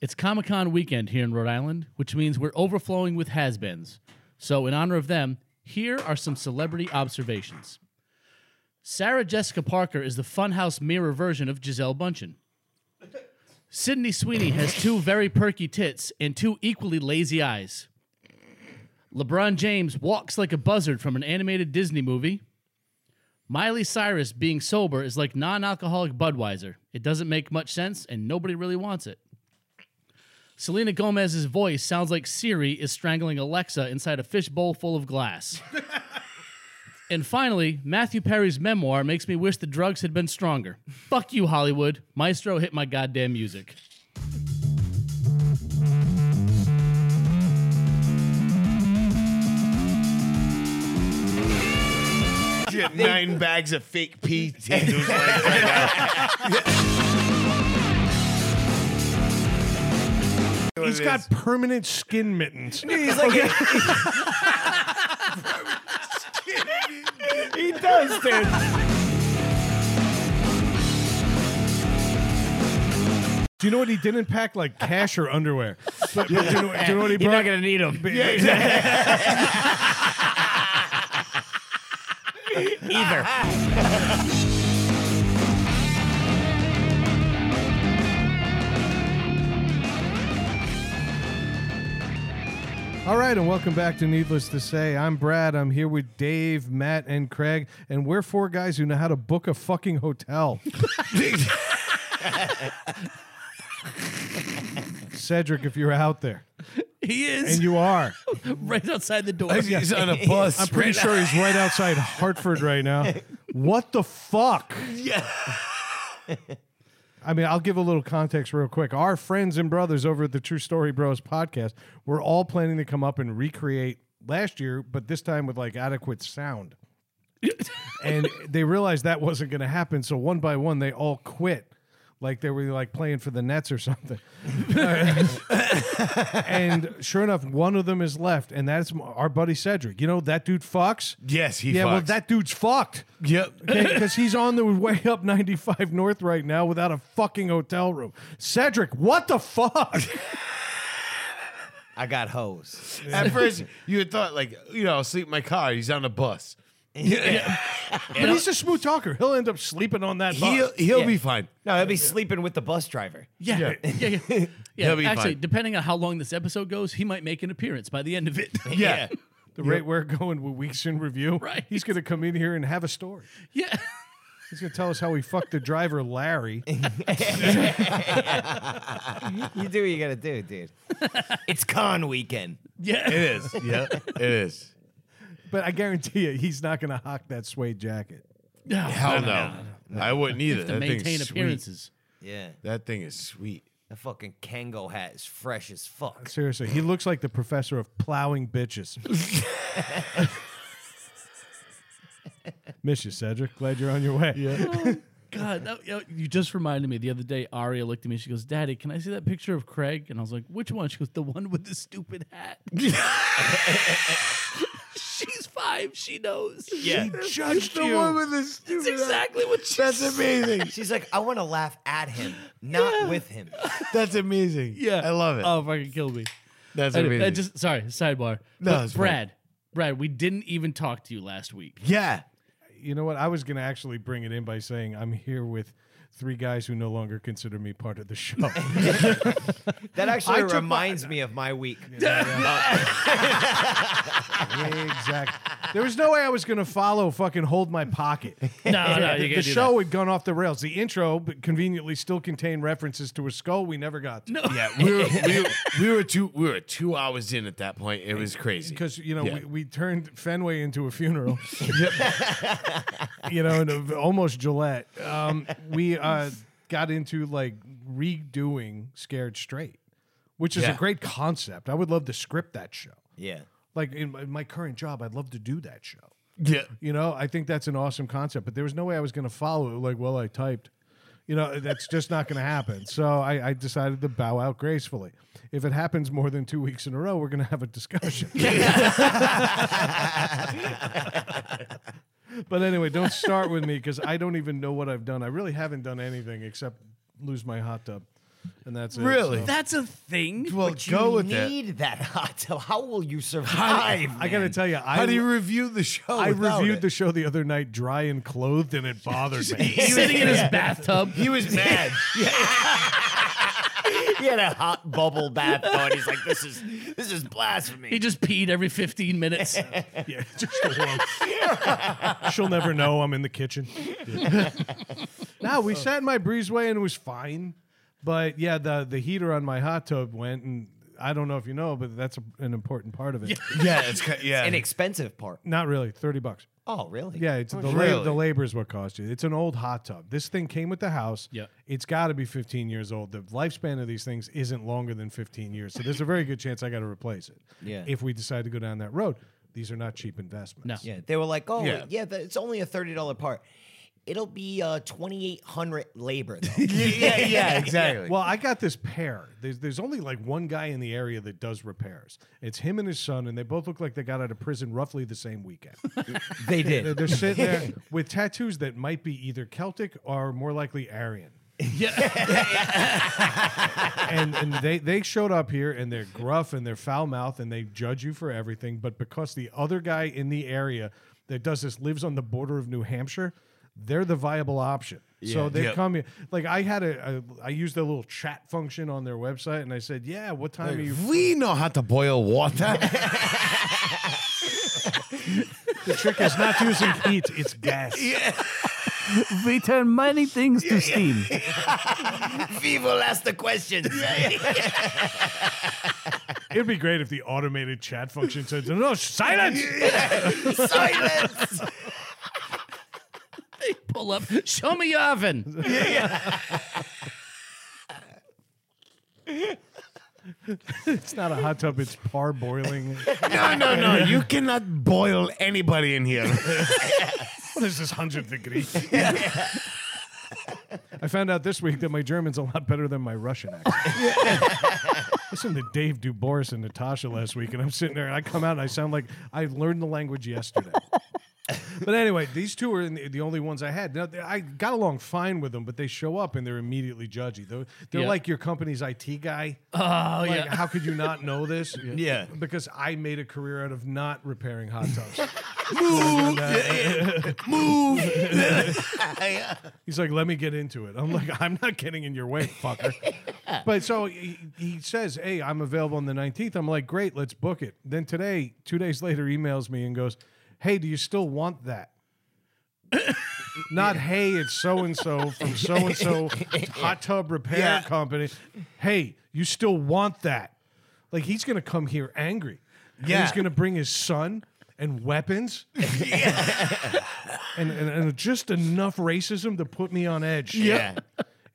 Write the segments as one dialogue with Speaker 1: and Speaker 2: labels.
Speaker 1: It's Comic Con weekend here in Rhode Island, which means we're overflowing with has beens. So, in honor of them, here are some celebrity observations. Sarah Jessica Parker is the funhouse mirror version of Giselle Bundchen. Sydney Sweeney has two very perky tits and two equally lazy eyes. LeBron James walks like a buzzard from an animated Disney movie. Miley Cyrus being sober is like non alcoholic Budweiser. It doesn't make much sense, and nobody really wants it. Selena Gomez's voice sounds like Siri is strangling Alexa inside a fishbowl full of glass. and finally, Matthew Perry's memoir makes me wish the drugs had been stronger. Fuck you, Hollywood. Maestro hit my goddamn music.
Speaker 2: Get nine bags of fake pee tattoos like right now.
Speaker 3: He's got permanent skin mittens.
Speaker 4: He's like, he does, dude.
Speaker 3: Do you know what he didn't pack? Like cash or underwear. But, but do, you know, do you know what he
Speaker 4: You're
Speaker 3: brought?
Speaker 4: not gonna need him.
Speaker 3: yeah, exactly.
Speaker 4: either.
Speaker 3: All right, and welcome back to Needless to Say. I'm Brad. I'm here with Dave, Matt, and Craig, and we're four guys who know how to book a fucking hotel. Cedric, if you're out there,
Speaker 1: He is
Speaker 3: and you are,
Speaker 1: right outside the door.
Speaker 2: He's on a bus.
Speaker 3: I'm pretty sure he's right outside Hartford right now. What the fuck? Yeah. I mean, I'll give a little context real quick. Our friends and brothers over at the True Story Bros podcast were all planning to come up and recreate last year, but this time with like adequate sound. and they realized that wasn't going to happen. So one by one, they all quit. Like they were like playing for the Nets or something. and sure enough, one of them is left, and that's m- our buddy Cedric. You know, that dude fucks.
Speaker 2: Yes, he
Speaker 3: Yeah, well,
Speaker 2: fucks.
Speaker 3: that dude's fucked.
Speaker 2: Yep.
Speaker 3: Because he's on the way up 95 North right now without a fucking hotel room. Cedric, what the fuck?
Speaker 4: I got hose.
Speaker 2: At first, you had thought like, you know, I'll sleep in my car. He's on a bus.
Speaker 3: but he's a smooth talker. He'll end up sleeping on that bus.
Speaker 2: He'll he'll
Speaker 4: Yeah.
Speaker 2: be fine.
Speaker 4: No, he'll be sleeping with the bus driver.
Speaker 1: Yeah, yeah, yeah. yeah.
Speaker 2: He'll be
Speaker 1: Actually,
Speaker 2: fine.
Speaker 1: depending on how long this episode goes, he might make an appearance by the end of it.
Speaker 2: Yeah.
Speaker 3: the rate we're going with weeks in review,
Speaker 1: Right.
Speaker 3: he's going to come in here and have a story.
Speaker 1: yeah.
Speaker 3: He's going to tell us how he fucked the driver, Larry.
Speaker 4: You do what you gotta do, dude. it's con weekend.
Speaker 1: Yeah.
Speaker 2: It is. Yeah. It is.
Speaker 3: But I guarantee you, he's not going to hock that suede jacket.
Speaker 2: Hell no. I wouldn't either.
Speaker 1: To
Speaker 2: That
Speaker 1: maintain
Speaker 2: thing's sweet.
Speaker 1: appearances.
Speaker 4: Yeah.
Speaker 2: That thing is sweet.
Speaker 4: That fucking Kango hat is fresh as fuck.
Speaker 3: Seriously, he looks like the professor of plowing bitches. Miss you, Cedric. Glad you're on your way.
Speaker 1: God, that, you know, you just reminded me the other day. Aria looked at me. She goes, "Daddy, can I see that picture of Craig?" And I was like, "Which one?" She goes, "The one with the stupid hat." She's five. She knows.
Speaker 4: Yeah.
Speaker 2: Judge the one with the stupid.
Speaker 1: That's exactly what she.
Speaker 2: That's amazing.
Speaker 4: She's like, I want to laugh at him, not with him.
Speaker 2: That's amazing.
Speaker 1: Yeah,
Speaker 2: I love it.
Speaker 1: Oh, fucking kill me.
Speaker 2: That's
Speaker 1: I,
Speaker 2: amazing.
Speaker 1: I just sorry. Sidebar.
Speaker 2: No,
Speaker 1: But
Speaker 2: it's fine.
Speaker 1: Brad. Brad, we didn't even talk to you last week.
Speaker 2: yeah.
Speaker 3: You know what? I was going to actually bring it in by saying I'm here with three guys who no longer consider me part of the show.
Speaker 4: That
Speaker 3: I
Speaker 4: actually
Speaker 3: took my-
Speaker 4: reminds me of my week.
Speaker 3: exactly. There was no way I was going to follow fucking Hold My Pocket.
Speaker 1: No, no,
Speaker 3: the the show had gone off the rails. The intro but conveniently still contained references to a skull we never got to. No.
Speaker 2: Yeah, we were, we, were- we were two we were two hours in at that point. It was crazy.
Speaker 3: Because you know
Speaker 2: Yeah.
Speaker 3: we, we turned Fenway into a funeral, you know, and of- almost Gillette. Um, we uh, got into like redoing Scared Straight, which is a
Speaker 2: Yeah.
Speaker 3: great concept. I would love to script that show.
Speaker 4: Yeah.
Speaker 3: Like in my, in my current job, I'd love to do that show.
Speaker 2: yeah,
Speaker 3: You know, I think that's an awesome concept, but there was no way I was going to follow it. Like, well, I typed. You know, that's just not going to happen. So I, I decided to bow out gracefully. If it happens more than two weeks in a row, we're going to have a discussion. but anyway, don't start with me because I don't even know what I've done. I really haven't done anything except lose my hot tub. and that's it.
Speaker 2: Really?
Speaker 3: so.
Speaker 1: That's a thing.
Speaker 2: Well,
Speaker 4: But you
Speaker 2: go with it.
Speaker 4: need that hot tub. How will you survive?
Speaker 3: I gotta
Speaker 4: man?
Speaker 3: tell you, I
Speaker 2: How do you review the show?
Speaker 3: I
Speaker 2: without
Speaker 3: reviewed
Speaker 2: it?
Speaker 3: the show the other night, dry and clothed, and it bothered me.
Speaker 1: Sitting in his bathtub.
Speaker 2: He was mad.
Speaker 4: he had a hot bubble bath going. He's like, this is this is
Speaker 1: He
Speaker 4: blasphemy.
Speaker 1: just peed every 15 minutes.
Speaker 3: yeah, just alone. She'll never know I'm in the kitchen. no, we sat in my breezeway and it was fine, but yeah, the the heater on my hot tub went, and I don't know if you know, but that's a, an important part of it.
Speaker 2: yeah, it's ki- yeah.
Speaker 4: Inexpensive part.
Speaker 3: Not really, thirty bucks.
Speaker 4: Oh, really?
Speaker 3: Yeah, it's the, la-
Speaker 2: really?
Speaker 3: the labor is what cost you. It's an old hot tub. This thing came with the house.
Speaker 1: Yeah.
Speaker 3: It's got to be 15 years old. The lifespan of these things isn't longer than 15 years. So there's a very good chance I got to replace it.
Speaker 4: Yeah.
Speaker 3: If we decide to go down that road, these are not cheap investments.
Speaker 4: Yeah, they were like, oh, yeah,
Speaker 2: Yeah.
Speaker 4: that, it's only a thirty dollar part. It'll be uh, twenty eight hundred labor. Though.
Speaker 2: yeah, yeah, yeah, exactly.
Speaker 3: Well, I got this pair. There's, there's only like one guy in the area that does repairs. It's him and his son, and they both look like they got out of prison roughly the same weekend.
Speaker 4: they
Speaker 3: They're-
Speaker 4: did.
Speaker 3: They're sitting there with tattoos that might be either Celtic or more likely Aryan.
Speaker 1: yeah.
Speaker 3: and and they, they showed up here and they're gruff and they're foul mouthed and they judge you for everything. But because the other guy in the area that does this lives on the border of New Hampshire, they're the viable option. So
Speaker 2: Yeah.
Speaker 3: they
Speaker 2: Yep.
Speaker 3: come here. Like I had a, a I used a little chat function on their website and I said, Yeah, what time are you
Speaker 2: we know how to boil water.
Speaker 3: the trick is not using heat, it's gas.
Speaker 5: We turn many things to steam.
Speaker 4: People ask the questions.
Speaker 3: It'd be great if the automated chat function said, No, silence.
Speaker 4: Silence.
Speaker 1: They pull up. Show me your oven.
Speaker 3: it's not a hot tub, it's parboiling.
Speaker 2: no, no, no. You cannot boil anybody in here.
Speaker 3: What is this hundred degree? I found out this week that my German's a lot better than my Russian accent. Listen to Dave Duboris and Natasha last week, and I'm sitting there and I come out and I sound like I learned the language yesterday. but anyway, these two are in the, the only ones I had. Now, they- I got along fine with them, but they show up and they're immediately judgy. They're, they're
Speaker 1: Yeah.
Speaker 3: like your company's IT guy.
Speaker 1: Oh,
Speaker 3: Like,
Speaker 1: yeah.
Speaker 3: how could you not know this?
Speaker 2: Yeah.
Speaker 3: Because I made a career out of not repairing hot tubs.
Speaker 2: Move, move.
Speaker 3: He's like, let me get into it. I'm like, I'm not getting in your way, fucker. But so he, he says, hey, I'm available on the 19th. I'm like, great, let's book it. Then today, two days later, emails me and goes, hey, do you still want that? Not hey, it's so and so from so and so hot tub repair
Speaker 2: Yeah.
Speaker 3: company. Hey, you still want that? Like he's gonna come here angry. And
Speaker 2: Yeah.
Speaker 3: he's gonna bring his son and weapons and, and, and just enough racism to put me on edge.
Speaker 2: Yeah.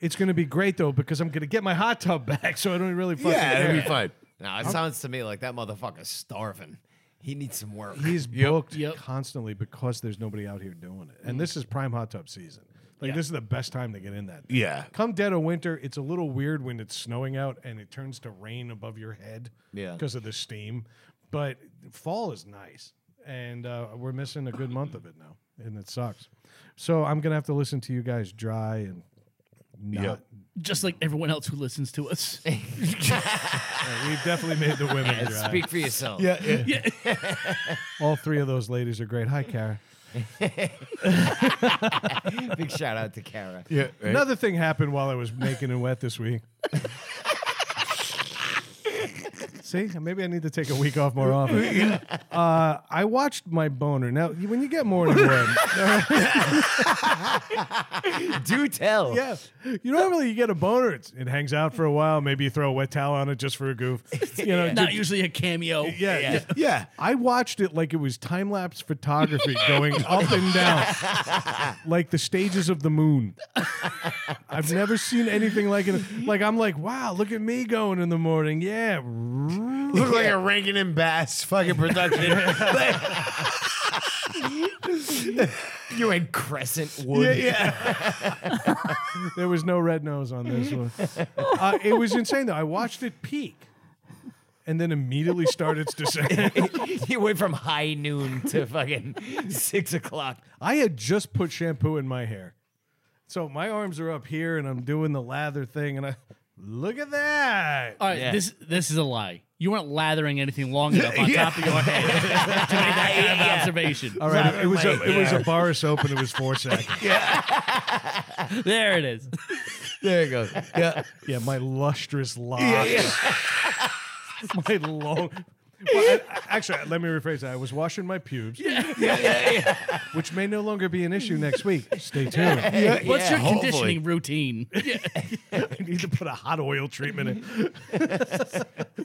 Speaker 3: It's going to be great though because I'm going to get my hot tub back, so I don't really fucking
Speaker 2: Yeah, it'll
Speaker 3: care.
Speaker 2: be fine.
Speaker 4: Now it sounds to me like that motherfucker's starving. He needs some work.
Speaker 3: He's
Speaker 2: Yep.
Speaker 3: booked
Speaker 1: Yep.
Speaker 3: constantly because there's nobody out here doing it, and this is prime hot tub season. Like this is the best time to get in that.
Speaker 2: Yeah.
Speaker 3: Come dead of winter, it's a little weird when it's snowing out and it turns to rain above your head.
Speaker 4: Yeah.
Speaker 3: Because of the steam, but fall is nice, and uh, we're missing a good month of it now, and it sucks. So I'm gonna have to listen to you guys dry and not.
Speaker 2: Yep.
Speaker 1: Just like everyone else who listens to us.
Speaker 3: We've definitely made the women
Speaker 4: Yeah,
Speaker 3: dry.
Speaker 4: Speak for yourself.
Speaker 2: Yeah, yeah.
Speaker 3: All three of those ladies are great. Hi, Kara.
Speaker 4: Big shout out to Kara.
Speaker 2: yeah right?
Speaker 3: Another thing happened while I was making and wet this week. See, maybe I need to take a week off more often. Uh, I watched my boner. Now, you- when you get more than one,
Speaker 4: Do tell.
Speaker 3: yeah, you normally you get a boner. It's, it hangs out for a while. Maybe you throw a wet towel on it just for a goof. You know,
Speaker 1: Not usually a cameo.
Speaker 3: yeah, yeah.
Speaker 2: yeah.
Speaker 3: I watched it like it was time lapse photography going up and down, like the stages of the moon. I've never seen anything like it. Like, I'm like, wow, look at me going in the morning. Yeah.
Speaker 2: Look like a Rankin and Bass fucking production.
Speaker 4: You're in Crescent Wood.
Speaker 3: There was no red nose on this one. Uh, it was insane, though. I watched it peak and then immediately started to say,
Speaker 4: he went from high noon to fucking six o'clock.
Speaker 3: I had just put shampoo in my hair. So my arms are up here and I'm doing the lather thing and I Look at that.
Speaker 1: All right,
Speaker 5: Yeah.
Speaker 1: this this is a lie. You weren't lathering anything long enough on top of your head to make that kind of observation.
Speaker 3: All right, it was a, it was a bar soap and it was four seconds.
Speaker 1: There it is.
Speaker 2: There you go. Yeah.
Speaker 3: Yeah, my lustrous locks. my long. Well, I- I- actually, let me rephrase that. I was washing my pubes, which may no longer be an issue next week. Stay tuned.
Speaker 1: What's your
Speaker 2: hopefully.
Speaker 1: conditioning routine? Yeah.
Speaker 3: I need to put a hot oil treatment in.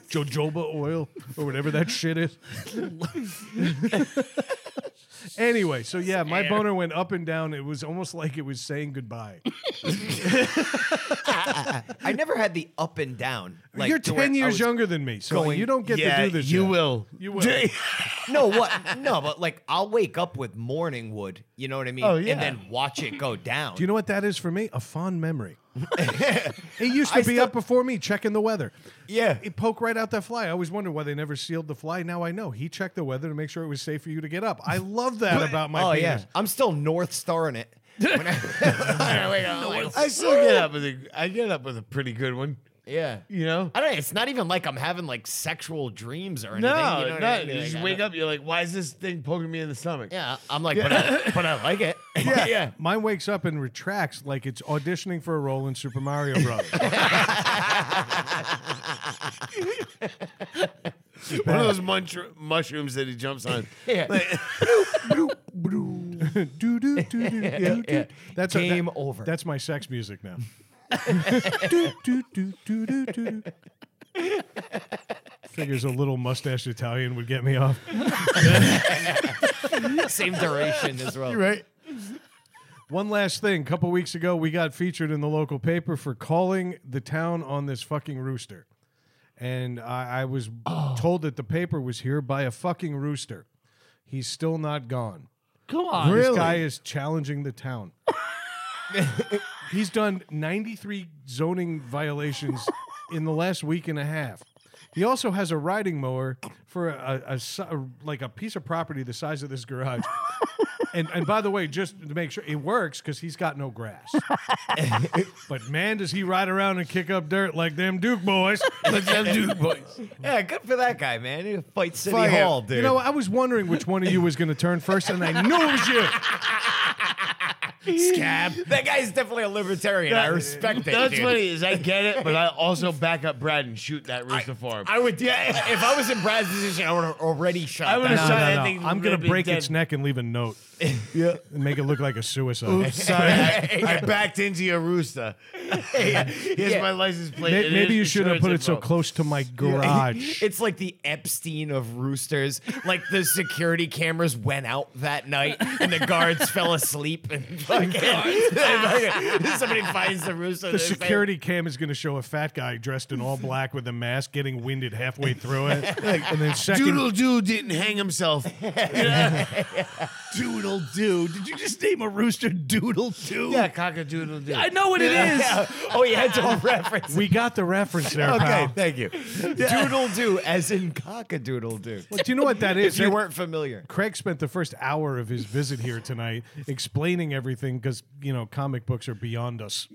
Speaker 3: Jojoba oil or whatever that shit is. anyway, so yeah, my boner went up and down. It was almost like it was saying goodbye.
Speaker 4: I never had the up and down. Like
Speaker 3: You're
Speaker 4: to where
Speaker 3: 10
Speaker 4: I
Speaker 3: years
Speaker 4: was-
Speaker 3: younger than me, so
Speaker 4: going-
Speaker 3: you don't get
Speaker 2: yeah,
Speaker 3: to do this.
Speaker 2: you
Speaker 3: yet.
Speaker 2: will.
Speaker 3: You will.
Speaker 4: No, what? No, but like I'll wake up with morning wood. You know what I mean?
Speaker 2: Oh, yeah.
Speaker 4: And then watch it go down.
Speaker 3: Do you know what that is for me? A fond memory. it used to
Speaker 4: I
Speaker 3: be
Speaker 4: still-
Speaker 3: up before me checking the weather.
Speaker 4: Yeah.
Speaker 3: It poked right out that fly. I always wondered why they never sealed the fly. Now I know. He checked the weather to make sure it was safe for you to get up. I love that about my
Speaker 4: oh
Speaker 3: penis.
Speaker 4: yeah, I'm still North Starring it. When I- Wait, I'm like,
Speaker 2: I still get up with a I get up with a pretty good one.
Speaker 4: yeah.
Speaker 2: You know?
Speaker 4: I don't. It's not even like I'm having like sexual dreams or anything.
Speaker 2: No,
Speaker 4: you know what
Speaker 2: no,
Speaker 4: I mean?
Speaker 2: you
Speaker 4: Like,
Speaker 2: just
Speaker 4: I
Speaker 2: wake
Speaker 4: don't-
Speaker 2: up, you're like, why is this thing poking me in the stomach?
Speaker 4: Yeah, I'm like, But, I, but I like it. Yeah, yeah.
Speaker 3: Mine wakes up and retracts like it's auditioning for a role in Super Mario Brothers.
Speaker 2: One of those munch- mushrooms that he jumps on.
Speaker 3: do, do, do, do, do, do. That's a- that-
Speaker 4: Game over.
Speaker 3: That's my sex music now. do, do, do, do, do, do. Figures a little mustache Italian would get me off.
Speaker 4: Same duration as well.
Speaker 3: Right. One last thing. A couple weeks ago, we got featured in the local paper for calling the town on this fucking rooster. And I, I was
Speaker 5: Oh.
Speaker 3: told that the paper was here by a fucking rooster. He's still not gone.
Speaker 5: Come on.
Speaker 3: This guy is challenging the town. He's done 93 zoning violations in the last week and a half. He also has a riding mower for a, a si- like a piece of property the size of this garage. And, and by the way, just to make sure it works because he's got no grass. but man, does he ride around and kick up dirt like them Duke boys.
Speaker 2: Let's have Duke boys.
Speaker 4: Yeah, good for that guy, man. He fight City
Speaker 2: Fuck yeah.
Speaker 4: Hall, dude.
Speaker 3: You know, I was wondering which one of you was going to turn first, and I knew it was you.
Speaker 2: Scab.
Speaker 4: that guy's definitely a libertarian. I respect it.
Speaker 2: That's
Speaker 4: dude.
Speaker 2: funny is I get it, but I also back up Brad and shoot that rooster for him.
Speaker 4: I would. Yeah, if I was in Brad's position, I would have already shot.
Speaker 2: I
Speaker 4: I
Speaker 2: would
Speaker 4: would have.
Speaker 2: have
Speaker 3: No,
Speaker 2: shot-
Speaker 4: shot.
Speaker 3: no,
Speaker 2: I
Speaker 3: no.
Speaker 2: think
Speaker 3: I'm gonna
Speaker 2: ribbon
Speaker 3: break
Speaker 2: dead.
Speaker 3: its neck and leave a note. yeah, and make it look like a suicide.
Speaker 2: Sorry, I, I backed into your rooster. Here's
Speaker 4: Yeah.
Speaker 2: my license plate.
Speaker 3: May-
Speaker 2: and
Speaker 3: Maybe
Speaker 2: here's
Speaker 3: you should have put it
Speaker 2: insurance
Speaker 3: so
Speaker 2: info.
Speaker 3: close to my garage.
Speaker 4: It's like the Epstein of roosters. Like the security cameras went out that night, and the guards fell asleep, and fucking, somebody finds the rooster.
Speaker 3: the security cam is gonna show a fat guy dressed in all black with a mask getting winded halfway through it, and then second.
Speaker 2: Doodle Doo didn't hang himself. Doodle Doo. Did you just name a rooster Doodle Doo? Yeah, cockadoodle doo.
Speaker 1: I know what it is.
Speaker 4: Oh, you had to reference.
Speaker 3: We got the reference there,
Speaker 4: Okay,
Speaker 3: pal.
Speaker 4: thank you. Doodle do, as in cockadoodle do.
Speaker 3: Well, do you know what that is?
Speaker 4: If you
Speaker 3: That-
Speaker 4: weren't familiar,
Speaker 3: Craig spent the first hour of his visit here tonight explaining everything because you know comic books are beyond us.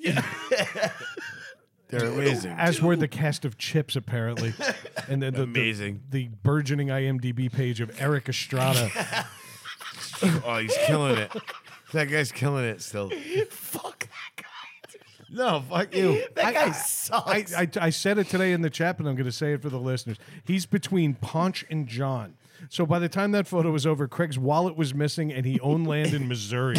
Speaker 2: They're amazing.
Speaker 3: As were the cast of Chips, apparently, and then the, the-
Speaker 2: Amazing.
Speaker 3: the, burgeoning IMDb page of Eric Estrada.
Speaker 2: Oh, he's killing it. That guy's killing it still.
Speaker 4: fuck that guy.
Speaker 2: No, fuck you.
Speaker 4: That
Speaker 3: I-
Speaker 4: guy
Speaker 3: I- I,
Speaker 4: sucks.
Speaker 3: I, I said it today in the chat, but I'm going to say it for the listeners. He's between Paunch and John. So by the time that photo was over, Craig's wallet was missing, and he owned land in Missouri.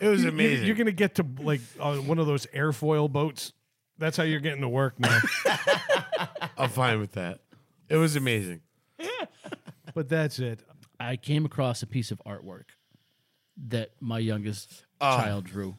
Speaker 2: It was
Speaker 3: You-
Speaker 2: amazing.
Speaker 3: You're going to get to like on one of those airfoil boats. That's how you're getting to work now.
Speaker 2: I'm fine with that. It was amazing.
Speaker 3: but that's it.
Speaker 1: I came across a piece of artwork that my youngest child drew.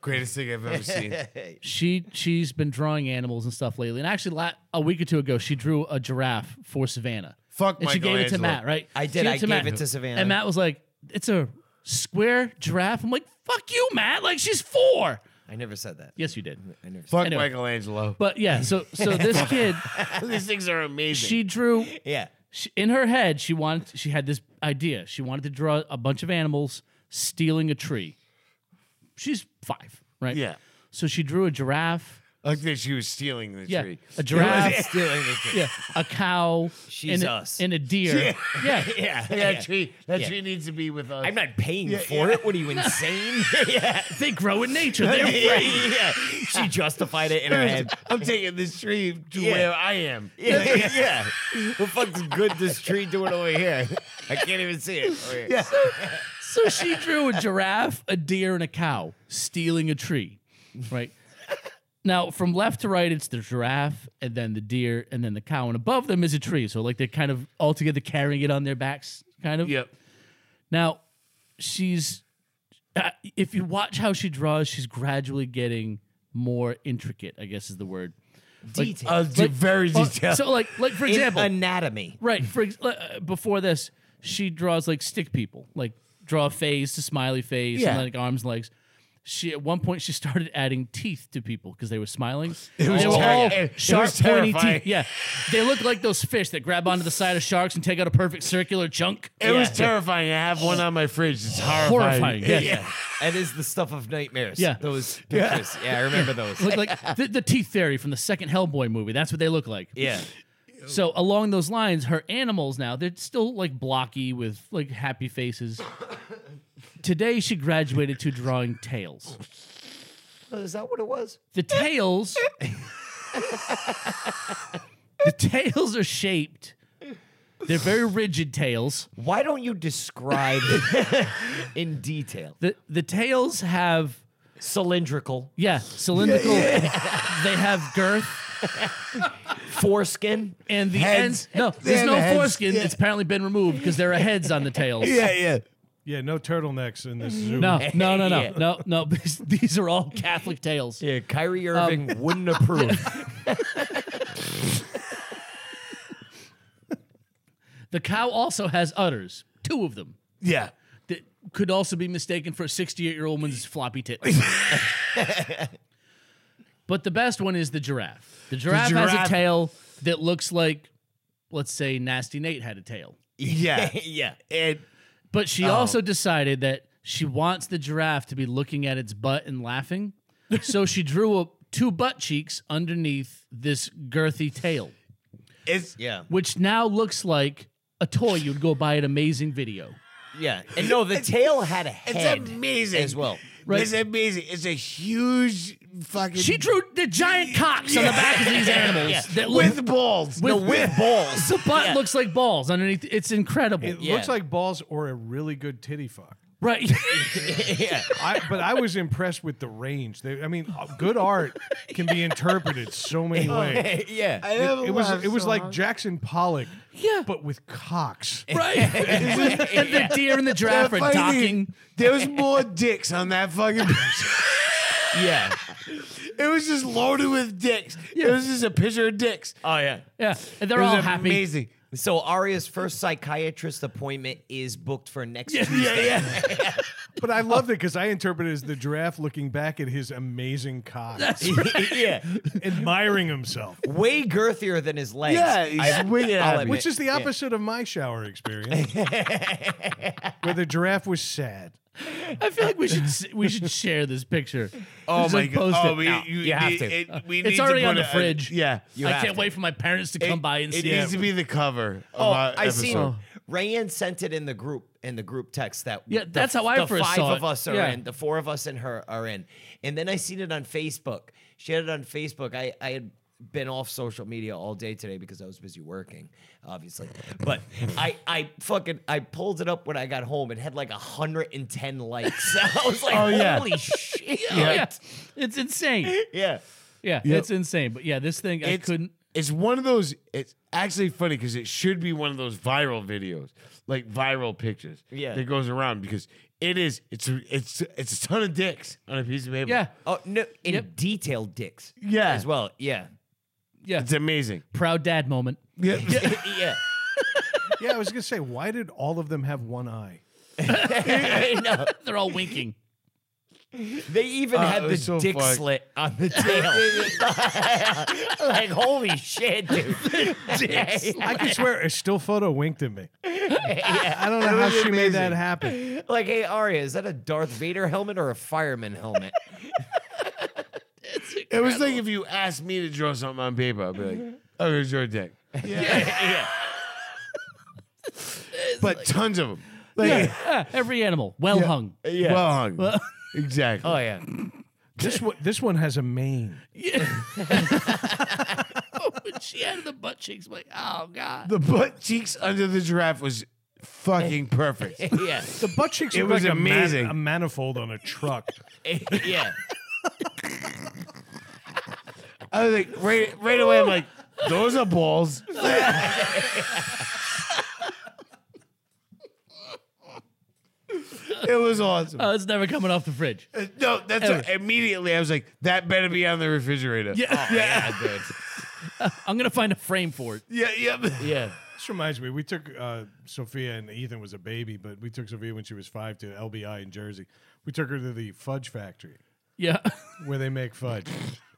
Speaker 2: Greatest thing I've ever seen.
Speaker 1: She she's been drawing animals and stuff lately. And actually, la- a week or two ago, she drew a giraffe for Savannah.
Speaker 2: Fuck
Speaker 1: and she gave it to
Speaker 2: Michelangelo.
Speaker 1: Matt, right?
Speaker 4: I
Speaker 1: She
Speaker 4: did. I
Speaker 1: to
Speaker 4: gave it to Savannah.
Speaker 1: And Matt was like, "It's a square giraffe." I'm like, "Fuck you, Matt!" Like she's four.
Speaker 4: I never said that.
Speaker 1: Yes, you did.
Speaker 4: I never.
Speaker 2: Fuck
Speaker 1: Anyway.
Speaker 2: Michelangelo.
Speaker 1: But yeah, so so this kid,
Speaker 2: These things are amazing.
Speaker 1: she drew
Speaker 4: Yeah.
Speaker 1: she, in her head, she wanted she had this idea. She wanted to draw a bunch of animals stealing a tree. She's five, right?
Speaker 2: Yeah.
Speaker 1: So she drew a giraffe.
Speaker 2: Like that she was stealing the
Speaker 1: Yeah,
Speaker 2: tree.
Speaker 1: a giraffe.
Speaker 2: She was stealing the tree.
Speaker 1: Yeah, a cow.
Speaker 4: She's
Speaker 1: and a,
Speaker 4: us.
Speaker 1: And a deer. Yeah.
Speaker 4: Yeah,
Speaker 2: That
Speaker 4: yeah.
Speaker 2: tree. That
Speaker 4: Yeah.
Speaker 2: tree needs to be with us.
Speaker 4: I'm not paying for it. What are you insane? yeah.
Speaker 1: They grow in nature. They're
Speaker 4: yeah, yeah. She justified it in her head.
Speaker 2: I'm taking this tree to
Speaker 4: Yeah.
Speaker 2: where I am.
Speaker 4: Yeah, yeah. What fuck's good this tree doing over here? I can't even see it. Okay. Yeah.
Speaker 1: So she drew a giraffe, a deer, and a cow stealing a tree, right? Now, from left to right, it's the giraffe, and then the deer, and then the cow, and above them is a tree. So, like, they're kind of all together carrying it on their backs, kind of.
Speaker 2: Yep.
Speaker 1: Now, she's, uh, if you watch how she draws, she's gradually getting more intricate, I guess is the word. Like,
Speaker 4: Detail.
Speaker 2: Uh, de- very
Speaker 1: uh,
Speaker 2: detailed.
Speaker 1: so, like, like for
Speaker 4: In
Speaker 1: example,
Speaker 4: anatomy.
Speaker 1: Right. For ex- uh, before this, she draws like stick people, like draw a face, a smiley face,
Speaker 2: Yeah.
Speaker 1: and like arms, and legs. She at one point she started adding teeth to people because they were smiling.
Speaker 2: It was
Speaker 1: they were all
Speaker 2: terri- it- it
Speaker 1: sharp,
Speaker 2: was
Speaker 1: pointy
Speaker 2: terrifying.
Speaker 1: teeth. Yeah, they look like those fish that grab onto the side of sharks and take out a perfect circular chunk.
Speaker 2: it was
Speaker 4: Yeah.
Speaker 2: terrifying. I have one on my fridge. It's horrifying.
Speaker 1: Horrifying. Yeah, yeah.
Speaker 4: That is the stuff of nightmares.
Speaker 1: Yeah.
Speaker 4: Those pictures. Yeah, I remember those.
Speaker 1: look like the, the teeth fairy from the second Hellboy movie. That's what they look like.
Speaker 4: Yeah.
Speaker 1: So along those lines, her animals now they're still like blocky with like happy faces. Today she graduated to drawing tails.
Speaker 4: Oh, Is that what it was?
Speaker 1: The tails The tails are shaped. They're very rigid tails.
Speaker 4: Why don't you describe in detail?
Speaker 1: The the tails have
Speaker 4: Cylindrical,
Speaker 1: yeah, cylindrical. They have girth
Speaker 4: foreskin.
Speaker 1: and the
Speaker 2: Heads.
Speaker 1: ends No,
Speaker 2: They
Speaker 1: there's
Speaker 2: have
Speaker 1: no
Speaker 2: heads.
Speaker 1: foreskin.
Speaker 2: Yeah.
Speaker 1: It's apparently been removed because there are heads on the tails.
Speaker 2: Yeah, yeah.
Speaker 3: Yeah, no turtlenecks in this zoo.
Speaker 1: No, no, no, no,
Speaker 4: Yeah.
Speaker 1: no, no. These are all Catholic tails.
Speaker 4: Yeah, Kyrie
Speaker 1: Um,
Speaker 4: Irving wouldn't approve.
Speaker 1: The cow also has udders, two of them,
Speaker 2: Yeah.
Speaker 1: that could also be mistaken for a 68 year old woman's floppy tits. but the best one is the giraffe. The giraffe, has
Speaker 2: giraffe-
Speaker 1: a tail that looks like, let's say, Nasty Nate had a tail.
Speaker 2: Yeah.
Speaker 4: yeah.
Speaker 2: And
Speaker 1: But
Speaker 2: Oh.
Speaker 1: she also decided that she wants the giraffe to be looking at its butt and laughing. so she drew up two butt cheeks underneath this girthy tail,
Speaker 2: it's
Speaker 4: Yeah.
Speaker 1: which now looks like a toy you'd go buy at Amazing Video.
Speaker 4: Yeah. And no, the tail had a
Speaker 2: it's
Speaker 4: head
Speaker 2: amazing
Speaker 4: as well.
Speaker 1: Right.
Speaker 2: It's amazing. It's a huge fucking
Speaker 1: She drew the giant cocks on the back of these animals
Speaker 4: Yeah.
Speaker 1: that look,
Speaker 2: with
Speaker 1: with-
Speaker 2: balls. no, with balls.
Speaker 1: the butt
Speaker 4: yeah.
Speaker 1: looks like balls underneath. It's incredible,
Speaker 3: It
Speaker 4: Yeah.
Speaker 3: looks like balls or a really good titty fuck.
Speaker 1: right?
Speaker 4: yeah.
Speaker 3: I, but I was impressed with the range. They, I mean, uh, good art can be interpreted so many ways.
Speaker 4: yeah.
Speaker 3: It, it was it was like Jackson Pollock,
Speaker 1: Yeah.
Speaker 3: but with cocks.
Speaker 1: right. and the deer and the giraffe are
Speaker 2: Funny thing,
Speaker 1: docking.
Speaker 2: There was more dicks on that fucking picture.
Speaker 4: Yeah.
Speaker 2: It was just loaded with dicks. It was just a picture of dicks.
Speaker 4: Oh, yeah.
Speaker 1: Yeah, and they're
Speaker 2: it was
Speaker 1: all happy.
Speaker 2: amazing.
Speaker 4: So Arya's first psychiatrist appointment is booked for next
Speaker 1: Yeah.
Speaker 4: Tuesday.
Speaker 2: yeah.
Speaker 3: But I loved it because I interpreted it as the giraffe looking back at his amazing cock,
Speaker 4: yeah.
Speaker 3: admiring himself,
Speaker 4: Way girthier than his legs.
Speaker 2: Yeah, he's
Speaker 4: I-
Speaker 2: wicked
Speaker 4: I'll
Speaker 2: happy.
Speaker 4: admit.
Speaker 3: which is the opposite of my shower experience, where the giraffe was sad.
Speaker 1: I feel like we should s- we should share this picture.
Speaker 2: Oh
Speaker 1: Just
Speaker 2: my god!
Speaker 1: post
Speaker 2: Oh,
Speaker 1: it.
Speaker 2: we,
Speaker 1: No.
Speaker 2: you,
Speaker 4: you
Speaker 2: it-
Speaker 4: have to.
Speaker 2: it- we
Speaker 1: It's
Speaker 2: need to
Speaker 1: already
Speaker 2: put
Speaker 1: on the
Speaker 2: it-
Speaker 1: fridge.
Speaker 2: yeah,
Speaker 4: You
Speaker 1: I
Speaker 4: have
Speaker 1: can't
Speaker 4: to.
Speaker 1: wait for my parents to
Speaker 2: It-
Speaker 1: come by and
Speaker 2: it
Speaker 1: see
Speaker 2: needs to be the cover.
Speaker 4: Oh,
Speaker 2: of our
Speaker 4: I seen
Speaker 2: episode.
Speaker 4: Rayanne sent it in the group in the group text that
Speaker 1: Yeah,
Speaker 4: the-
Speaker 1: that's how I
Speaker 4: the
Speaker 1: first
Speaker 4: five
Speaker 1: saw
Speaker 4: of
Speaker 1: it.
Speaker 4: us are
Speaker 1: Yeah.
Speaker 4: in, the four of us and her are in, and then I seen it on Facebook. She had it on Facebook. I I had been off social media all day today because I was busy working, obviously. But I I fucking I pulled it up when I got home and had like hundred and ten likes. I was like,
Speaker 2: Oh, yeah.
Speaker 4: holy shit!
Speaker 1: Yeah. it's insane.
Speaker 4: yeah.
Speaker 1: Yeah, it's insane. But yeah, this thing I
Speaker 2: It's-
Speaker 1: couldn't.
Speaker 2: It's one of those. It's actually funny because it should be one of those viral videos, like viral pictures.
Speaker 4: Yeah.
Speaker 2: that goes around because it is. It's it's it's a ton of dicks on a piece of paper.
Speaker 1: Yeah,
Speaker 4: Oh no! In
Speaker 1: Yep.
Speaker 4: detailed dicks.
Speaker 2: Yeah.
Speaker 4: As well. Yeah.
Speaker 1: yeah.
Speaker 2: it's amazing.
Speaker 1: Proud dad moment.
Speaker 2: Yeah,
Speaker 4: yeah.
Speaker 3: Yeah, I was gonna say, why did all of them have one eye?
Speaker 4: I know.
Speaker 1: They're all winking.
Speaker 4: They even
Speaker 2: Oh,
Speaker 4: had
Speaker 2: it
Speaker 4: the
Speaker 2: was so
Speaker 4: dick
Speaker 2: fucked.
Speaker 4: slit on the tail. like, holy shit, dude. dick
Speaker 3: I can swear a still photo winked at me. I don't know how she made that happen.
Speaker 4: Like, hey, Arya, is that a Darth Vader helmet or a fireman helmet?
Speaker 2: It was like if you asked me to draw something on paper, I'd be like, "Oh, here's your dick." Yeah, but tons of them. Like,
Speaker 1: Yeah, every animal, well hung.
Speaker 2: yeah. Well hung. exactly.
Speaker 4: Oh yeah.
Speaker 3: This one, this one has a mane.
Speaker 1: Yeah. when she had the butt cheeks, I'm like, oh god.
Speaker 2: The butt cheeks under the giraffe was fucking perfect.
Speaker 4: Yeah.
Speaker 3: The butt cheeks.
Speaker 2: It
Speaker 3: look
Speaker 2: was
Speaker 3: like A,
Speaker 2: amazing.
Speaker 3: man- a manifold on a truck.
Speaker 4: Eh, yeah.
Speaker 2: I was like, right, right away, I'm like, those are balls. it was awesome.
Speaker 1: Oh, it's never coming off the fridge.
Speaker 2: Uh, no, that's
Speaker 1: Ever.
Speaker 2: what- immediately. I was like, that better be on the refrigerator.
Speaker 1: Yeah.
Speaker 2: Oh, yeah, dude.
Speaker 1: I'm gonna find a frame for it.
Speaker 2: Yeah, yeah.
Speaker 4: Yeah.
Speaker 3: This reminds me, we took uh, Sophia and Ethan was a baby, but we took Sophia when she was five to LBI in Jersey. We took her to the fudge factory
Speaker 1: Yeah.
Speaker 3: where they make fudge.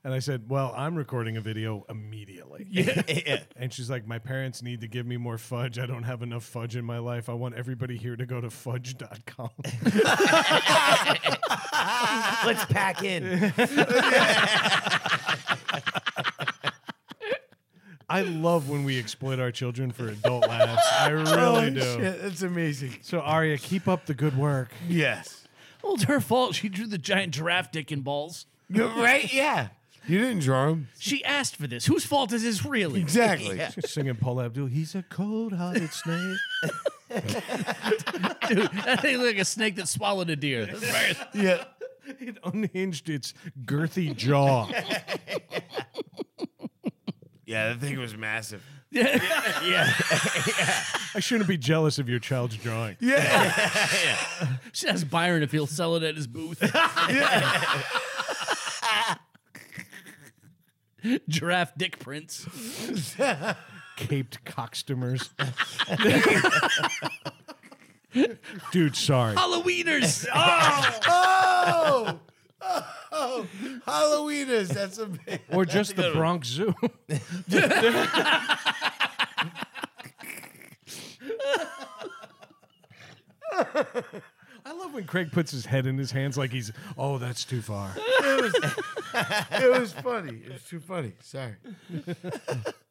Speaker 3: And I said, Well, I'm recording a video immediately. Yeah. And she's like, My parents need to give me more fudge. I don't have enough fudge in my life. I want everybody here to go to fudge.com.
Speaker 4: Let's pack in.
Speaker 3: I love when we exploit our children for adult laughs. I really do.
Speaker 2: that's amazing.
Speaker 3: So, Aria, keep up the good work.
Speaker 2: Yes.
Speaker 1: Well, it's her fault. She drew the giant giraffe dick and balls.
Speaker 2: You're right? Yeah. You didn't draw him.
Speaker 1: She asked for this. Whose fault is this really?
Speaker 2: Exactly.
Speaker 3: Singing Paul Abdul, he's a cold hearted snake.
Speaker 1: Dude, that thing looked like a snake that swallowed a deer.
Speaker 2: Yeah.
Speaker 3: It unhinged its girthy jaw.
Speaker 2: Yeah, that thing was massive.
Speaker 1: Yeah.
Speaker 3: I shouldn't be jealous of your child's drawing.
Speaker 1: She asked Byron if he'll sell it at his booth. Giraffe dick prints.
Speaker 3: Caped cockstomers. Dude, sorry.
Speaker 1: Halloweeners. Ah!
Speaker 2: Oh! Oh! Halloweeners. That's amazing.
Speaker 3: Or just the Bronx Zoo. I love when Craig puts his head in his hands like he's, oh, that's too far.
Speaker 2: It was, it was funny. It was too funny. Sorry.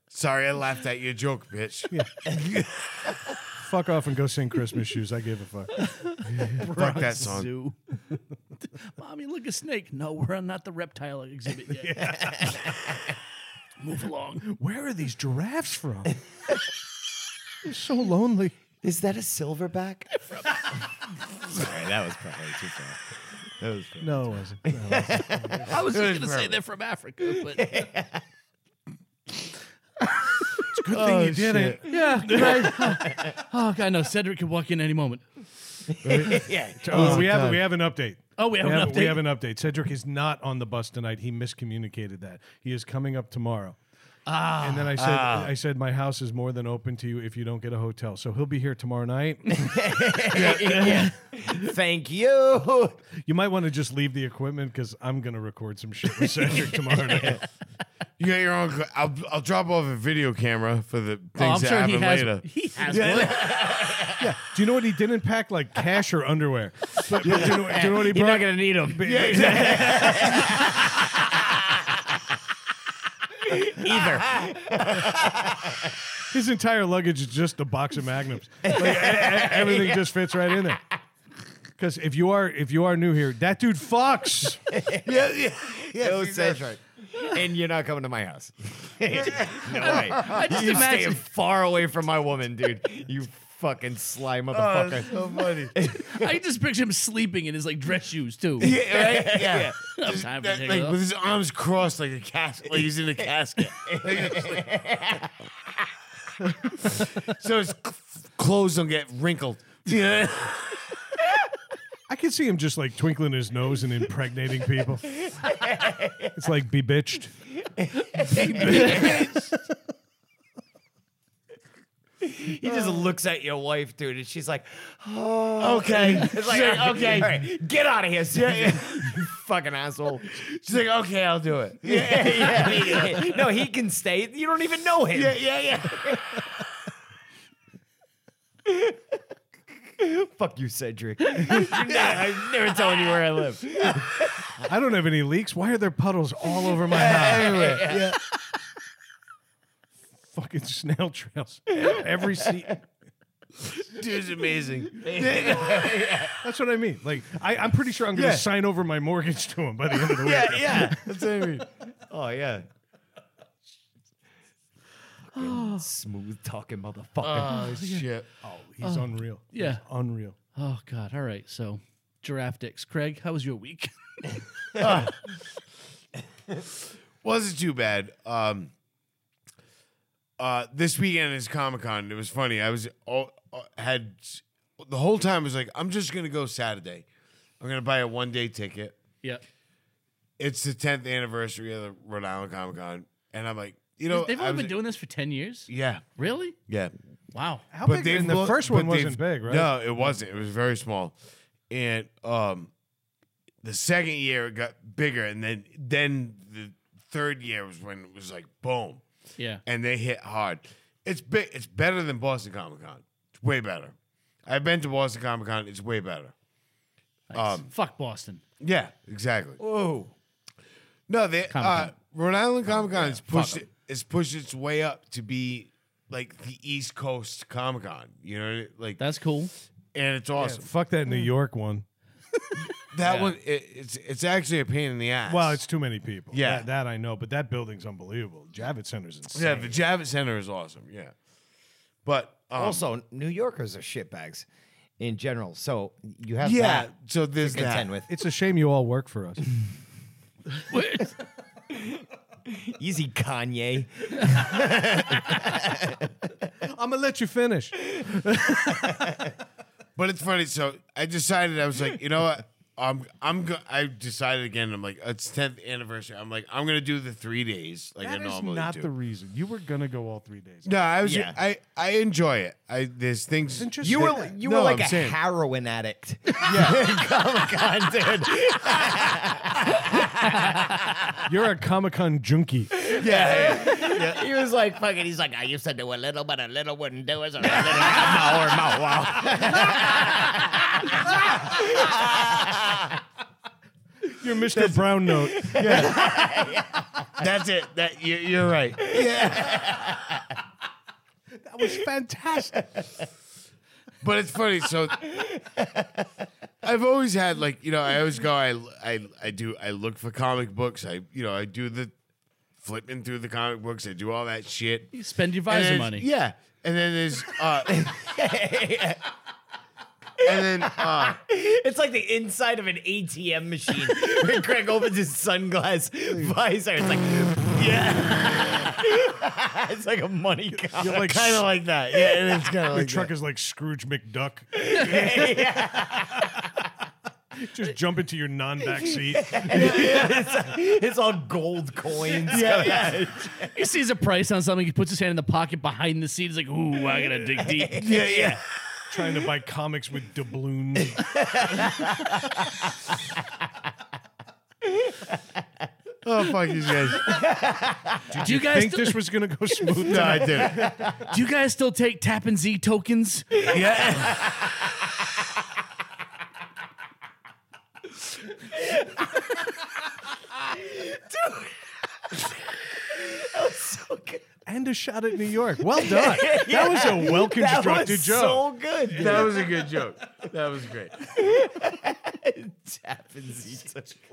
Speaker 2: Sorry, I laughed at your joke, bitch.
Speaker 3: Fuck off and go sing Christmas shoes. I give a fuck.
Speaker 2: Fuck that song.
Speaker 1: Zoo. Mommy, look a snake. No, we're on not the reptile exhibit yet. Move along.
Speaker 3: Where are these giraffes from? They're so lonely.
Speaker 4: Is that a silverback?
Speaker 2: Sorry, that was probably too far. That was funny.
Speaker 3: No, it wasn't.
Speaker 1: I was
Speaker 2: Good
Speaker 1: just gonna say
Speaker 2: perfect.
Speaker 1: they're from Africa, but
Speaker 3: Good thing you did it.
Speaker 1: yeah. right. oh god, no, Cedric could walk in any moment.
Speaker 3: Oh, we have we have an update.
Speaker 1: Oh, we have
Speaker 3: we
Speaker 1: an
Speaker 3: have,
Speaker 1: update?
Speaker 3: We have an update. Cedric is not on the bus tonight. He miscommunicated that. He is coming up tomorrow. Ah, and then I said, I said, my house is more than open to you if you don't get a hotel. So he'll be here tomorrow night.
Speaker 4: Thank you.
Speaker 3: you might want to just leave the equipment because I'm gonna record some shit with Cedric tomorrow night.
Speaker 2: You got your own. cl- I'll, I'll drop off a video camera for the things
Speaker 1: Oh, I'm
Speaker 2: that
Speaker 1: sure
Speaker 2: happen
Speaker 1: he has.
Speaker 2: later.
Speaker 1: He has one.
Speaker 3: Do you know what he didn't pack? Like cash or underwear. But, but do, you know, do you know what he
Speaker 5: You're
Speaker 3: brought?
Speaker 5: not gonna need them.
Speaker 2: Yeah, exactly.
Speaker 3: His entire luggage is just a box of magnums. Like, e- e- everything just fits right in there. Because if you are if you are new here, that dude fucks.
Speaker 2: yeah, yeah, yeah.
Speaker 4: No
Speaker 2: see, that's
Speaker 4: Cedric. And you're not coming to my house. no way.
Speaker 1: I just
Speaker 4: You're staying
Speaker 1: imagine
Speaker 4: far away from my woman, dude. You fucking sly
Speaker 2: Oh,
Speaker 4: motherfucker.
Speaker 2: that's so funny.
Speaker 1: I just picture him sleeping in his like dress shoes too.
Speaker 2: yeah, right? Yeah.
Speaker 1: No
Speaker 2: Just
Speaker 1: time for
Speaker 2: that,
Speaker 1: taking
Speaker 2: like,
Speaker 1: it off.
Speaker 2: with his arms crossed like a casket, like he's in a casket. so his c- clothes don't get wrinkled. Yeah.
Speaker 3: I can see him just like twinkling his nose and impregnating people. It's like be bitched.
Speaker 4: He
Speaker 2: Oh.
Speaker 4: just looks at your wife, dude, and she's like, "Oh."
Speaker 2: Okay.
Speaker 4: it's like,
Speaker 2: She's like,
Speaker 4: okay, all
Speaker 2: okay.
Speaker 4: right, get out of here, Susan. you fucking asshole.
Speaker 2: She's like, okay, I'll do it.
Speaker 4: Yeah, yeah, yeah. No, he can stay. You don't even know him.
Speaker 2: yeah, yeah.
Speaker 4: Fuck you, Cedric. You're not- I'm never telling you where I live.
Speaker 3: I don't have any leaks. Why are there puddles all over my house?
Speaker 2: Everywhere. Yeah.
Speaker 3: Fucking snail trails. Every seat.
Speaker 2: Dude's amazing.
Speaker 3: That's what I mean. Like, I, I'm pretty sure I'm going to
Speaker 2: Yeah.
Speaker 3: sign over my mortgage to him by the end of the week.
Speaker 2: Yeah, yeah. That's what I mean.
Speaker 4: Oh yeah. Smooth talking motherfucker.
Speaker 2: Oh, shit.
Speaker 3: Oh, he's unreal.
Speaker 1: yeah.
Speaker 3: He's unreal.
Speaker 1: Oh God! All right, so giraffe dicks. Craig, how was your week?
Speaker 2: wasn't too bad. Um, uh, this weekend is Comic Con. It was funny. I was all, uh, had the whole time I was like, I'm just gonna go Saturday. I'm gonna buy a one day ticket.
Speaker 1: yeah,
Speaker 2: It's the 10th anniversary of the Rhode Island Comic Con, and I'm like, you know,
Speaker 1: they've
Speaker 2: I
Speaker 1: only
Speaker 2: was-
Speaker 1: been doing this for ten years.
Speaker 2: Yeah,
Speaker 1: Really?
Speaker 2: yeah.
Speaker 1: Wow.
Speaker 3: How
Speaker 2: but
Speaker 3: big?
Speaker 2: they've
Speaker 3: And the
Speaker 2: looked-
Speaker 3: first one
Speaker 2: but they've-
Speaker 3: wasn't big, right?
Speaker 2: No, it wasn't. It was very small, and um, the second year it got bigger, and then then the third year was when it was like boom.
Speaker 1: Yeah.
Speaker 2: and they hit hard. It's big. It's better than Boston Comic Con. It's way better. I've been to Boston Comic Con. It's way better.
Speaker 1: Nice.
Speaker 2: Um,
Speaker 1: Fuck Boston.
Speaker 2: Yeah, exactly.
Speaker 4: Whoa.
Speaker 2: No, they uh,
Speaker 1: Comic-Con.
Speaker 2: Rhode Island Comic Con is pushed. It's pushed its way up to be like the East Coast Comic Con. You know, like
Speaker 1: That's cool.
Speaker 2: and it's awesome.
Speaker 3: Fuck that New York one.
Speaker 2: that
Speaker 1: yeah.
Speaker 2: one, it, it's it's actually a pain in the ass.
Speaker 3: Well, it's too many people.
Speaker 2: Yeah.
Speaker 3: That, that I know, but that building's unbelievable. Javits Center's insane.
Speaker 2: yeah, the Javits Center is awesome. Yeah, but um,
Speaker 4: Also, New Yorkers are shitbags in general. So you have
Speaker 2: yeah.
Speaker 4: that
Speaker 2: So there's
Speaker 4: to contend
Speaker 2: that.
Speaker 4: with.
Speaker 3: It's a shame you all work for us.
Speaker 4: Easy, Kanye.
Speaker 3: I'm gonna let you finish.
Speaker 2: But it's funny. So I decided I was like, you know what? I'm I'm go- I decided again. I'm like, it's 10th anniversary. I'm like, I'm gonna do the three days like
Speaker 3: That
Speaker 2: I
Speaker 3: is
Speaker 2: normally
Speaker 3: not
Speaker 2: do.
Speaker 3: the reason. You were gonna go all three days.
Speaker 2: no, I was.
Speaker 4: Yeah.
Speaker 2: I I enjoy it. I there's things.
Speaker 3: Then just
Speaker 4: You
Speaker 3: stay-
Speaker 4: were you
Speaker 2: No,
Speaker 4: were like
Speaker 2: I'm
Speaker 4: a
Speaker 2: saying-
Speaker 4: heroin addict. Yeah, Comic Con, dude.
Speaker 3: You're a Comic Con junkie.
Speaker 4: Yeah, He was like fucking. He's like, I used to do a little, but a little wouldn't do it. So I did it like a more, more, more."
Speaker 3: You're Mr. Brown Note.
Speaker 2: That's it. That you, you're right.
Speaker 3: That was fantastic.
Speaker 2: But it's funny. So I've always had like you know I always go I I I do I look for comic books. I you know I do the flipping through the comic books. I do all that shit.
Speaker 1: You spend your
Speaker 2: And
Speaker 1: visor
Speaker 2: then-
Speaker 1: money.
Speaker 2: Yeah. And then there's uh and then uh
Speaker 4: It's like the inside of an ATM machine. When Craig opens his sunglass visor, it's like, yeah, it's like a money cow.
Speaker 3: You're like
Speaker 2: kind of like that. Yeah, and it's kind of
Speaker 3: the
Speaker 2: like
Speaker 3: truck
Speaker 2: that.
Speaker 3: is like Scrooge McDuck. Just jump into your non-back seat.
Speaker 4: it's, it's all gold coins. Yeah, yeah.
Speaker 1: He sees a price on something. He puts his hand in the pocket behind the seat. He's like, "Ooh, I gotta dig deep."
Speaker 2: Yeah, yeah.
Speaker 3: trying to buy comics with doubloons.
Speaker 2: Oh fuck these guys.
Speaker 1: do you guys
Speaker 3: Think
Speaker 1: still,
Speaker 3: this was gonna go smooth?
Speaker 2: No, I did.
Speaker 1: do you guys still take tap and Z tokens?
Speaker 2: Yeah.
Speaker 4: So good.
Speaker 3: And a shot at New York. Well done. That was a well-constructed
Speaker 4: was
Speaker 3: joke.
Speaker 4: so good. dude.
Speaker 2: That was a good joke. That was great.
Speaker 4: Tap and Z tokens.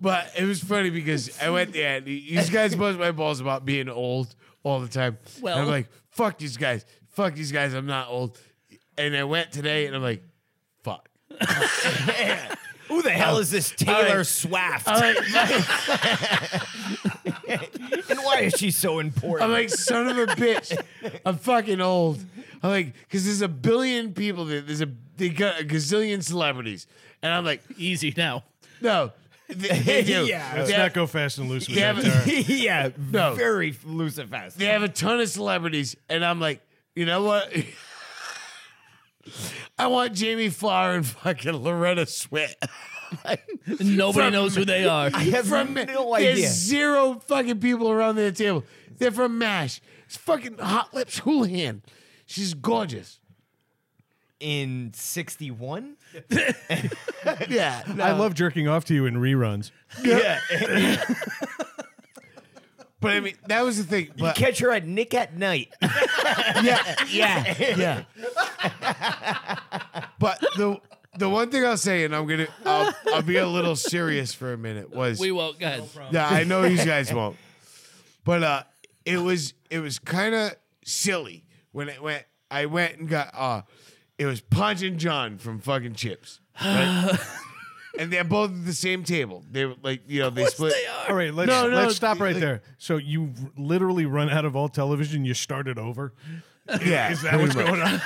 Speaker 2: But it was funny because I went there and these guys buzz my balls about being old all the time. And
Speaker 1: Well-
Speaker 2: I'm like, fuck these guys. Fuck these guys. I'm not old. And I went today and I'm like, fuck.
Speaker 4: Who the hell is this Taylor
Speaker 2: right.
Speaker 4: Swift?
Speaker 2: I'm like,
Speaker 4: and why is she so important?
Speaker 2: I'm like, son of a bitch. I'm fucking old. I'm like, because there's a billion people. There. There's a they got a gazillion celebrities, and I'm like,
Speaker 1: Easy now.
Speaker 2: no, they, they do.
Speaker 4: Yeah.
Speaker 3: Let's
Speaker 2: they,
Speaker 3: not
Speaker 2: have,
Speaker 3: go fast and loose with
Speaker 2: Yeah,
Speaker 3: that.
Speaker 2: but-
Speaker 3: Tara.
Speaker 4: yeah,
Speaker 2: No.
Speaker 4: very loose and fast.
Speaker 2: they have a ton of celebrities, and I'm like, you know what? I want Jamie Flower and fucking Loretta Swit.
Speaker 1: Nobody
Speaker 2: From-
Speaker 1: knows who they are.
Speaker 4: I have
Speaker 2: From
Speaker 4: no
Speaker 2: there's
Speaker 4: idea.
Speaker 2: zero fucking people around the table. They're from Mash. It's fucking Hot Lips Houlihan. She's gorgeous.
Speaker 4: in 61? yeah. no.
Speaker 3: I love jerking off to you in reruns.
Speaker 4: yeah.
Speaker 2: But I mean, that was the thing.
Speaker 4: You
Speaker 2: But
Speaker 4: catch her at Nick at Night.
Speaker 5: Yeah, yeah.
Speaker 2: but the the one thing I'll say, and I'm gonna I'll, I'll be a little serious for a minute was
Speaker 1: We won't. Go ahead.
Speaker 2: Yeah, I know you guys won't. But uh it was it was kind of silly when it went I went and got uh it was Punch and John from fucking Chips. Right? and they're both at the same table. They were like, you know, they split
Speaker 3: All right, let's,
Speaker 2: No, no,
Speaker 3: let's stop right
Speaker 2: like-
Speaker 3: there. So you literally run out of all television. You started over.
Speaker 2: Yeah.
Speaker 3: Is that what's going on?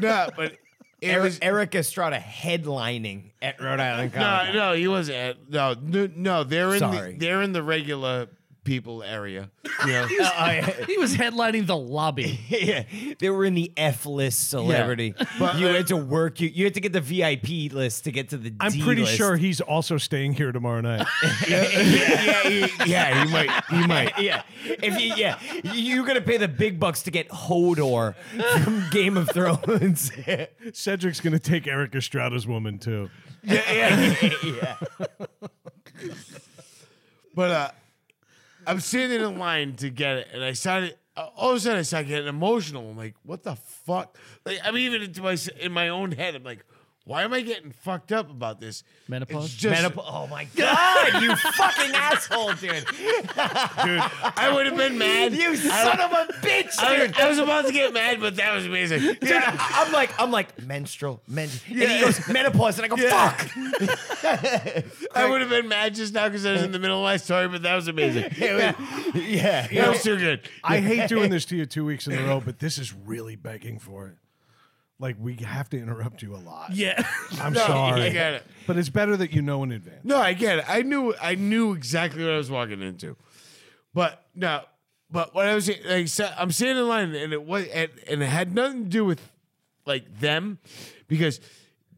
Speaker 2: no, but it
Speaker 4: Eric,
Speaker 2: was
Speaker 4: Eric Estrada headlining at Rhode Island
Speaker 2: no,
Speaker 4: Comic.
Speaker 2: no, he wasn't. at- No, no, no they're in
Speaker 4: Sorry.
Speaker 2: the they're in the regular people area. You know?
Speaker 1: He was headlining the lobby.
Speaker 4: yeah, they were in the F list celebrity.
Speaker 2: But,
Speaker 4: you
Speaker 2: uh,
Speaker 4: had to work. You, you had to get the VIP list to get to the.
Speaker 3: I'm
Speaker 4: D
Speaker 3: pretty
Speaker 4: list.
Speaker 3: sure he's also staying here tomorrow night.
Speaker 2: yeah, he, yeah, he might, he might.
Speaker 4: yeah, if you, yeah, you're gonna pay the big bucks to get Hodor from Game of Thrones. yeah,
Speaker 3: Cedric's going to take Eric Estrada's woman too.
Speaker 4: yeah, yeah.
Speaker 2: But uh, I'm sitting in a line to get it, and I started. uh, All of a sudden, I started getting emotional. I'm like, "What the fuck?" Like, I'm even into my in my own head. I'm like, "Why am I getting fucked up about this?"
Speaker 1: Menopause?
Speaker 2: It's just,
Speaker 4: Menop- oh my god, you fucking asshole, dude!
Speaker 2: I would have been mad.
Speaker 4: You son of a bitch, dude!
Speaker 2: I, was- I was about to get mad, but that was amazing.
Speaker 4: Dude,
Speaker 2: Yeah.
Speaker 4: I'm like, I'm like menstrual, men, and he goes menopause, and I go, fuck.
Speaker 2: I would have been mad just now because I was in the middle of my story, but that was amazing. Yeah,
Speaker 4: Yeah,
Speaker 2: that was too good.
Speaker 3: I hate doing this to you two weeks in a row, but this is really begging for it. Like we have to interrupt you a lot.
Speaker 1: Yeah.
Speaker 3: I'm
Speaker 2: No,
Speaker 3: sorry,
Speaker 2: I get it.
Speaker 3: but it's better that you know in advance.
Speaker 2: No, I get it. I knew I knew exactly what I was walking into. But no, but what I was like, so I'm standing in line and it was and, and it had nothing to do with like them because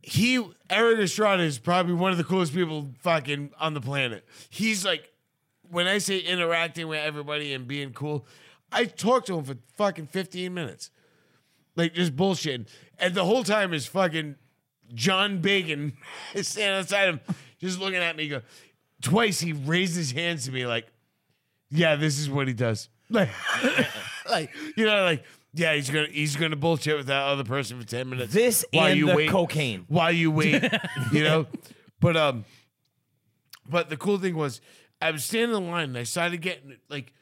Speaker 2: he Eric Estrada is probably one of the coolest people fucking on the planet. He's like when I say interacting with everybody and being cool, I talked to him for fucking 15 minutes. Like just bullshitting. And the whole time is fucking John Bacon is standing outside him, just looking at me. Go twice. He raised his hands to me, like, "Yeah, this is what he does." Like, like you know, like, yeah, he's gonna he's gonna bullshit with that other person for ten minutes.
Speaker 4: This and the cocaine.
Speaker 2: While you wait, you know. But um, but the cool thing was, I was standing in line and I started getting like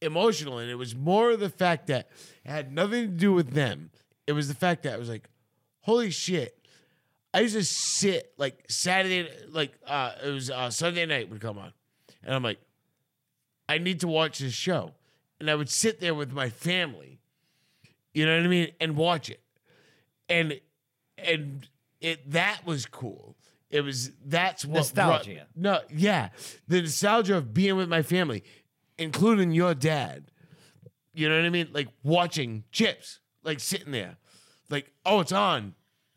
Speaker 2: emotional, and it was more the fact that it had nothing to do with them. It was the fact that I was like, "Holy shit!" I used to sit like Saturday, like uh, it was uh, Sunday night would come on, and I'm like, "I need to watch this show," and I would sit there with my family, you know what I mean, and watch it, and and it that was cool. It was that's what brought-
Speaker 4: Nostalgia.
Speaker 2: no, yeah, the nostalgia of being with my family, including your dad. You know what I mean? Like watching chips, like sitting there, like oh, it's on,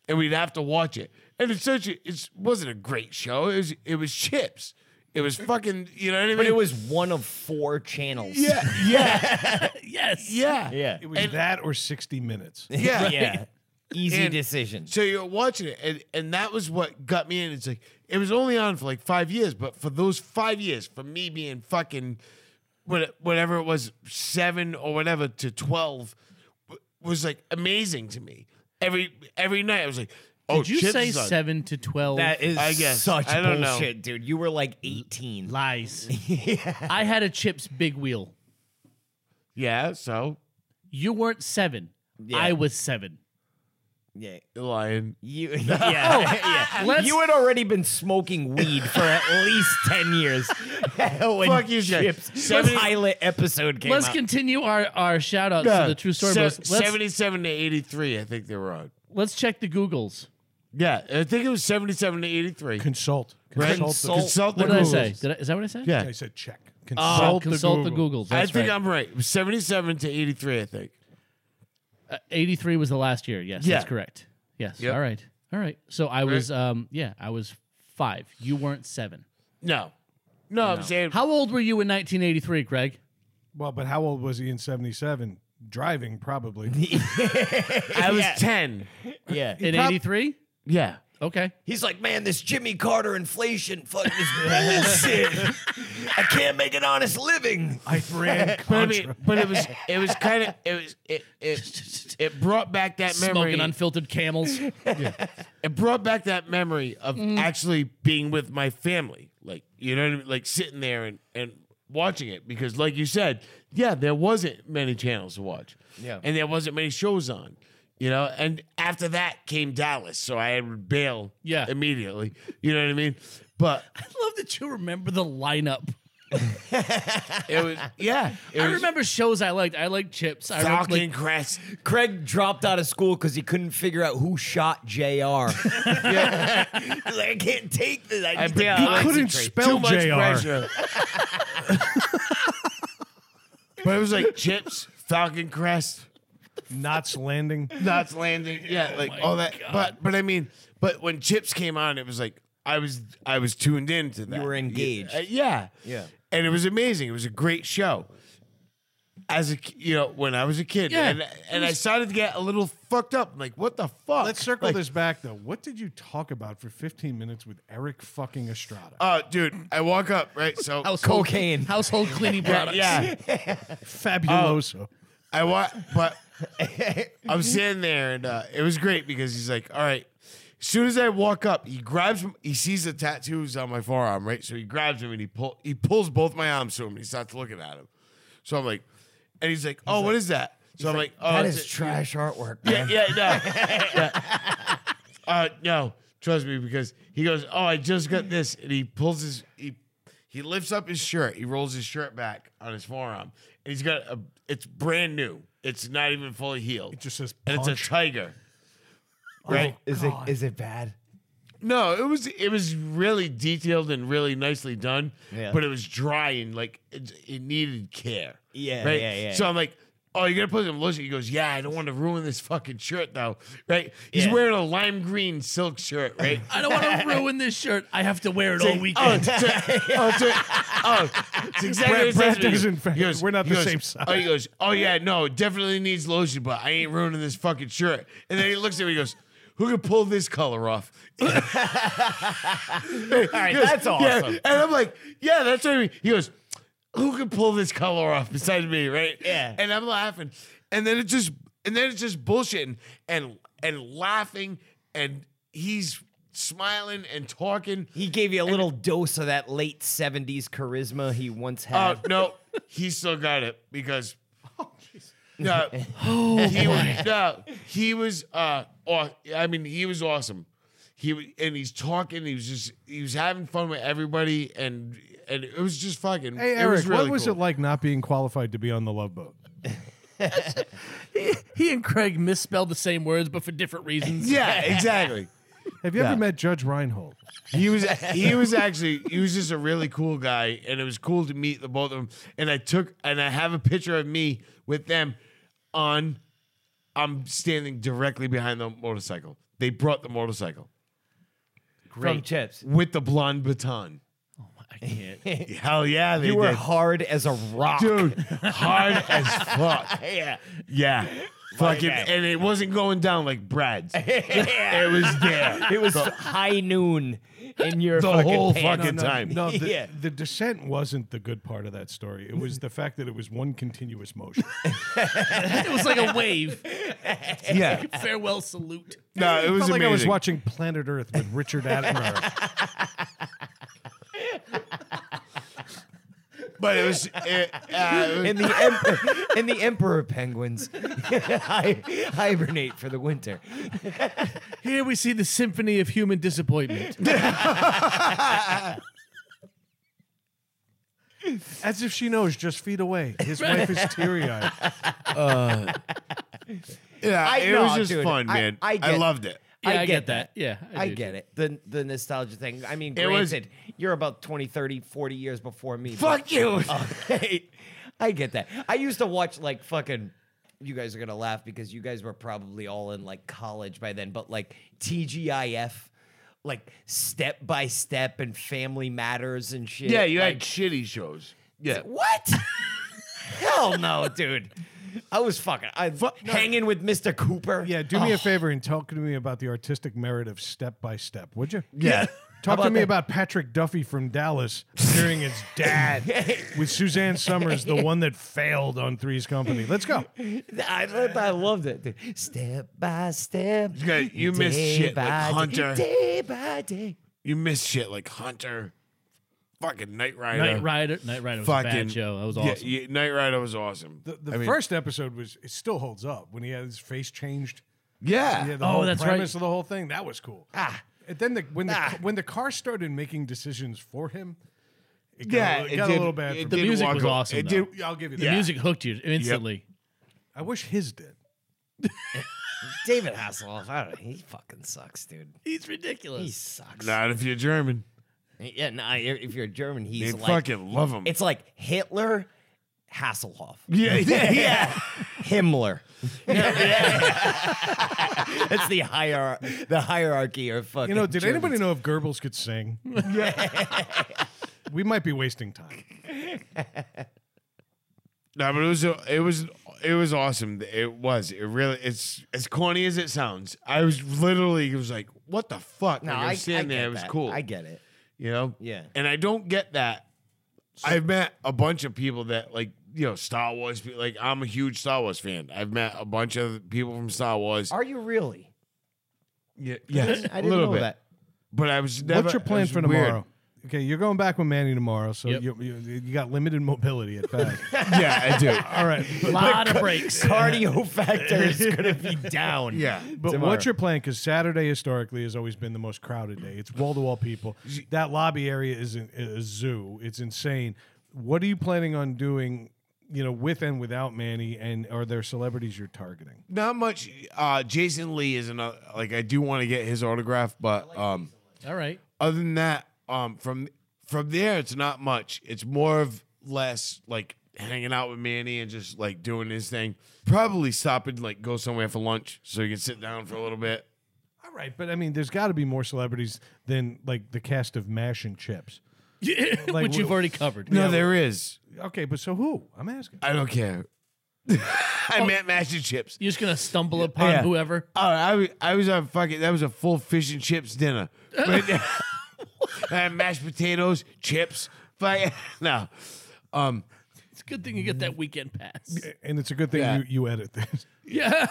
Speaker 2: and we'd have to watch it. And it's such a, it wasn't a great show. It was it was chips. It was fucking. You know what I mean?
Speaker 4: But it was one of four channels.
Speaker 2: yeah, yeah,
Speaker 1: yes.
Speaker 2: yeah,
Speaker 4: yeah,
Speaker 3: It was that or 60 minutes.
Speaker 2: yeah.
Speaker 4: yeah. Easy
Speaker 2: And-
Speaker 4: decision.
Speaker 2: So you're watching it, and, and that was what got me in. It's like it was only on for like five years, but for those five years, for me being fucking what- whatever it was, seven or whatever to twelve, w- was like amazing to me. Every every night, I was like, "Oh,
Speaker 1: Did you
Speaker 2: Chips
Speaker 1: say
Speaker 2: is on.
Speaker 1: seven to twelve?
Speaker 4: That is
Speaker 2: I guess.
Speaker 4: such
Speaker 2: I don't know.
Speaker 4: bullshit, dude. You were like 18.
Speaker 1: lies. I had a chips big wheel.
Speaker 2: Yeah, so
Speaker 1: You weren't seven.
Speaker 4: Yeah.
Speaker 1: I was seven.
Speaker 4: Yeah.
Speaker 2: you're lying.
Speaker 4: You, yeah, yeah.
Speaker 1: Oh, let's-
Speaker 4: you had already been smoking weed for at least 10 years when
Speaker 2: Fuck you, Jay.
Speaker 4: Chip's
Speaker 2: Seventy-
Speaker 4: pilot episode came
Speaker 1: Let's
Speaker 4: out.
Speaker 1: continue our, our shout outs to the true story.
Speaker 2: Se-
Speaker 1: bros. let's,
Speaker 2: Seventy-seven to eighty-three, I think they were on.
Speaker 1: let's check the Googles.
Speaker 2: Yeah, I think it was seventy-seven to eighty-three.
Speaker 3: Consult.
Speaker 2: Right?
Speaker 3: Consult. the-
Speaker 4: Consult.
Speaker 2: Consult the
Speaker 1: What did I
Speaker 2: Googles.
Speaker 1: say? Did I, is that what I said?
Speaker 2: Yeah,
Speaker 3: I said check.
Speaker 1: Oh,
Speaker 3: Consult,
Speaker 1: consult the, Googles.
Speaker 2: I
Speaker 1: That's
Speaker 2: think
Speaker 1: right.
Speaker 2: I'm right. It was Seventy-seven to eighty-three, I think.
Speaker 1: Uh, 83 was the last year. Yes,
Speaker 2: Yeah.
Speaker 1: that's correct. Yes.
Speaker 2: Yep.
Speaker 1: All right. All right. So I was, um, yeah, I was five. You weren't seven.
Speaker 2: No. No, I'm saying
Speaker 1: How old were you in 1983, Greg?
Speaker 3: Well, but how old was he in 77? driving probably.
Speaker 2: I was
Speaker 4: Yeah.
Speaker 2: 10.
Speaker 4: Yeah.
Speaker 1: in '83.
Speaker 2: Yeah.
Speaker 1: Okay.
Speaker 4: He's like, man, this Jimmy Carter inflation fucking is bullshit. I can't make an honest living.
Speaker 3: I ran
Speaker 2: But, I mean, but it was it was kind of it was it it, it brought back that memory.
Speaker 1: Smoking unfiltered camels.
Speaker 2: it brought back that memory of actually being with my family. Like, you know what I mean? Like sitting there and, and watching it. Because like you said, yeah, there wasn't many channels to watch.
Speaker 4: Yeah.
Speaker 2: And there wasn't many shows on. You know, and after that came Dallas, so I had to bail
Speaker 1: Yeah.
Speaker 2: immediately. You know what I mean? But
Speaker 1: I love that you remember the lineup.
Speaker 2: it was yeah. It
Speaker 1: I
Speaker 2: was
Speaker 1: remember shows I liked. I liked Chips. I remember,
Speaker 2: Falcon
Speaker 1: like,
Speaker 2: Crest.
Speaker 4: Craig dropped out of school because he couldn't figure out who shot JR. He's like, I can't take this. I need
Speaker 2: bailed.
Speaker 4: to
Speaker 2: I
Speaker 3: couldn't
Speaker 4: concentrate."
Speaker 3: spell
Speaker 2: Too much
Speaker 3: JR.
Speaker 2: pressure. but it was like chips, Falcon Crest.
Speaker 3: Knots Landing.
Speaker 2: Knots Landing. Yeah, like all that. But but I mean, but when Chips came on, it was like I was I was tuned into that.
Speaker 4: were engaged.
Speaker 2: Yeah, Uh, yeah.
Speaker 4: Yeah.
Speaker 2: And it was amazing. It was a great show. As a ki- you know, when I was a kid,
Speaker 1: Yeah.
Speaker 2: and, and I started to get a little fucked up. I'm like, what the fuck?
Speaker 3: Let's circle
Speaker 2: Like,
Speaker 3: this back though. What did you talk about for 15 minutes with Eric fucking Estrada?
Speaker 2: Oh, dude, I walk up right. So
Speaker 1: household-
Speaker 4: Cocaine.
Speaker 1: household cleaning products.
Speaker 2: yeah,
Speaker 3: Fabuloso.
Speaker 2: I wa but I'm sitting there, and uh, it was great because he's like, "All right." As soon as I walk up, he grabs, m- he sees the tattoos on my forearm, right? So he grabs him and he pull, he pulls both my arms to him, and he starts looking at him. So I'm like, and he's like, "Oh, what is that?" So I'm like, "Oh,
Speaker 4: That
Speaker 2: it's
Speaker 4: is
Speaker 2: a-
Speaker 4: trash artwork.
Speaker 2: yeah, yeah, no, Yeah. Uh, no, trust me, because he goes, "Oh, I just got this," and he pulls his he he lifts up his shirt, he rolls his shirt back on his forearm, and he's got a it's brand new, it's not even fully healed, it
Speaker 3: just says
Speaker 2: and it's a
Speaker 3: punch.
Speaker 2: tiger,
Speaker 4: Oh,
Speaker 2: right?
Speaker 4: Is it is it bad?
Speaker 2: No, it was it was really detailed and really nicely done,
Speaker 4: Yeah.
Speaker 2: but it was dry and like it, it needed care.
Speaker 4: Yeah,
Speaker 2: right?
Speaker 4: yeah, yeah.
Speaker 2: So I'm like, oh, you're gonna put some lotion? He goes, yeah, I don't want to ruin this fucking shirt though, right? He's
Speaker 4: Yeah.
Speaker 2: wearing a lime green silk shirt, right?
Speaker 1: I don't want to ruin this shirt. I have to wear it
Speaker 2: It's
Speaker 1: all
Speaker 2: like,
Speaker 1: weekend.
Speaker 2: Oh, it's, oh, it's, oh, it's exactly
Speaker 3: Brad-
Speaker 2: what it
Speaker 3: Brad
Speaker 2: says to me.
Speaker 3: doesn't fa-
Speaker 2: He
Speaker 3: we're not
Speaker 2: he
Speaker 3: the
Speaker 2: goes,
Speaker 3: same size.
Speaker 2: Oh, he goes, oh yeah, no, it definitely needs lotion, but I ain't ruining this fucking shirt. And then he looks at me, he goes, who could pull this color off?
Speaker 4: All right,
Speaker 2: goes,
Speaker 4: that's
Speaker 2: "Yeah."
Speaker 4: awesome.
Speaker 2: And I'm like, yeah, that's what I mean. He goes, who can pull this color off besides me, right?
Speaker 4: Yeah.
Speaker 2: And I'm laughing. And then it just and then it's just bullshitting and and laughing and he's smiling and talking.
Speaker 4: He gave you a little dose of that late '70s charisma he
Speaker 1: Uh,
Speaker 4: once
Speaker 2: Oh
Speaker 4: had.
Speaker 2: no, he still got it because
Speaker 3: Oh,
Speaker 2: no, he was, no, he was uh, aw- I mean, he was awesome. He wa- and he's talking. He was just he was having fun with everybody, and and it was just fucking.
Speaker 3: Hey
Speaker 2: it
Speaker 3: Eric,
Speaker 2: was really
Speaker 3: what was
Speaker 2: cool.
Speaker 3: it like not being qualified to be on the Love Boat?
Speaker 1: He, he and Craig misspelled the same words, but for different reasons.
Speaker 2: Yeah, exactly.
Speaker 3: Have you ever met Judge Reinhold?
Speaker 2: He was he was actually he was just a really cool guy, and it was cool to meet the both of them. And I took and I have a picture of me with them on. I'm standing directly behind the motorcycle. They brought the motorcycle
Speaker 4: From chips.
Speaker 2: with the blonde baton.
Speaker 1: I can't.
Speaker 2: Hell yeah, they
Speaker 4: You were
Speaker 2: did.
Speaker 4: hard as a rock.
Speaker 2: dude, hard as fuck.
Speaker 4: Yeah.
Speaker 2: Yeah, fucking,
Speaker 4: yeah.
Speaker 2: and it wasn't going down like Brad's. It was there.
Speaker 4: It was high noon in your
Speaker 2: The
Speaker 4: fucking
Speaker 2: whole
Speaker 4: pants.
Speaker 2: fucking time.
Speaker 3: No, the,
Speaker 4: Yeah.
Speaker 3: the descent wasn't the good part of that story. It was the fact that it was one continuous motion.
Speaker 1: It was like a wave.
Speaker 2: Yeah,
Speaker 1: Farewell salute.
Speaker 2: no, it
Speaker 3: It
Speaker 2: was
Speaker 3: felt like
Speaker 2: amazing.
Speaker 3: I was watching Planet Earth with Richard Attenborough.
Speaker 2: but it was. It, uh, it was
Speaker 4: And the emperor, and the emperor penguins hi- hibernate for the winter.
Speaker 1: Here we see the symphony of human disappointment.
Speaker 3: As if she knows, just feet away. His wife is teary eyed.
Speaker 2: Yeah,
Speaker 4: I-
Speaker 2: it
Speaker 4: no,
Speaker 2: was just
Speaker 4: dude,
Speaker 2: fun,
Speaker 4: I-
Speaker 2: man.
Speaker 4: I
Speaker 2: I,
Speaker 4: get-
Speaker 2: loved it.
Speaker 1: Yeah, I,
Speaker 4: get
Speaker 1: get, that. Yeah,
Speaker 4: I
Speaker 1: do,
Speaker 4: get
Speaker 1: too.
Speaker 4: it. The the nostalgia thing. I mean,
Speaker 2: It was-
Speaker 4: granted, you're about 20, 30, 40 years before me. but-
Speaker 2: Fuck you.
Speaker 4: I get that. I used to watch like fucking. You guys are gonna laugh because you guys were probably all in like college by then, but like TGIF, like Step by Step and Family Matters and shit.
Speaker 2: yeah, you
Speaker 4: like,
Speaker 2: had shitty shows. Yeah.
Speaker 4: what? Hell no, dude. I was fucking I hanging with Mr. Cooper.
Speaker 3: Yeah, do me
Speaker 2: Oh.
Speaker 3: a favor and talk to me about the artistic merit of Step by Step, would you?
Speaker 2: Yeah.
Speaker 3: Talk
Speaker 4: How
Speaker 3: to
Speaker 4: about
Speaker 3: me
Speaker 4: that?
Speaker 3: about Patrick Duffy from Dallas hearing his dad with Suzanne Summers, the one that failed on Three's Company. Let's go.
Speaker 4: I, I loved it. dude. Step by step.
Speaker 2: You got- you missed
Speaker 4: day
Speaker 2: shit, like
Speaker 4: by day,
Speaker 2: Hunter.
Speaker 4: Day by day.
Speaker 2: You miss shit like Hunter, fucking Night Rider.
Speaker 1: Night Rider. Night Rider was a bad show. That was
Speaker 2: Yeah,
Speaker 1: awesome.
Speaker 2: Yeah, Night Rider was awesome.
Speaker 3: The, the
Speaker 2: I mean,
Speaker 3: first episode was it still holds up when he had his face changed.
Speaker 2: yeah.
Speaker 3: Yeah, the
Speaker 1: Oh,
Speaker 3: whole
Speaker 1: that's right.
Speaker 3: premise of the whole thing that was cool.
Speaker 4: Ah.
Speaker 3: and then the, when the
Speaker 4: Ah.
Speaker 3: when the car started making decisions for him, it got,
Speaker 2: Yeah,
Speaker 3: it
Speaker 2: it
Speaker 3: got a
Speaker 2: did-
Speaker 3: little bad.
Speaker 2: it
Speaker 3: for
Speaker 1: The
Speaker 3: me.
Speaker 2: did
Speaker 1: music
Speaker 2: walk
Speaker 1: was
Speaker 2: away.
Speaker 1: awesome.
Speaker 2: It
Speaker 1: though.
Speaker 2: did-
Speaker 3: I'll give you that.
Speaker 1: The music hooked you instantly.
Speaker 3: I wish his did.
Speaker 4: David Hasselhoff. I don't know. He fucking sucks, dude.
Speaker 1: He's ridiculous.
Speaker 4: He sucks.
Speaker 2: Not if you're German.
Speaker 4: Yeah, nah, if if you're German,
Speaker 2: They
Speaker 4: he's like
Speaker 2: fucking love him.
Speaker 4: it's like Hitler, Hasselhoff,
Speaker 2: yeah, yeah, yeah.
Speaker 4: Himmler. That's the higher the hierarchy of fucking.
Speaker 3: You know, did
Speaker 4: Germans.
Speaker 3: anybody know if Goebbels could sing? we might be wasting time.
Speaker 2: No, but it was it was it was awesome. It was. It really. It's as corny as it sounds. I was literally was like, "What the fuck?"
Speaker 4: No,
Speaker 2: like, I
Speaker 4: I,
Speaker 2: was sitting
Speaker 4: I get
Speaker 2: there. it was
Speaker 4: that.
Speaker 2: cool.
Speaker 4: I get it.
Speaker 2: you know.
Speaker 4: Yeah.
Speaker 2: And I don't get that. I've met a bunch of people that like you know Star Wars. pe- Like I'm a huge Star Wars fan. I've met a bunch of people from Star Wars.
Speaker 4: Are you really?
Speaker 2: Yeah, yes,
Speaker 4: I
Speaker 2: a
Speaker 4: didn't
Speaker 2: little
Speaker 4: know
Speaker 2: bit.
Speaker 4: that.
Speaker 2: But I was never.
Speaker 3: What's your
Speaker 2: it
Speaker 3: plan
Speaker 2: was
Speaker 3: for
Speaker 2: weird.
Speaker 3: tomorrow? Okay, you're going back with Manny tomorrow, so
Speaker 1: Yep.
Speaker 3: you, you you got limited mobility at best.
Speaker 2: yeah, I do.
Speaker 3: All right,
Speaker 1: A lot of breaks.
Speaker 4: Cardio factor is gonna be down.
Speaker 2: Yeah.
Speaker 3: But what's your plan? Because Saturday historically has always been the most crowded day. It's wall to wall people. That lobby area is an- a zoo. It's insane. What are you planning on doing? You know, with and without Manny, and are there celebrities you're targeting?
Speaker 2: Not much. Uh, Jason Lee is another. Like I do want to get his autograph, but um,
Speaker 1: All right.
Speaker 2: other than that, um, from from there, it's not much. It's more of less like hanging out with Manny and just like doing his thing. Probably stop and like go somewhere for lunch so you can sit down for a little bit.
Speaker 3: All right, but I mean, there's got to be more celebrities than like the cast of Mash and Chips.
Speaker 1: Which you've already covered.
Speaker 2: No, there is.
Speaker 3: Okay, but so who? I'm asking.
Speaker 2: I don't care. I meant mashed and chips.
Speaker 1: You're just gonna stumble upon
Speaker 2: Yeah.
Speaker 1: whoever.
Speaker 2: Oh, I was I was on fucking that was a full fish and chips dinner. But I had mashed potatoes, chips, fuck no. Um
Speaker 1: It's a good thing you get that weekend pass.
Speaker 3: And it's a good thing
Speaker 2: Yeah.
Speaker 3: you, you edit this.
Speaker 1: Yeah.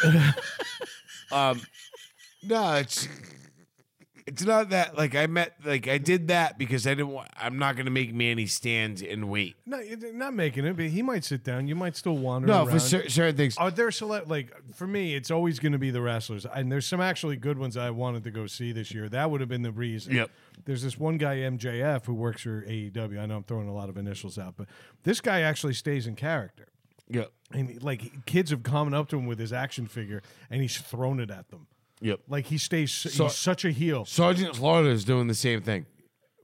Speaker 2: no. um no, it's it's not that like I met like I did that because I didn't want I'm not gonna make Manny stand and wait.
Speaker 3: No, you're not making it, but he might sit down. You might still wander.
Speaker 2: No,
Speaker 3: around.
Speaker 2: for cer- certain things.
Speaker 3: Are there select like for me? It's always going to be the wrestlers, and there's some actually good ones I wanted to go see this year. That would have been the reason.
Speaker 2: Yep.
Speaker 3: There's this one guy MJF who works for AEW. I know I'm throwing a lot of initials out, but this guy actually stays in character.
Speaker 2: Yep.
Speaker 3: And like kids have come up to him with his action figure, and he's thrown it at them.
Speaker 2: Yep.
Speaker 3: Like he stays.
Speaker 2: So-
Speaker 3: he's such a heel.
Speaker 2: Sergeant Slaughter is doing the same thing.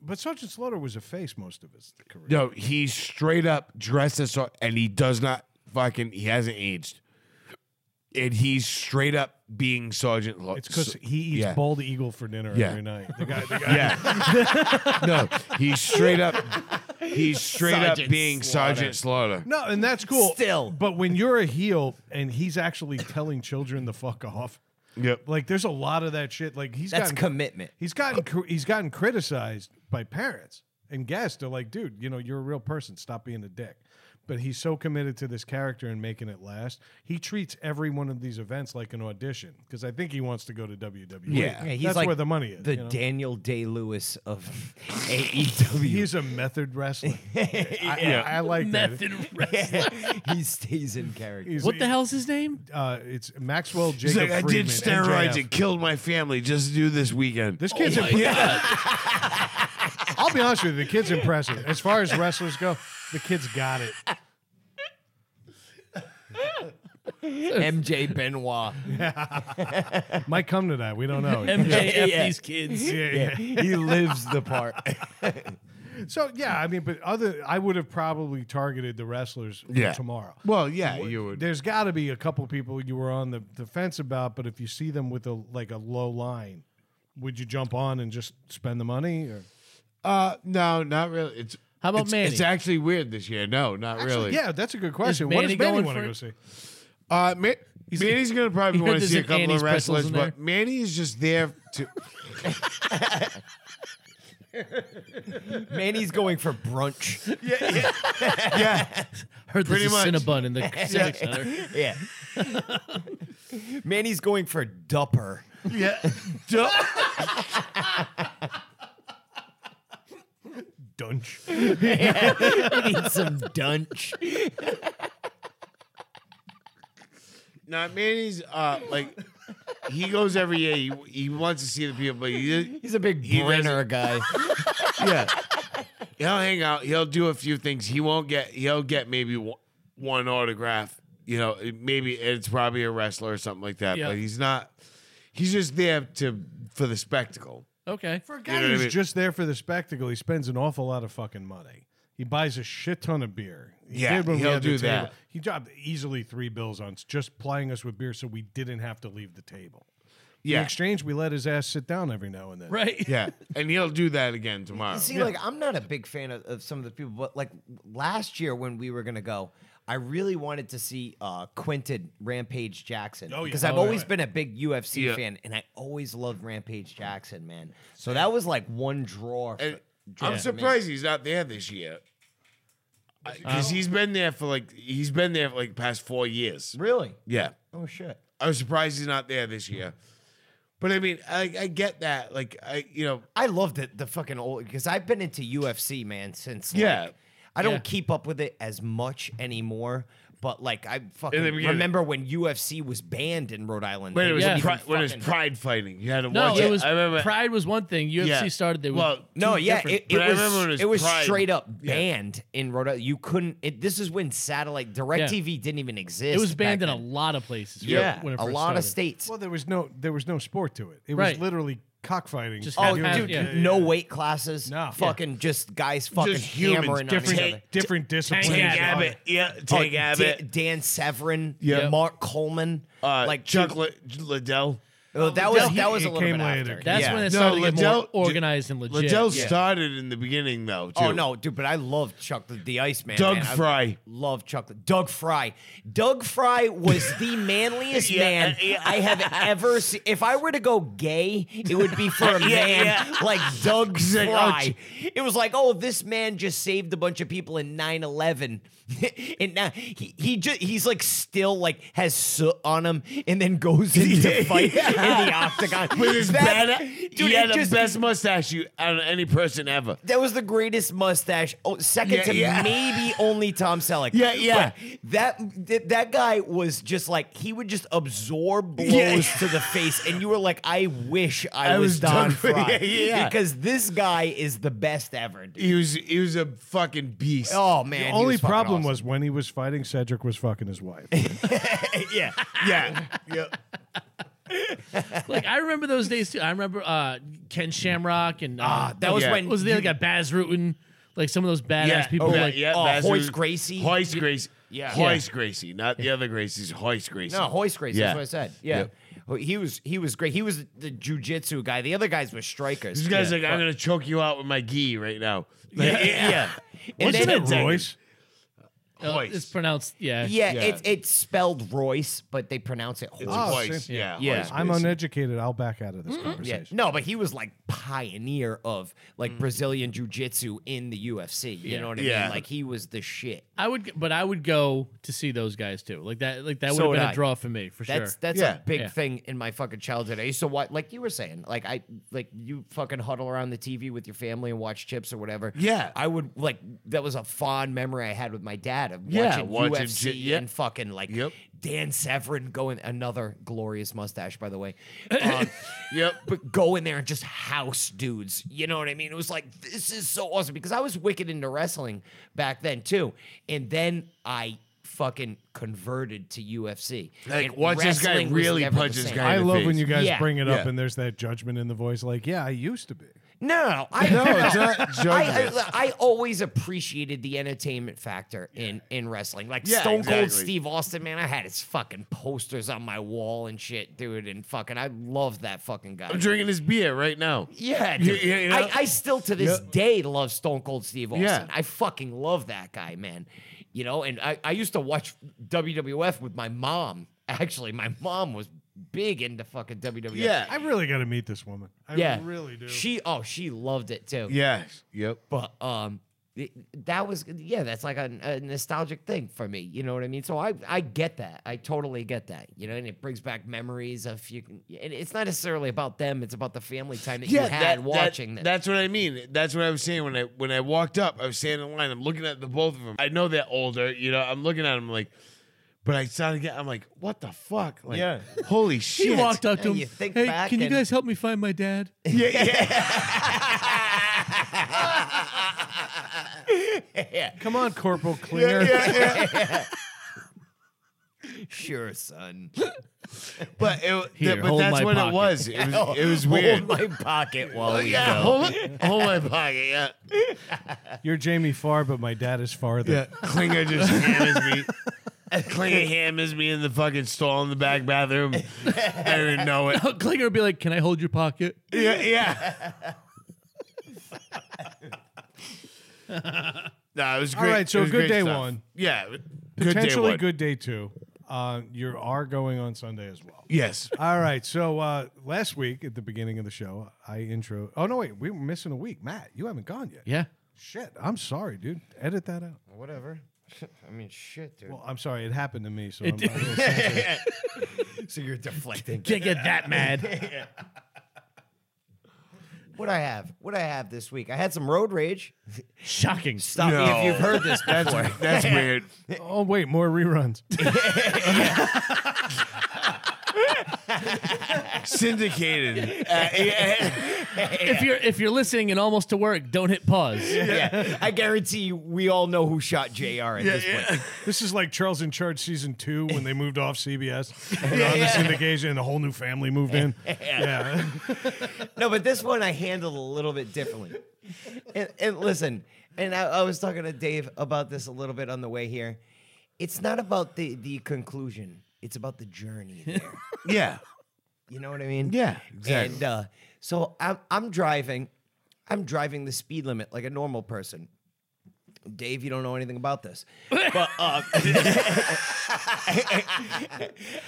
Speaker 3: But Sergeant Slaughter was a face most of his career.
Speaker 2: No, he straight up dressed as and he does not fucking he hasn't aged. And he's straight up being Sergeant Lo-
Speaker 3: It's because he eats
Speaker 2: yeah.
Speaker 3: bald eagle for dinner
Speaker 2: Yeah.
Speaker 3: every night. The guy, the guy
Speaker 2: Yeah. no, he's straight up he's straight up
Speaker 4: Sergeant
Speaker 2: being
Speaker 4: Slaughter.
Speaker 2: Sergeant Slaughter.
Speaker 3: No, and that's cool.
Speaker 4: Still.
Speaker 3: But when you're a heel and he's actually telling children the fuck off,
Speaker 2: Yep.
Speaker 3: like there's a lot of that shit. Like he's
Speaker 4: That's
Speaker 3: gotten
Speaker 4: commitment.
Speaker 3: he's gotten cr- he's gotten criticized by parents and guests. They're like, dude, you know, you're a real person. Stop being a dick. But he's so committed to this character and making it last. He treats every one of these events like an audition because I think he wants to go to WWE.
Speaker 4: Yeah,
Speaker 2: Yeah.
Speaker 4: he's
Speaker 3: that's
Speaker 4: like
Speaker 3: where the money is.
Speaker 4: The
Speaker 3: you know?
Speaker 4: Daniel Day Lewis of E AEW.
Speaker 3: He's a method wrestler. I, I, I like that.
Speaker 1: Method wrestling.
Speaker 4: he stays in character.
Speaker 3: He's-
Speaker 1: What the hell's his name?
Speaker 3: Uh, it's Maxwell Jacob.
Speaker 2: He's like, I did
Speaker 3: Friedman,
Speaker 2: steroids
Speaker 3: MJF.
Speaker 2: and killed my family just to do this weekend.
Speaker 3: This kid's
Speaker 1: my
Speaker 3: impressive. I'll be honest with you, the kid's impressive. As far as wrestlers go, the kid's got it.
Speaker 4: MJ Benoit.
Speaker 3: Might come to that. We don't know.
Speaker 1: MJF
Speaker 4: Yeah.
Speaker 1: these kids.
Speaker 3: Yeah, yeah.
Speaker 4: He lives the part.
Speaker 3: So yeah, I mean, but other, I would have probably targeted the wrestlers for
Speaker 2: Yeah.
Speaker 3: tomorrow.
Speaker 2: well, yeah, you would.
Speaker 3: There's got to be a couple people you were on the, the fence about, but if you see them with a like a low line, would you jump on and just spend the money? Or
Speaker 2: Uh, no, not really. It's
Speaker 1: How about
Speaker 2: It's,
Speaker 1: Manny?
Speaker 2: it's actually weird this year. No, not really.
Speaker 3: Yeah, that's a good question.
Speaker 1: Is
Speaker 3: What does
Speaker 1: Manny
Speaker 3: Manny
Speaker 1: going
Speaker 3: want to
Speaker 1: for
Speaker 3: go
Speaker 1: it?
Speaker 3: see?
Speaker 2: Uh, Ma- Manny's gonna probably
Speaker 1: You heard
Speaker 2: want to
Speaker 1: there's
Speaker 2: see a
Speaker 1: an
Speaker 2: couple
Speaker 1: Annie's
Speaker 2: of
Speaker 1: pretzels
Speaker 2: wrestlers,
Speaker 1: in
Speaker 2: but Manny is just there to.
Speaker 4: Manny's going for brunch.
Speaker 1: Heard
Speaker 2: pretty
Speaker 1: there's a
Speaker 2: much.
Speaker 1: Cinnabon in the Civic Center.
Speaker 4: Yeah. Manny's going for dupper.
Speaker 2: yeah.
Speaker 3: Dunch.
Speaker 4: He needs some dunch.
Speaker 2: Now Manny's uh like he goes every year. He, he wants to see the people, but he
Speaker 4: He's a big
Speaker 2: He doesn't-
Speaker 4: brinner guy.
Speaker 2: yeah. He'll hang out. He'll do a few things. He won't get. He'll get maybe one- one autograph. You know, it- maybe it's probably a wrestler or something like that.
Speaker 1: Yeah.
Speaker 2: But he's not. He's just there to for the spectacle.
Speaker 1: Okay.
Speaker 3: For a
Speaker 2: You
Speaker 3: guy
Speaker 2: know what I
Speaker 3: who's
Speaker 2: mean?
Speaker 3: just there for the spectacle, he spends an awful lot of fucking money. He buys a shit ton of beer. He
Speaker 2: Yeah,
Speaker 3: we
Speaker 2: he'll
Speaker 3: had the
Speaker 2: do
Speaker 3: table.
Speaker 2: that.
Speaker 3: He dropped easily three bills on s- just plying us with beer, so we didn't have to leave the table.
Speaker 2: Yeah.
Speaker 3: In exchange, we let his ass sit down every now and then.
Speaker 1: Right.
Speaker 2: Yeah, and he'll do that again tomorrow.
Speaker 4: See, like I'm not a big fan of, of some of the people, but like last year when we were gonna go, I really wanted to see uh Quinton Rampage Jackson.
Speaker 3: Oh, yeah.
Speaker 4: Because I've
Speaker 3: Oh,
Speaker 4: always
Speaker 3: right.
Speaker 4: been a big UFC
Speaker 2: Yeah.
Speaker 4: fan and I always loved Rampage Jackson, man. So that was like one draw. for-
Speaker 2: And
Speaker 4: draw
Speaker 2: I'm
Speaker 4: for me.
Speaker 2: surprised he's not there this year. Because he's been there for like he's been there for like past four years.
Speaker 4: Really?
Speaker 2: Yeah,
Speaker 4: Oh shit.
Speaker 2: I was surprised he's not there this year. But I mean, I, I get that. Like I, you know,
Speaker 4: I loved it, the fucking old because I've been into UFC, man, since like,
Speaker 2: Yeah.
Speaker 4: I don't
Speaker 1: Yeah.
Speaker 4: keep up with it as much anymore. But like I fucking
Speaker 2: beginning.
Speaker 4: remember when UFC was banned in Rhode Island.
Speaker 2: when it was
Speaker 1: Yeah.
Speaker 2: pri-
Speaker 4: Even
Speaker 2: when it was
Speaker 4: fucking-
Speaker 2: pride fighting, you had to
Speaker 1: No,
Speaker 2: watch
Speaker 1: it was
Speaker 2: I remember.
Speaker 1: Pride was one thing. UFC
Speaker 2: Yeah.
Speaker 1: started there.
Speaker 2: Well,
Speaker 4: No, yeah, it, it
Speaker 2: But I
Speaker 4: was,
Speaker 2: remember when
Speaker 4: it was,
Speaker 2: Pride.
Speaker 4: straight up
Speaker 2: Yeah.
Speaker 4: banned in Rhode Island. You couldn't. It, this is when satellite DirecTV didn't even exist.
Speaker 1: it was
Speaker 4: back
Speaker 1: banned in a
Speaker 4: then.
Speaker 1: lot of places.
Speaker 4: yeah,
Speaker 1: when it
Speaker 4: a
Speaker 1: first
Speaker 4: lot
Speaker 1: started.
Speaker 4: of states.
Speaker 3: Well, there was no there was no sport to it. It
Speaker 1: Right.
Speaker 3: was literally cockfighting.
Speaker 1: Just
Speaker 4: oh,
Speaker 1: Yeah,
Speaker 4: dude,
Speaker 1: yeah, yeah.
Speaker 4: no weight classes.
Speaker 3: No.
Speaker 4: fucking just guys fucking
Speaker 2: Just humans,
Speaker 4: hammering
Speaker 3: different
Speaker 4: on each other.
Speaker 3: different disciplines.
Speaker 2: Tank
Speaker 1: Yeah.
Speaker 2: Abbott, yeah,
Speaker 4: Oh,
Speaker 2: Tank
Speaker 4: Da-
Speaker 2: Abbott,
Speaker 4: Dan Severin,
Speaker 1: Yeah.
Speaker 4: Mark Coleman,
Speaker 2: uh,
Speaker 4: like
Speaker 2: like Chuck
Speaker 4: dude,
Speaker 2: Li- Liddell.
Speaker 4: oh, that was
Speaker 3: he-
Speaker 4: that was
Speaker 3: it
Speaker 4: a little
Speaker 3: came
Speaker 4: bit
Speaker 3: later.
Speaker 4: after.
Speaker 1: That's
Speaker 4: yeah.
Speaker 1: when it
Speaker 2: No,
Speaker 1: started to get more
Speaker 2: Liddell-
Speaker 1: organized and legit.
Speaker 2: Liddell
Speaker 1: yeah.
Speaker 2: started in the beginning though. Too.
Speaker 4: Oh no, dude! But I love Chuck the, the Iceman.
Speaker 2: Doug
Speaker 4: man. I
Speaker 2: Fry.
Speaker 4: love Chuck. the- Doug Fry. Doug Fry was the manliest
Speaker 2: Yeah,
Speaker 4: man
Speaker 2: uh, yeah.
Speaker 4: I have ever seen. If I were to go gay, it would be for a
Speaker 2: Yeah,
Speaker 4: man
Speaker 2: yeah.
Speaker 4: like Doug
Speaker 2: like, oh,
Speaker 4: Fry. It was like, oh, this man just saved a bunch of people in 9-11. and now he he just he's like still like has soot on him, and then goes in to fight in the octagon
Speaker 2: with his
Speaker 4: That-
Speaker 2: bad,
Speaker 4: Dude,
Speaker 2: he
Speaker 4: it
Speaker 2: had the
Speaker 4: just-
Speaker 2: best mustache you out of any person ever.
Speaker 4: that was the greatest mustache, oh, second
Speaker 2: Yeah,
Speaker 4: to
Speaker 2: yeah.
Speaker 4: maybe only Tom Selleck.
Speaker 2: Yeah, yeah.
Speaker 4: But that th- that guy was just like he would just absorb blows
Speaker 2: Yeah.
Speaker 4: to the face, and you were like, I wish I,
Speaker 2: I
Speaker 4: was,
Speaker 2: was
Speaker 4: Don
Speaker 2: Doug-
Speaker 4: Fry,
Speaker 2: Yeah, yeah.
Speaker 4: because this guy is the best ever. Dude.
Speaker 2: He was he was a fucking beast.
Speaker 4: Oh man,
Speaker 3: The
Speaker 4: he
Speaker 3: only
Speaker 4: was fucking
Speaker 3: problem
Speaker 4: awesome.
Speaker 3: was when he was fighting, Cedric was fucking his wife.
Speaker 4: yeah,
Speaker 2: yeah, yeah.
Speaker 1: Like I remember those days too. I remember uh, Ken Shamrock and uh,
Speaker 4: Ah, that was
Speaker 1: what
Speaker 2: Yeah.
Speaker 4: when
Speaker 1: was the other guy Baz Rutten. Like some of those badass
Speaker 2: yeah.
Speaker 1: people.
Speaker 2: yeah,
Speaker 1: like
Speaker 2: yeah,
Speaker 4: oh,
Speaker 2: Basil-
Speaker 4: Hoist Gracie.
Speaker 2: Hoist Gracie,
Speaker 4: Yeah.
Speaker 2: yeah, Hoist Gracie, not the other Gracie's. Hoist Gracie.
Speaker 4: No, Hoist Gracie.
Speaker 2: Yeah.
Speaker 4: That's what I said. Yeah.
Speaker 2: Yep.
Speaker 4: Ho- He was he was great. He was the jujitsu guy. The other guys were strikers.
Speaker 2: This guy's
Speaker 4: Yeah.
Speaker 2: like, I'm gonna choke you out with my gi right now. Like,
Speaker 4: yeah. And
Speaker 2: Wasn't
Speaker 4: then-
Speaker 2: it
Speaker 3: Isn't it Royce?
Speaker 1: uh,
Speaker 2: Hoist.
Speaker 1: it's pronounced yeah.
Speaker 4: Yeah,
Speaker 2: Yeah.
Speaker 4: It's, it's spelled Royce, but they pronounce it Hoist.
Speaker 2: It's
Speaker 3: Oh,
Speaker 2: Hoist.
Speaker 3: see.
Speaker 2: Yeah,
Speaker 4: Yeah.
Speaker 2: Hoist
Speaker 3: I'm
Speaker 2: Gracie.
Speaker 3: uneducated. I'll back out of this
Speaker 2: Mm-hmm.
Speaker 4: Yeah.
Speaker 3: conversation.
Speaker 4: No, but he was like pioneer of like Brazilian jiu-jitsu in the UFC. You
Speaker 1: Yeah.
Speaker 4: know what I
Speaker 2: Mm. Yeah.
Speaker 4: mean? Like he was the shit.
Speaker 1: I would, g- but I would go to see those guys too. Like that, like that would
Speaker 4: So
Speaker 1: have
Speaker 4: would
Speaker 1: been
Speaker 4: I.
Speaker 1: a draw for me for
Speaker 4: That's
Speaker 1: sure.
Speaker 4: that's
Speaker 2: Yeah.
Speaker 4: a big
Speaker 1: Yeah.
Speaker 4: thing in my fucking childhood. I used to watch, like you were saying, like I like you fucking huddle around the TV with your family and watch chips or whatever.
Speaker 2: Yeah.
Speaker 4: I would like that was a fond memory I had with my dad of
Speaker 2: Yeah,
Speaker 4: watching
Speaker 2: watching
Speaker 4: UFC
Speaker 2: chi- yeah.
Speaker 4: and fucking like
Speaker 2: Yep.
Speaker 4: Dan Severin going another glorious mustache by the way. Um,
Speaker 2: Yep.
Speaker 4: but go in there and just house dudes. You know what I mean? It was like this is so awesome because I was wicked into wrestling back then too, and then I fucking converted to UFC.
Speaker 2: Like,
Speaker 4: And
Speaker 2: watch this guy
Speaker 4: wrestling was
Speaker 2: really
Speaker 4: never the
Speaker 2: punch this
Speaker 4: same.
Speaker 2: guy.
Speaker 3: I
Speaker 2: in the
Speaker 3: love when
Speaker 2: face.
Speaker 3: you guys
Speaker 4: Yeah.
Speaker 3: bring it up
Speaker 2: Yeah.
Speaker 3: and there's that judgment in the voice, like, yeah, I used to be.
Speaker 4: No, no, I,
Speaker 2: No, it's not
Speaker 4: I,
Speaker 2: judgment.
Speaker 4: I, I always appreciated the entertainment factor in in wrestling. Like
Speaker 2: Yeah,
Speaker 4: Stone Cold
Speaker 2: exactly.
Speaker 4: Steve Austin, man, I had his fucking posters on my wall and shit, dude, and fucking, I loved that fucking guy.
Speaker 2: I'm drinking this beer right now.
Speaker 4: Yeah,
Speaker 2: You-
Speaker 4: dude.
Speaker 2: you- you know?
Speaker 4: I, I still to this day love Stone Cold Steve Austin.
Speaker 2: Yeah.
Speaker 4: I fucking love that guy, man. You know, and I, I used to watch WWF with my mom. Actually, my mom was big into fucking WWF.
Speaker 2: Yeah.
Speaker 3: I really got to meet this woman. I
Speaker 4: yeah,
Speaker 3: really do.
Speaker 4: She, oh, she loved it too.
Speaker 2: Yeah. Yep.
Speaker 4: But um, it- that was yeah, that's like a, a nostalgic thing for me. You know what I mean? So I I get that. I totally get that. You know, and it brings back memories of you. Can, and it's not necessarily about them. It's about the family time that you had watching
Speaker 2: that,
Speaker 4: this.
Speaker 2: That's what I mean. That's what I was saying when I when I walked up. I was standing in line. I'm looking at the both of them. I know they're older. You know, I'm looking at them like, but I started getting. I'm like, what the fuck? Like,
Speaker 4: Yeah.
Speaker 2: holy shit.
Speaker 1: He walked up to
Speaker 4: And
Speaker 1: him.
Speaker 4: you think
Speaker 1: hey,
Speaker 4: back
Speaker 1: can you
Speaker 4: and-
Speaker 1: guys help me find my dad?
Speaker 2: Yeah, yeah.
Speaker 4: yeah.
Speaker 3: Come on, Corporal Cleaner.
Speaker 4: Sure, son.
Speaker 2: but it,
Speaker 1: Here,
Speaker 2: but
Speaker 1: hold
Speaker 2: that's
Speaker 1: my
Speaker 2: what it
Speaker 1: pocket.
Speaker 2: was. It
Speaker 4: Oh,
Speaker 2: was it was weird. Oh,
Speaker 4: Hold my pocket while we
Speaker 2: yeah,
Speaker 4: go.
Speaker 2: hold, hold my pocket. Yeah,
Speaker 3: You're Jamie Farr, but my dad is farther.
Speaker 2: Klinger just hammers me. Klinger hammers me in the fucking stall in the back bathroom. I didn't know it.
Speaker 1: Klinger would be like, "Can I hold your pocket?"
Speaker 2: Yeah, yeah. nah, it was
Speaker 3: All
Speaker 2: great.
Speaker 3: right, so
Speaker 2: It was
Speaker 3: good
Speaker 2: great
Speaker 3: day
Speaker 2: stuff.
Speaker 3: one.
Speaker 2: Yeah, good day
Speaker 3: Potentially
Speaker 2: one.
Speaker 3: good day two. Uh, you are going on Sunday as well.
Speaker 2: Yes.
Speaker 3: All right. So uh, last week at the beginning of the show, I intro. Oh no, wait, we were missing a week. Matt, you haven't gone yet.
Speaker 1: Yeah.
Speaker 3: Shit, I'm sorry, dude. Edit that out.
Speaker 4: Whatever. I mean, shit, dude.
Speaker 3: Well, I'm sorry, it happened to me. So I'm, not really-
Speaker 4: so you're deflecting.
Speaker 1: Can't get that mad.
Speaker 4: What I have? What I have this week? I had some road rage.
Speaker 1: Shocking.
Speaker 4: Stop me if you've heard this before.
Speaker 2: That's weird.
Speaker 3: oh wait, more reruns.
Speaker 2: Syndicated.
Speaker 1: If you're if you're listening and almost to work, don't hit pause.
Speaker 4: yeah, I guarantee you, we all know who shot Jr. at this point.
Speaker 3: This is like Charles in Charge season two when they moved off CBS and on the syndication, and a whole new family moved in. Yeah,
Speaker 4: No, but this one I handled a little bit differently. And, and listen, and I, I was talking to Dave about this a little bit on the way here. It's not about the the conclusion; it's about the journey there.
Speaker 2: yeah.
Speaker 4: You know what I mean?
Speaker 2: Yeah, exactly.
Speaker 4: And uh, so I'm I'm driving, I'm driving the speed limit like a normal person. Dave, you don't know anything about this, but uh, and-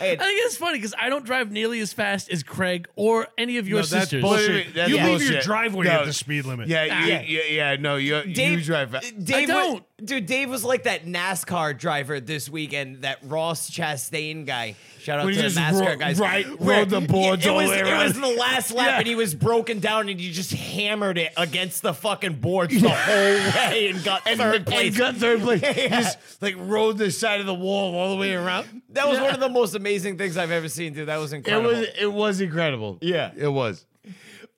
Speaker 1: I think it's funny because I don't drive nearly as fast as Craig or any of your
Speaker 3: No, that's
Speaker 1: sisters.
Speaker 3: bullshit.
Speaker 2: that's
Speaker 3: You leave your
Speaker 2: bullshit.
Speaker 3: driveway at the speed limit.
Speaker 2: Yeah, you,
Speaker 4: Yeah.
Speaker 2: yeah, yeah, No, you
Speaker 4: Dave, uh,
Speaker 2: you drive. fast.
Speaker 4: Dave
Speaker 1: I
Speaker 4: wa-
Speaker 1: don't.
Speaker 4: dude, Dave was like that NASCAR driver this weekend, that Ross Chastain guy. Shout out
Speaker 2: When
Speaker 4: to
Speaker 2: he
Speaker 4: the
Speaker 2: just
Speaker 4: NASCAR
Speaker 2: ro-
Speaker 4: guys.
Speaker 2: right-
Speaker 4: Where-
Speaker 2: rode the boards
Speaker 4: Yeah, it
Speaker 2: all
Speaker 4: was,
Speaker 2: the way
Speaker 4: it
Speaker 2: around.
Speaker 4: was the last lap,
Speaker 2: Yeah.
Speaker 4: and he was broken down, and he just hammered it against the fucking boards the whole way and got third place.
Speaker 2: And got third place. Just like rode the side of the wall all the way around.
Speaker 4: that was one of the most amazing things I've ever seen, dude. That was
Speaker 2: It
Speaker 4: incredible.
Speaker 2: was it was incredible.
Speaker 4: Yeah.
Speaker 2: it was.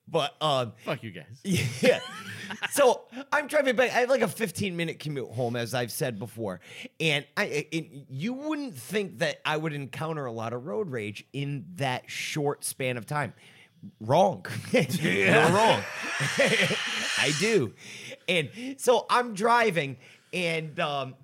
Speaker 4: but um,
Speaker 1: Fuck you guys.
Speaker 4: Yeah. so I'm driving back. I have like a 15 minute commute home, as I've said before. And I, it, you wouldn't think that I would encounter a lot of road rage in that short span of time. Wrong. You're wrong. I do. And so I'm driving, and um,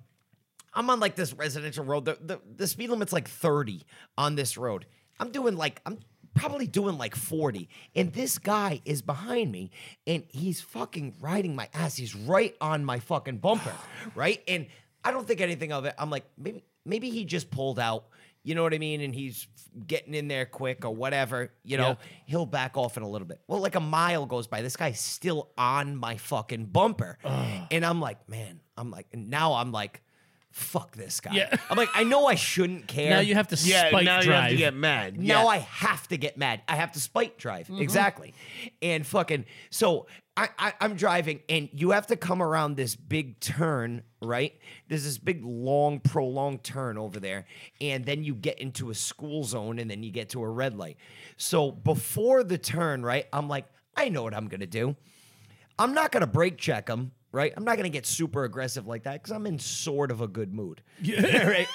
Speaker 4: I'm on like this residential road. The, the the speed limit's like 30 on this road. I'm doing like I'm probably doing like 40. And this guy is behind me and he's fucking riding my ass. He's right on my fucking bumper, right? And I don't think anything of it. I'm like maybe maybe he just pulled out. You know what I mean? And he's getting in there quick or whatever, you know. He'll back off in a little bit. Well, like a mile goes by. This guy's still on my fucking bumper. And I'm like, man, I'm like, and now I'm like, fuck this guy.
Speaker 1: Yeah.
Speaker 4: I'm like, I know I shouldn't care.
Speaker 1: Now you have to
Speaker 2: Yeah,
Speaker 1: spike
Speaker 2: now
Speaker 1: drive.
Speaker 2: you have to get mad.
Speaker 4: Now
Speaker 2: yeah.
Speaker 4: I have to get mad. I have to spite drive. Exactly. And fucking so I, I I'm driving and you have to come around this big turn, right? There's this big long prolonged turn over there and then you get into a school zone and then you get to a red light. So before the turn, right? I'm like, I know what I'm going to do. I'm not gonna break check him, right? I'm not gonna get super aggressive like that because I'm in sort of a good mood. Yeah. right.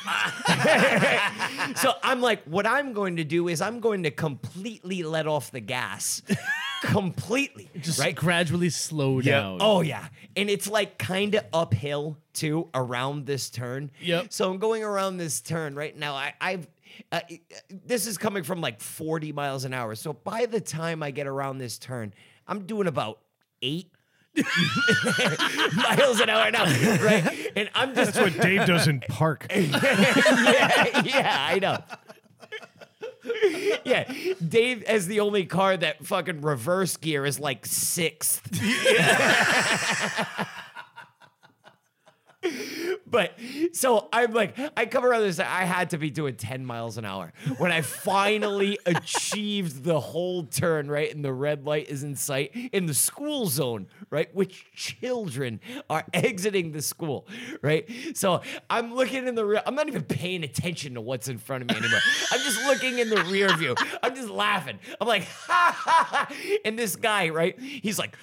Speaker 4: so I'm like, what I'm going to do is I'm going to completely let off the gas. completely.
Speaker 1: Just
Speaker 4: right?
Speaker 1: gradually slow
Speaker 2: Yeah.
Speaker 1: down.
Speaker 4: Oh yeah, and it's like kind of uphill too around this turn.
Speaker 1: Yep.
Speaker 4: So I'm going around this turn right now. I, I've uh, it- uh, this is coming from like 40 miles an hour. So by the time I get around this turn, I'm doing about eight miles an hour now, right? And I'm just
Speaker 3: That's what Dave does in park.
Speaker 4: yeah, yeah, I know. Yeah, Dave as the only car that fucking reverse gear is like sixth. but so I'm like, I come around this. I had to be doing 10 miles an hour when I finally achieved the whole turn, right? And the red light is in sight in the school zone, right? Which children are exiting the school, right? So I'm looking in the rear. I'm not even paying attention to what's in front of me anymore. I'm just looking in the rear view. I'm just laughing. I'm like, ha ha ha. And this guy, right? He's like,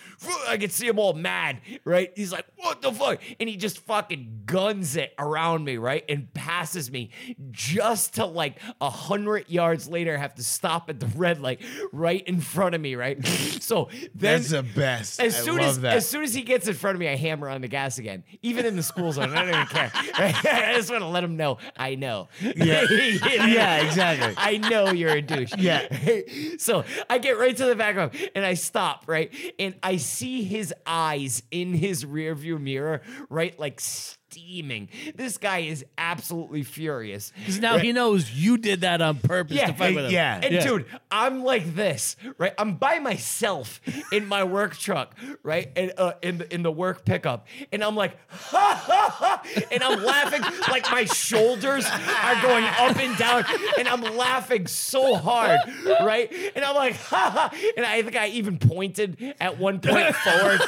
Speaker 4: I can see him all mad, right? He's like, what the fuck? And he just fucking guns it around me, right? And passes me just to like a hundred yards later have to stop at the red light right in front of me, right? so then
Speaker 2: That's the best.
Speaker 4: as
Speaker 2: I
Speaker 4: soon
Speaker 2: love
Speaker 4: as
Speaker 2: that.
Speaker 4: as soon as he gets in front of me, I hammer on the gas again. Even in the school zone, I don't even care. I just want to let him know I know. Yeah,
Speaker 2: Yeah, exactly.
Speaker 4: I know you're a douche. Yeah. so I get right to the back of him and I stop right, and I see his eyes in his rearview mirror, right, like steaming. This guy is absolutely furious.
Speaker 1: Because now he knows you did that on purpose
Speaker 4: Yeah,
Speaker 1: to fight with him.
Speaker 2: yeah.
Speaker 4: And dude, I'm like this, right? I'm by myself in my work truck, right? And uh, in the, in the work pickup, and I'm like, ha ha ha, and I'm laughing like my shoulders are going up and down, and I'm laughing so hard, right? And I'm like, ha ha, and I think I even pointed at one point forward.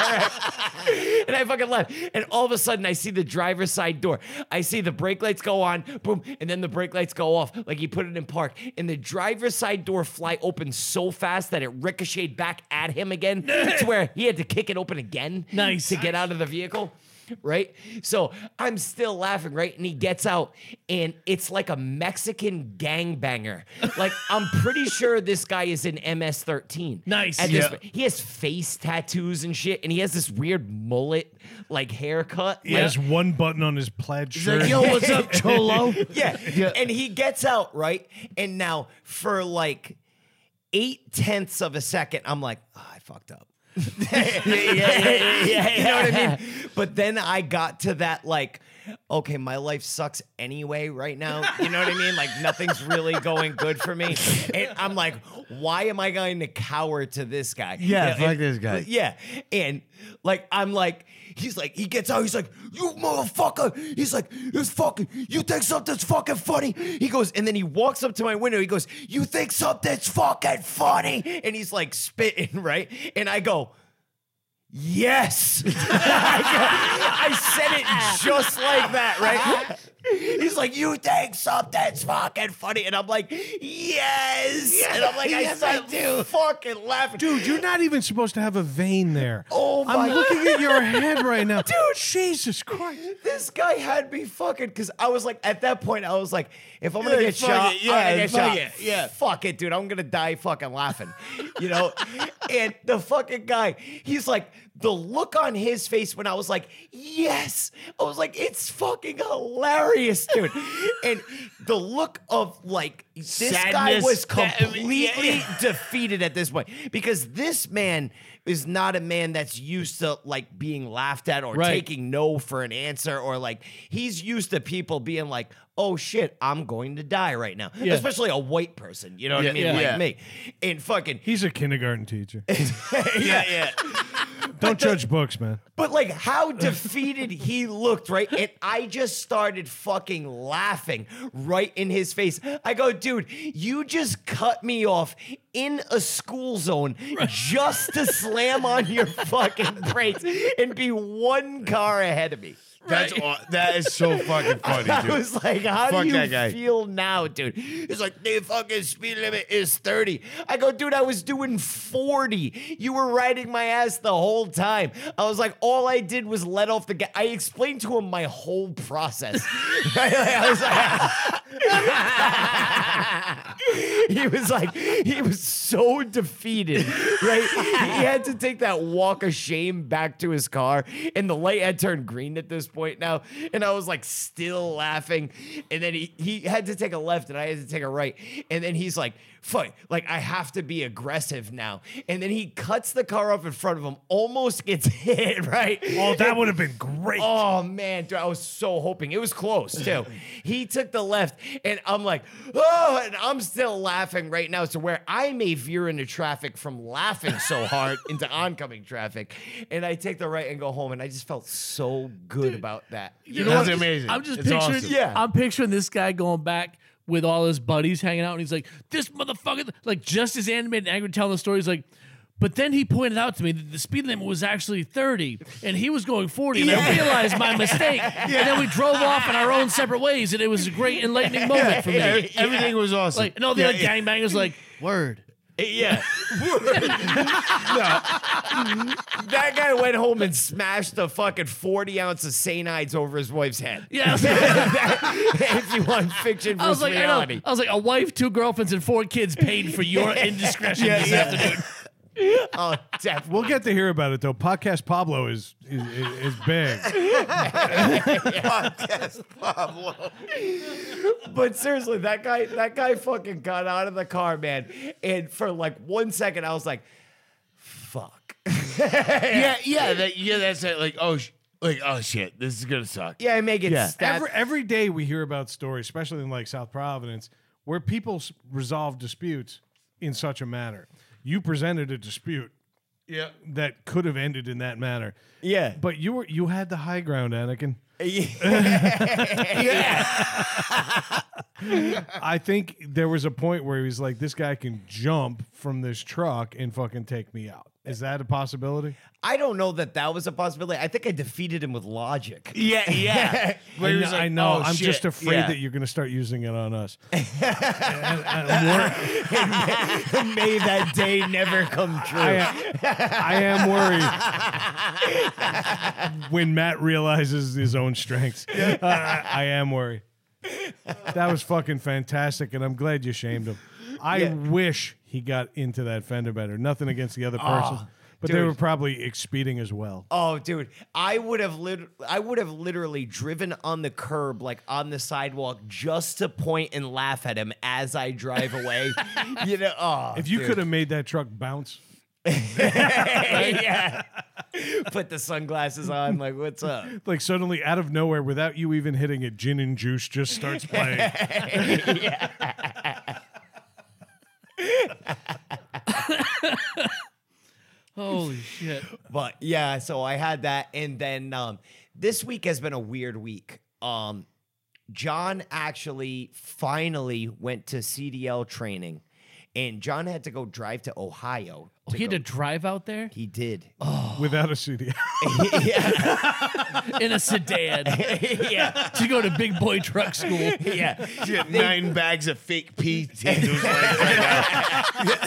Speaker 4: and I fucking left. And all of a sudden, I see the driver's side door. I see the brake lights go on, boom, and then the brake lights go off, like he put it in park. And the driver's side door fly open so fast that it ricocheted back at him again to where he had to kick it open again
Speaker 1: Nice.
Speaker 4: to get out of the vehicle. Right? So I'm still laughing, right? And he gets out, and it's like a Mexican gangbanger. Like, I'm pretty sure this guy is in MS 13.
Speaker 1: Nice.
Speaker 4: At this
Speaker 1: Yeah.
Speaker 4: point he has face tattoos and shit, and he has this weird mullet like haircut.
Speaker 3: He has one button on his plaid shirt.
Speaker 2: Yo, what's up, Cholo?
Speaker 4: yeah. And he gets out, right? And now for like eight tenths of a second, I'm like, oh, I fucked up. You know what I mean? But then I got to that like, okay, my life sucks anyway right now. You know what I mean? Like nothing's really going good for me. And I'm like, why am I going to cower to this guy?
Speaker 2: Yeah,
Speaker 4: You know,
Speaker 2: fuck
Speaker 4: and-
Speaker 2: this guy.
Speaker 4: yeah. And like I'm like, he's like, he gets out, he's like, you motherfucker. He's like, it's fucking, you think something's fucking funny? He goes, and then he walks up to my window, he goes, You think something's fucking funny? And he's like spitting, right? And I go, Yes. I said it just like that, right? He's like, you think something's fucking funny. And I'm like, yes. And I'm like, I said, do. fucking laughing.
Speaker 3: Dude, you're not even supposed to have a vein there.
Speaker 4: Oh my
Speaker 3: I'm looking at your head right now. Dude, Jesus Christ.
Speaker 4: this guy had me fucking because I was like, at that point, I was like, if I'm gonna
Speaker 2: Yeah,
Speaker 4: get
Speaker 2: fuck
Speaker 4: shot,
Speaker 2: it,
Speaker 4: yeah, I'm
Speaker 2: yeah,
Speaker 4: gonna get
Speaker 2: fuck
Speaker 4: shot.
Speaker 2: it, yeah.
Speaker 4: fuck it, dude, I'm gonna die fucking laughing, you know. and the fucking guy, he's like, the look on his face when I was like, yes, I was like, it's fucking hilarious, dude. and the look of like this guy
Speaker 2: Sadness,
Speaker 4: was
Speaker 2: that- I mean,
Speaker 4: completely
Speaker 2: yeah, yeah.
Speaker 4: defeated at this point because this man is not a man that's used to like being laughed at or
Speaker 1: Right.
Speaker 4: taking no for an answer or like he's used to people being like oh shit i'm going to die right now
Speaker 1: Yeah.
Speaker 4: especially a white person you know what
Speaker 2: Yeah,
Speaker 4: i mean
Speaker 1: yeah.
Speaker 4: like
Speaker 2: Yeah.
Speaker 4: me and fucking
Speaker 3: He's a kindergarten teacher.
Speaker 2: yeah, yeah.
Speaker 3: Don't judge books, man.
Speaker 4: But like how defeated he looked, right? And I just started fucking laughing right in his face. I go, dude, you just cut me off in a school zone just to slam on your fucking brakes and be one car ahead of me.
Speaker 2: That's aw- that is so fucking funny,
Speaker 4: I
Speaker 2: dude.
Speaker 4: was like, how
Speaker 2: Fuck
Speaker 4: do you
Speaker 2: that guy.
Speaker 4: feel now, dude? He's like, the fucking speed limit is 30. I go, dude, I was doing 40. You were riding my ass the whole time. I was like, all I did was let off the gas. I explained to him my whole process. Right? Like, I was like, he was like, he was so defeated, right? he had to take that walk of shame back to his car, and the light had turned green at this point now. And I was like, still laughing. And then he he had to take a left, and I had to take a right. And then he's like, "Fuck! Like I have to be aggressive now." And then he cuts the car off in front of him, almost gets hit, right?
Speaker 3: Oh, that would have been great.
Speaker 4: Oh man, dude, I was so hoping it was close too. he took the left, and I'm like, oh, and I'm still laughing right now. So where I may veer into traffic from laughing so hard into oncoming traffic, and I take the right and go home, and I just felt so good about that.
Speaker 1: You
Speaker 2: That's
Speaker 1: what?
Speaker 2: amazing.
Speaker 1: I'm just
Speaker 2: It's
Speaker 1: picturing.
Speaker 2: awesome.
Speaker 1: Yeah,
Speaker 4: Yeah.
Speaker 1: I'm picturing this guy going back with all his buddies hanging out, and he's like, "This motherfucker!" Like just as animated and angry, telling the story. He's like. But then he pointed out to me that the speed limit was actually 30 and he was going 40 and I realized my mistake. And then we drove off in our own separate ways and it was a great enlightening moment for me.
Speaker 2: Every- Everything was awesome.
Speaker 1: Like, no, the other gangbangers like, word.
Speaker 4: Yeah. That guy went home and smashed a fucking 40 ounce of St. Ides over his wife's head.
Speaker 1: Yeah. I was like,
Speaker 4: if you want fiction
Speaker 1: I was
Speaker 4: versus
Speaker 1: like, I,
Speaker 4: reality.
Speaker 1: know. I was like, a wife, two girlfriends, and four kids paid for your indiscretion
Speaker 2: Yeah,
Speaker 1: this
Speaker 2: yeah.
Speaker 1: afternoon.
Speaker 4: Oh, definitely.
Speaker 3: We'll get to hear about it though. Podcast Pablo is is, is, is big.
Speaker 4: But seriously, that guy, that guy fucking got out of the car, man. And for like one second, I was like, fuck.
Speaker 2: yeah, yeah, that, yeah. That's it. Like, oh, sh- like, oh shit, this is gonna suck.
Speaker 4: Yeah, I may get
Speaker 2: Yeah.
Speaker 4: stabbed.
Speaker 3: Every, every day we hear about stories, especially in like South Providence, where people s- resolve disputes in such a manner. You presented a dispute
Speaker 2: yeah.
Speaker 3: that could have ended in that manner,
Speaker 4: yeah.
Speaker 3: but you were you had the high ground, Anakin. I think there was a point where he was like, "This guy can jump from this truck and fucking take me out." Is that a possibility?
Speaker 4: I don't know that that was a possibility. I think I defeated him with logic.
Speaker 2: Yeah, yeah. Where
Speaker 3: I
Speaker 2: he
Speaker 3: kn-
Speaker 2: was like,
Speaker 3: I know.
Speaker 2: oh,
Speaker 3: I'm
Speaker 2: shit.
Speaker 3: just afraid
Speaker 2: Yeah.
Speaker 3: that you're going to start using it on us.
Speaker 4: May that day never come true.
Speaker 3: I am, I am worried when Matt realizes his own strengths. I- I, I am worried. That was fucking fantastic, and I'm glad you shamed him. I wish he got into that fender bender. Nothing against the other person, but they
Speaker 4: Ah, dude.
Speaker 3: were probably expeding as well.
Speaker 4: Oh, dude, I would have lit- I would have literally driven on the curb, like on the sidewalk, just to point and laugh at him as I drive away. you know, oh,
Speaker 3: If you
Speaker 4: dude.
Speaker 3: could have made that truck bounce,
Speaker 4: yeah. Put the sunglasses on, like, what's up?
Speaker 3: like suddenly out of nowhere, without you even hitting it, gin and juice just starts playing.
Speaker 1: Holy shit.
Speaker 4: But yeah, so I had that. And then um, this week has been a weird week. Um, John actually finally went to CDL training, and John had to go drive to Ohio.
Speaker 3: Oh,
Speaker 4: to
Speaker 1: He had
Speaker 4: go-
Speaker 1: to drive out there
Speaker 4: he did.
Speaker 3: without a CD.
Speaker 4: yeah.
Speaker 1: in a sedan
Speaker 4: yeah.
Speaker 1: to go to big boy truck school.
Speaker 4: Yeah.
Speaker 2: She had nine bags of fake pee. Tendrils like,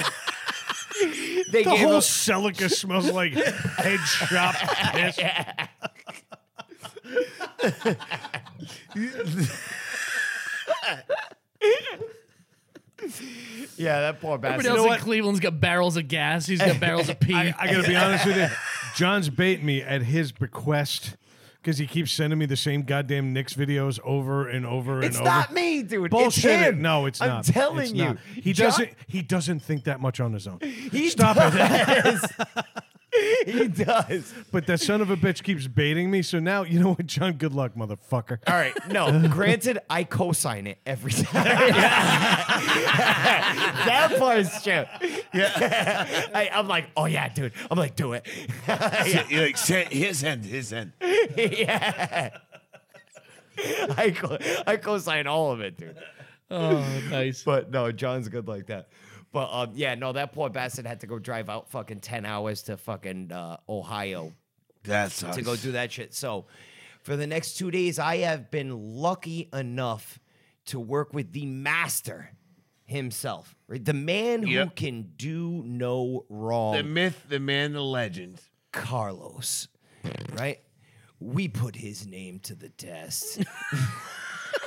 Speaker 4: They
Speaker 3: The
Speaker 4: gave
Speaker 3: whole
Speaker 4: him-
Speaker 3: Celica smells like head shop piss.
Speaker 4: yeah, that poor bastard.
Speaker 1: Everybody else in Cleveland's got barrels of gas. He's got barrels of pee.
Speaker 3: I, I gotta be honest with you. John's baiting me at his bequest because he keeps sending me the same goddamn Knicks videos over and over and
Speaker 4: it's
Speaker 3: over.
Speaker 4: not me, dude.
Speaker 3: Bullshit!
Speaker 4: It's him.
Speaker 3: No, it's
Speaker 4: I'm
Speaker 3: not.
Speaker 4: I'm telling
Speaker 3: It's
Speaker 4: you.
Speaker 3: not. he
Speaker 4: John-
Speaker 3: doesn't. He doesn't think that much on his own.
Speaker 4: He
Speaker 3: Stop it!
Speaker 4: it. he does.
Speaker 3: But that son of a bitch keeps baiting me. So now you know what, John? Good luck, motherfucker.
Speaker 4: All right. No, granted, I co-sign it every time. that part's true. Yeah. I, I'm like, oh yeah, dude. I'm like, do it.
Speaker 2: yeah, you're like, send, his end, his end.
Speaker 4: yeah. I co- I co-sign all of it, dude.
Speaker 1: Oh, nice.
Speaker 4: But no, John's good like that. But um, yeah, no, that poor bastard had to go drive out fucking ten hours to fucking uh, Ohio
Speaker 2: That sucks.
Speaker 4: to go do that shit. So For the next two days, I have been lucky enough to work with the master himself, right? The man who
Speaker 2: Yep.
Speaker 4: can do no wrong.
Speaker 2: The myth, the man, the legend.
Speaker 4: Carlos, right? We put his name to the test.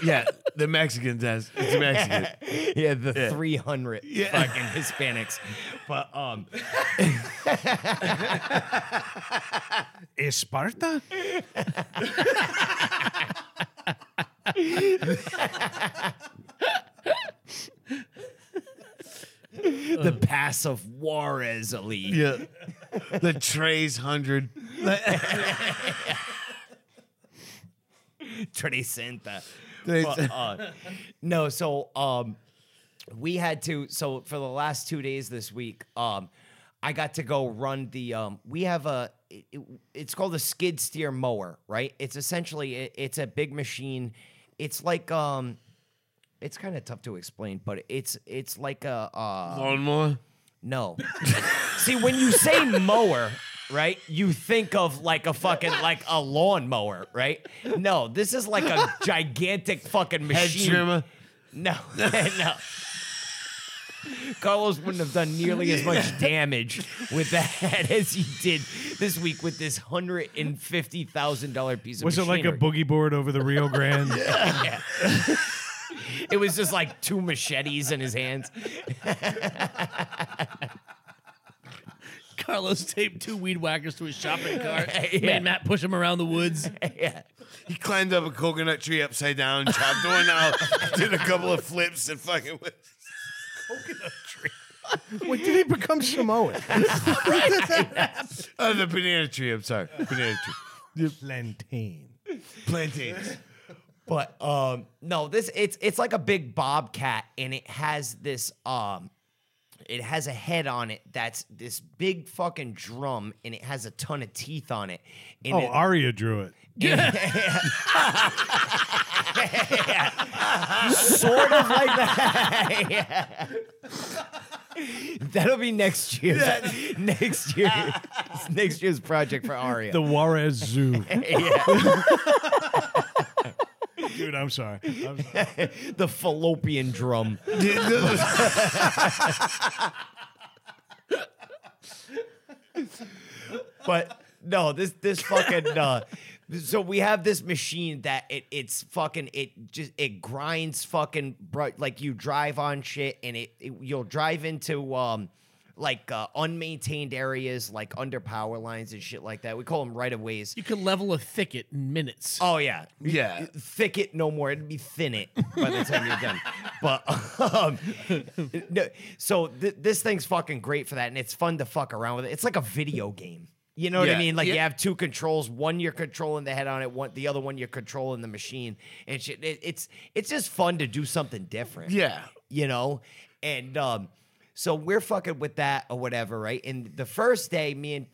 Speaker 2: Yeah, the Mexican test. It's a Mexican.
Speaker 4: yeah, the 300 fucking Hispanics. But um
Speaker 3: Esparta?
Speaker 4: the pass of Juarez elite.
Speaker 2: Yeah. The Trey's hundred.
Speaker 4: Trecenta. But, uh, no, so um, we had to. So for the last two days this week, um, I got to go run the. Um, we have a. it- it- it's called a skid steer mower, right? It's essentially it, it's a big machine. It's like um, it's kind of tough to explain, but it's it's like a uh,
Speaker 2: Lawnmower.
Speaker 4: no. See, when you say mower, right, you think of like a fucking like a lawnmower, right? No, this is like a gigantic fucking
Speaker 2: Head
Speaker 4: machine.
Speaker 2: trimmer.
Speaker 4: No, no. Carlos wouldn't have done nearly as much damage with that as he did this week with this hundred and fifty thousand dollar piece of
Speaker 3: Was it like a
Speaker 4: machinery.
Speaker 3: boogie board over the Rio Grande?
Speaker 4: It was just like two machetes in his hands.
Speaker 1: Carlos taped two weed whackers to his shopping cart.
Speaker 4: Yeah.
Speaker 1: Made Matt push him around the woods.
Speaker 4: yeah.
Speaker 2: He climbed up a coconut tree upside down, chopped one out, did a couple of flips, and fucking. went-
Speaker 3: when did he become Samoan?
Speaker 2: Oh, the banana tree. I'm sorry, banana tree.
Speaker 3: Plantain.
Speaker 2: Plantains.
Speaker 4: But um no, this it's it's like a big bobcat and it has this um it has a head on it that's this big fucking drum and it has a ton of teeth on it. And
Speaker 3: Oh,
Speaker 4: it-
Speaker 3: Arya drew it.
Speaker 4: sort of like that. Yeah. That'll be next year's next year next year's project for Aria.
Speaker 3: The Juarez Zoo. Dude, I'm sorry. I'm sorry.
Speaker 4: the fallopian drum. but no, this this fucking uh so we have this machine that it it's fucking it just it grinds fucking br- like you drive on shit and it, it you'll drive into um like uh, unmaintained areas like under power lines and shit like that. We call them right of ways.
Speaker 1: You could level a thicket in minutes.
Speaker 4: Oh yeah,
Speaker 2: Yeah.
Speaker 4: Thick it no more. It'd be thin it by the time you're done. But um, no, so th- this thing's fucking great for that, and it's fun to fuck around with it. It's like a video game. You know what I
Speaker 2: Yeah,
Speaker 4: mean? Like you
Speaker 2: yeah.
Speaker 4: have two controls. One you're controlling the head on it. One the other one you're controlling the machine and shit. It, it's it's just fun to do something different
Speaker 2: Yeah.
Speaker 4: you know? And um, so we're fucking with that or whatever, right? And the first day, me and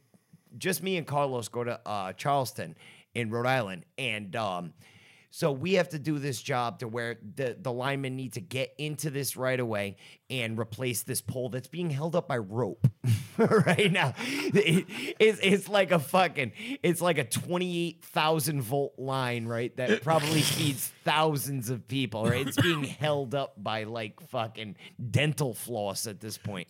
Speaker 4: just me and Carlos go to uh, Charleston in Rhode Island. And um, so we have to do this job to where the, the linemen need to get into this right away and replace this pole that's being held up by rope right now. It- it's, it's like a fucking, it's like a 28,000 volt line, right? That probably feeds thousands of people, right? It's being held up by like fucking dental floss at this point.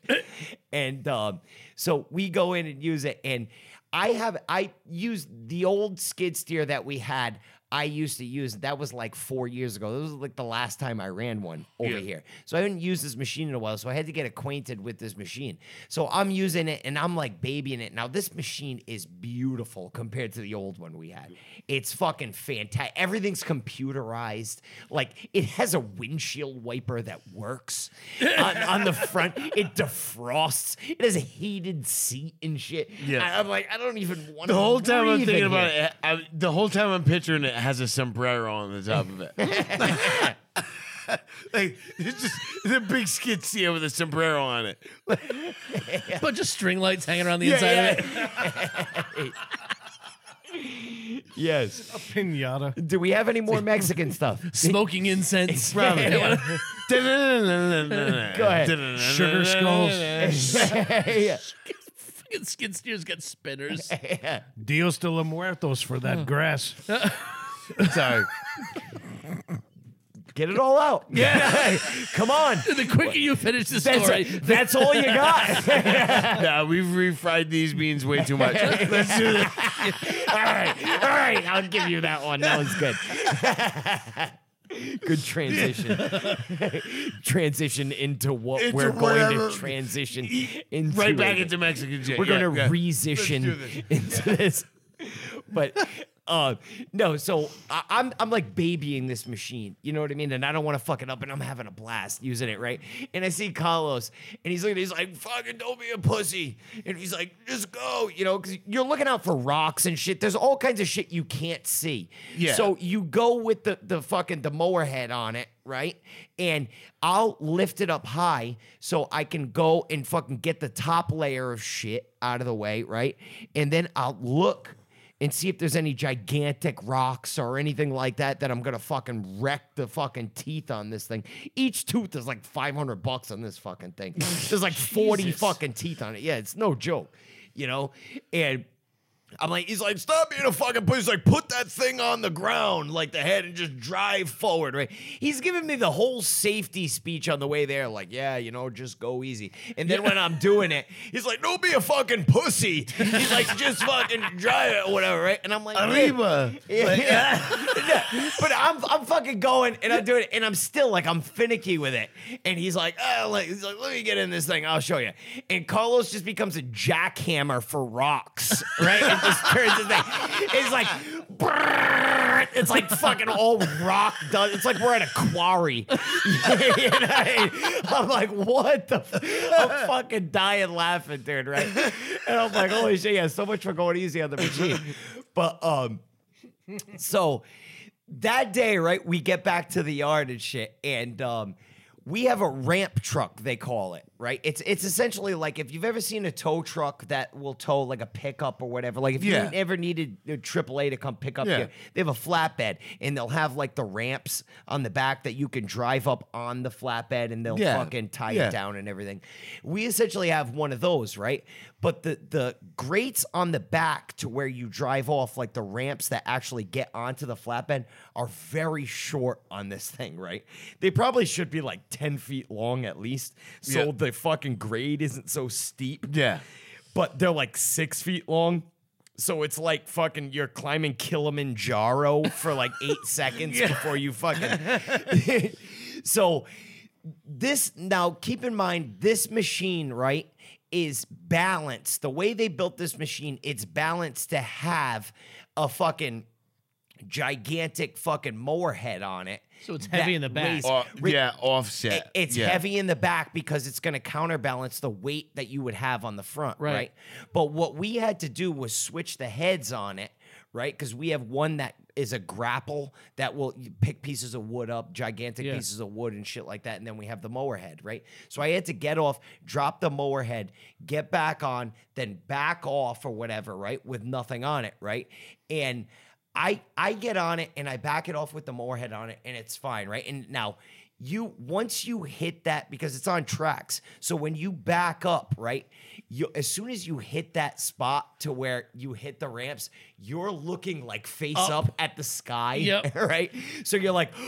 Speaker 4: And um, so we go in and use it. And I have, I used the old skid steer that we had. I used to use that was like four years ago. This was like the last time I ran one over here. So I hadn't used this machine in a while. So I had to get acquainted with this machine. So I'm using it and I'm like babying it. Now this machine is beautiful compared to the old one we had. It's fucking fantastic. Everything's computerized. Like it has a windshield wiper that works on, on the front. It defrosts. It has a heated seat and shit.
Speaker 2: Yeah.
Speaker 4: I, am like, I don't even want
Speaker 2: The whole time I'm thinking about it, I, the whole time I'm picturing it has a sombrero on the top of it. like it's just the big skid steer with a sombrero on it.
Speaker 1: bunch of string lights hanging around the inside of it.
Speaker 4: Yes.
Speaker 3: Pinata.
Speaker 4: Do we have any more Mexican stuff?
Speaker 1: Smoking incense.
Speaker 2: Probably.
Speaker 1: Yeah.
Speaker 2: Go ahead.
Speaker 3: Sugar skulls.
Speaker 4: Yeah.
Speaker 1: Fucking Skid steer's got spinners.
Speaker 3: Dios de los muertos for that grass.
Speaker 2: Sorry.
Speaker 4: Get it all out. Yeah. Come on.
Speaker 1: The quicker you finish the
Speaker 4: That's,
Speaker 1: story,
Speaker 4: that's all you got.
Speaker 2: nah, we've refried these beans way too much. Let's do this.
Speaker 4: all right. All right. I'll give you that one. That was good. good transition. transition into what
Speaker 2: Into
Speaker 4: we're
Speaker 2: whatever.
Speaker 4: going to transition into.
Speaker 2: Right back
Speaker 4: later.
Speaker 2: into Mexican jail.
Speaker 4: we're
Speaker 2: Yeah,
Speaker 4: going to
Speaker 2: yeah.
Speaker 4: resition
Speaker 2: Let's
Speaker 4: into this. But uh, no, so I, I'm I'm like babying this machine, you know what I mean? And I don't want to fuck it up, and I'm having a blast using it, right? And I see Carlos, and he's looking, he's like, "Fucking don't be a pussy," and he's like, "Just go," you know, because you're looking out for rocks and shit. There's all kinds of shit you can't see.
Speaker 2: Yeah.
Speaker 4: So you go with the the fucking the mower head on it, right? And I'll lift it up high so I can go and fucking get the top layer of shit out of the way, right? And then I'll look and see if there's any gigantic rocks or anything like that that I'm gonna fucking wreck the fucking teeth on this thing. Each tooth is like 500 bucks on this fucking thing. There's like 40 fucking teeth on it. Yeah, it's no joke, you know? And I'm like, he's like, stop being a fucking pussy. He's like, put that thing on the ground, like the head, and just drive forward, right? He's giving me the whole safety speech on the way there, like, yeah, you know, just go easy. And then when I'm doing it, he's like, don't be a fucking pussy. He's like, just fucking drive it, or whatever, right? And I'm like, "Man."
Speaker 2: Arriba.
Speaker 4: Yeah, yeah. Yeah. But I'm I'm fucking going and I'm doing it and I'm still like I'm finicky with it. And he's like, oh, like, he's like, let me get in this thing, I'll show you. And Carlos just becomes a jackhammer for rocks, right? And just turns his thing. It's like brrrr. it's like fucking all rock does. It's like we're at a quarry. You know? I'm like, what the? F-? I'm fucking dying laughing, dude. Right? And I'm like, holy shit, yeah, so much for going easy on the machine. But um, so that day, right, we get back to the yard and shit, and um, we have a ramp truck, they call it, right? It's it's essentially like if you've ever seen a tow truck that will tow like a pickup or whatever. Like if
Speaker 2: Yeah.
Speaker 4: you ever needed you know, AAA to come pick up
Speaker 2: Yeah.
Speaker 4: your, they have a flatbed, and they'll have like the ramps on the back that you can drive up on the flatbed, and they'll
Speaker 2: Yeah.
Speaker 4: fucking tie
Speaker 2: Yeah.
Speaker 4: it down and everything. We essentially have one of those, right? But the the grates on the back to where you drive off, like the ramps that actually get onto the flatbed, are very short on this thing, right? They probably should be like ten feet long at least, so
Speaker 2: Yeah.
Speaker 4: the fucking grade isn't so steep
Speaker 2: Yeah.
Speaker 4: but they're like six feet long. So it's like fucking you're climbing Kilimanjaro for like eight seconds before you fucking. so this now keep in mind this machine right is balanced. The way they built this machine, it's balanced to have a fucking gigantic fucking mower head on it.
Speaker 1: So it's heavy
Speaker 4: that
Speaker 1: in the back.
Speaker 4: weighs
Speaker 2: Or- yeah, offset.
Speaker 4: it- it's
Speaker 2: yeah.
Speaker 4: heavy in the back because it's going to counterbalance the weight that you would have on the front,
Speaker 1: Right.
Speaker 4: right? But what we had to do was switch the heads on it, right? Because we have one that is a grapple that will you pick pieces of wood up, gigantic
Speaker 1: Yeah.
Speaker 4: pieces of wood and shit like that, and then we have the mower head, right? So I had to get off, drop the mower head, get back on, then back off or whatever, right? With nothing on it, right? And I I get on it and I back it off with the mower head on it and it's fine, right? And now you once you hit that because it's on tracks. So when you back up, right? You as soon as you hit that spot to where you hit the ramps, you're looking like face up, at the sky,
Speaker 1: Yep.
Speaker 4: right? So you're like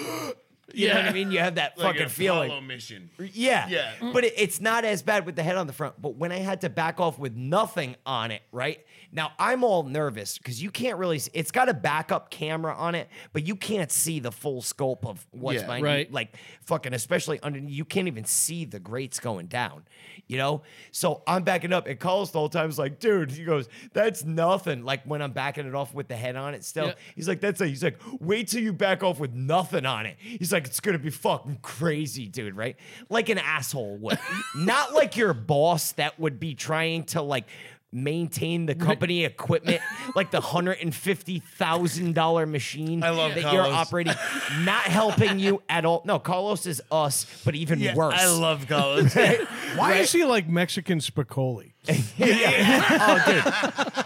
Speaker 4: You know what
Speaker 1: Yeah.
Speaker 4: I mean? You have that
Speaker 2: Like
Speaker 4: fucking
Speaker 2: a
Speaker 4: feeling.
Speaker 2: Apollo mission.
Speaker 4: Yeah. Mm.
Speaker 2: Yeah.
Speaker 4: But it, it's not as bad with the head on the front. But when I had to back off with nothing on it, right? Now I'm all nervous because you can't really see. It's got a backup camera on it, but you can't see the full scope of what's
Speaker 2: Yeah.
Speaker 4: behind
Speaker 1: Right.
Speaker 4: you. Like fucking, especially under you can't even see the grates going down, you know? So I'm backing up and Carlos the whole time is like, dude, he goes, that's nothing. Like when I'm backing it off with the head on it still,
Speaker 1: Yeah.
Speaker 4: He's like, that's it. He's like, wait till you back off with nothing on it. He's like, it's gonna be fucking crazy, dude, right? Like an asshole would. Not like your boss that would be trying to like maintain the company equipment, like the hundred and fifty thousand dollar machine
Speaker 2: I love
Speaker 4: that you're
Speaker 2: Carlos.
Speaker 4: operating, not helping you at all. No, Carlos is us, but even
Speaker 2: Yeah,
Speaker 4: worse.
Speaker 2: I love Carlos.
Speaker 3: Why is he like Mexican Spicoli?
Speaker 4: oh,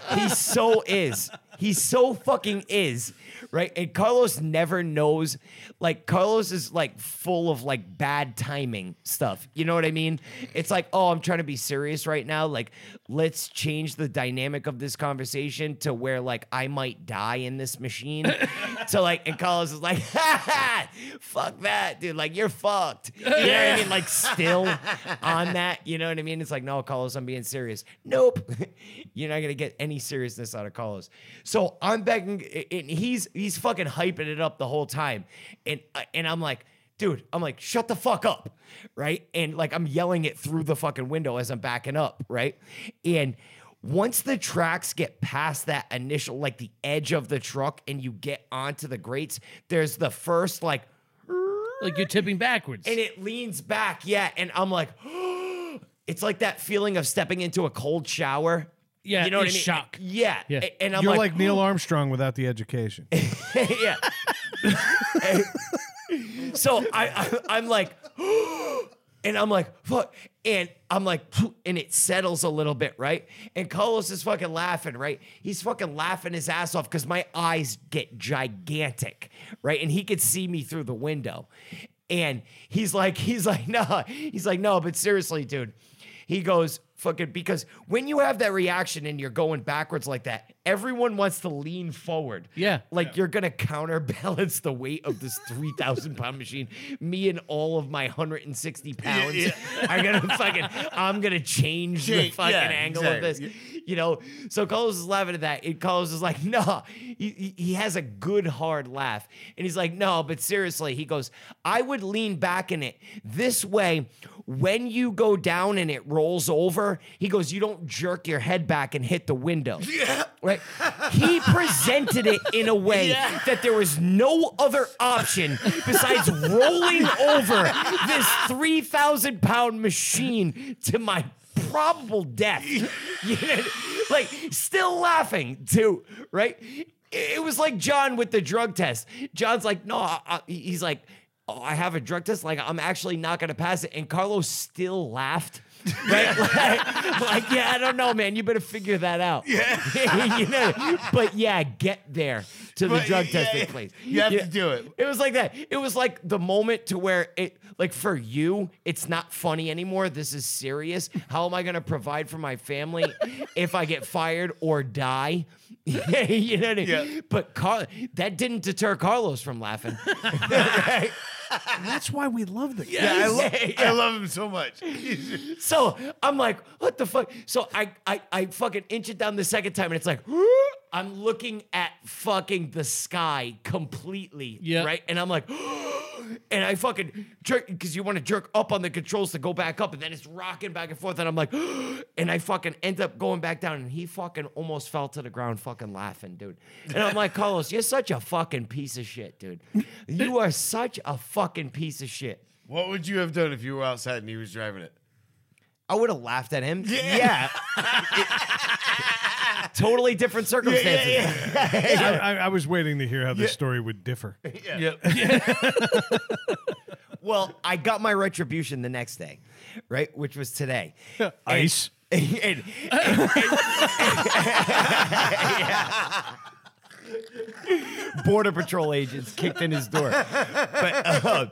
Speaker 4: dude. He so is. He so fucking is. Right? And Carlos never knows. Like, Carlos is like full of like bad timing stuff. You know what I mean? It's like, oh, I'm trying to be serious right now. Like, let's change the dynamic of this conversation to where like I might die in this machine. so like, and Carlos is like, ha, ha, fuck that, dude. Like you're fucked. You know what I mean? Like still on that. You know what I mean? It's like, no, Carlos, I'm being serious. Nope. you're not gonna get any seriousness out of Carlos. So I'm begging, and he's he's fucking hyping it up the whole time, and uh, and I'm like dude, I'm like, shut the fuck up, right? And like, I'm yelling it through the fucking window as I'm backing up, right? And once the tracks get past that initial, like the edge of the truck, and you get onto the grates, there's the first, like,
Speaker 1: Like you're tipping backwards.
Speaker 4: and it leans back, yeah. And I'm like, it's like that feeling of stepping into a cold shower.
Speaker 1: Yeah,
Speaker 4: you know what I
Speaker 1: it's
Speaker 4: mean?
Speaker 1: shock.
Speaker 4: Yeah,
Speaker 1: Yeah.
Speaker 4: a- and I'm
Speaker 3: You're like, Neil Armstrong without the education.
Speaker 4: yeah. so I, I I'm like, and I'm like, fuck, and I'm like, and it settles a little bit, right? And Carlos is fucking laughing, right? He's fucking laughing his ass off because my eyes get gigantic, right? And he could see me through the window, and he's like, he's like, no, he's like, no, but seriously, dude, he goes. Fucking because when you have that reaction and you're going backwards like that, everyone wants to lean forward.
Speaker 1: Yeah.
Speaker 4: Like you're gonna counterbalance the weight of this three thousand pound machine. Me and all of my hundred and sixty pounds are gonna fucking. I'm gonna change the
Speaker 2: Change-
Speaker 4: fucking
Speaker 2: yeah,
Speaker 4: angle
Speaker 2: exactly.
Speaker 4: of this. You know. So Carlos is laughing at that. And Carlos is like, "Nah." He, he- he has a good hard laugh, and he's like, "No, but seriously," he goes, "I would lean back in it this way." When you go down and it rolls over, he goes, "You don't jerk your head back and hit the window." Right. He presented it in a way that there was no other option besides rolling over this 3,000 pound machine to my probable death. You know, like, still laughing, too, right? It it was like John with the drug test. John's like, no, I- I- he's like, oh, I have a drug test. Like, I'm actually not going to pass it. And Carlos still laughed. Right? like, like, yeah, I don't know, man. You better figure that out. Yeah. you know, but yeah, get there to the
Speaker 2: But
Speaker 4: drug
Speaker 2: yeah,
Speaker 4: testing
Speaker 2: yeah.
Speaker 4: place.
Speaker 2: You have to
Speaker 4: Yeah.
Speaker 2: do it.
Speaker 4: It was like that. It was like the moment to where it, like for you, it's not funny anymore. This is serious. How am I going to provide for my family if I get fired or die? you know what I mean?
Speaker 2: Yeah.
Speaker 4: But Car- that didn't deter Carlos from laughing.
Speaker 5: That's why we love the
Speaker 2: Yeah, I, lo-
Speaker 4: Yeah.
Speaker 2: I love him so much.
Speaker 4: So I'm like, what the fuck? So I, I, I fucking inch it down the second time, and it's like, I'm looking at fucking the sky completely,
Speaker 1: Yeah.
Speaker 4: right? And I'm like, and I fucking jerk because you want to jerk up on the controls to go back up, and then it's rocking back and forth, and I'm like, and I fucking end up going back down, and he fucking almost fell to the ground, fucking laughing, dude. And I'm like, Carlos, you're such a fucking piece of shit, dude. You are such a fucking piece of shit.
Speaker 2: what would you have done if you were outside and he was driving it?
Speaker 4: I would have laughed at him. Yeah. totally different circumstances.
Speaker 3: I, I, I was waiting to hear how this story would differ.
Speaker 4: Well, I got my retribution the next day, right? Which was today.
Speaker 3: Ice.
Speaker 4: And- and- Yeah. Border patrol agents kicked in his door. But uh,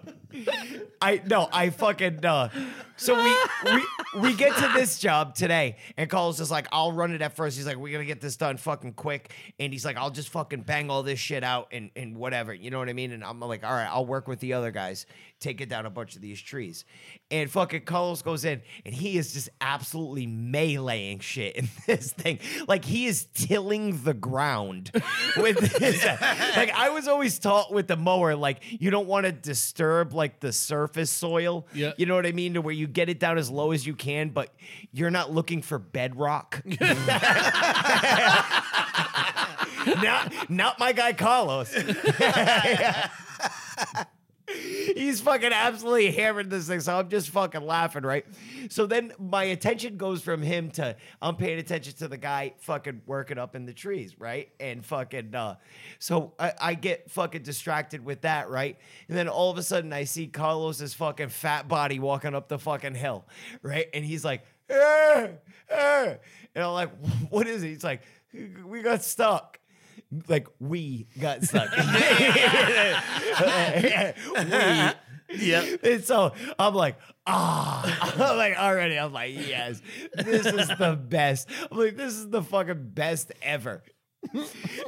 Speaker 4: I no, I fucking uh so we we we get to this job today and Cole's just like, I'll run it at first. He's like, We're gonna get this done fucking quick. And he's like, I'll just fucking bang all this shit out and and whatever. You know what I mean? And I'm like, all right, I'll work with the other guys, take it down a bunch of these trees. And fucking Carlos goes in and he is just absolutely meleeing shit in this thing. Like he is tilling the ground with this. like I was always taught with the mower, like you don't want to disturb like the surface soil.
Speaker 1: Yeah.
Speaker 4: You know what I mean? To where you get it down as low as you can, but you're not looking for bedrock. not, not my guy Carlos. He's fucking absolutely hammered this thing. So I'm just fucking laughing, right? So then my attention goes from him to I'm paying attention to the guy fucking working up in the trees, right? And fucking uh so I, I get fucking distracted with that, right? And then all of a sudden I see Carlos's fucking fat body walking up the fucking hill, right? And he's like, "Eh, eh." and I'm like, what is it? He's like, we got stuck like we got stuck. we
Speaker 2: Yeah.
Speaker 4: And so I'm like, ah, I'm like already, I'm like, yes, this is the best. I'm like, this is the fucking best ever.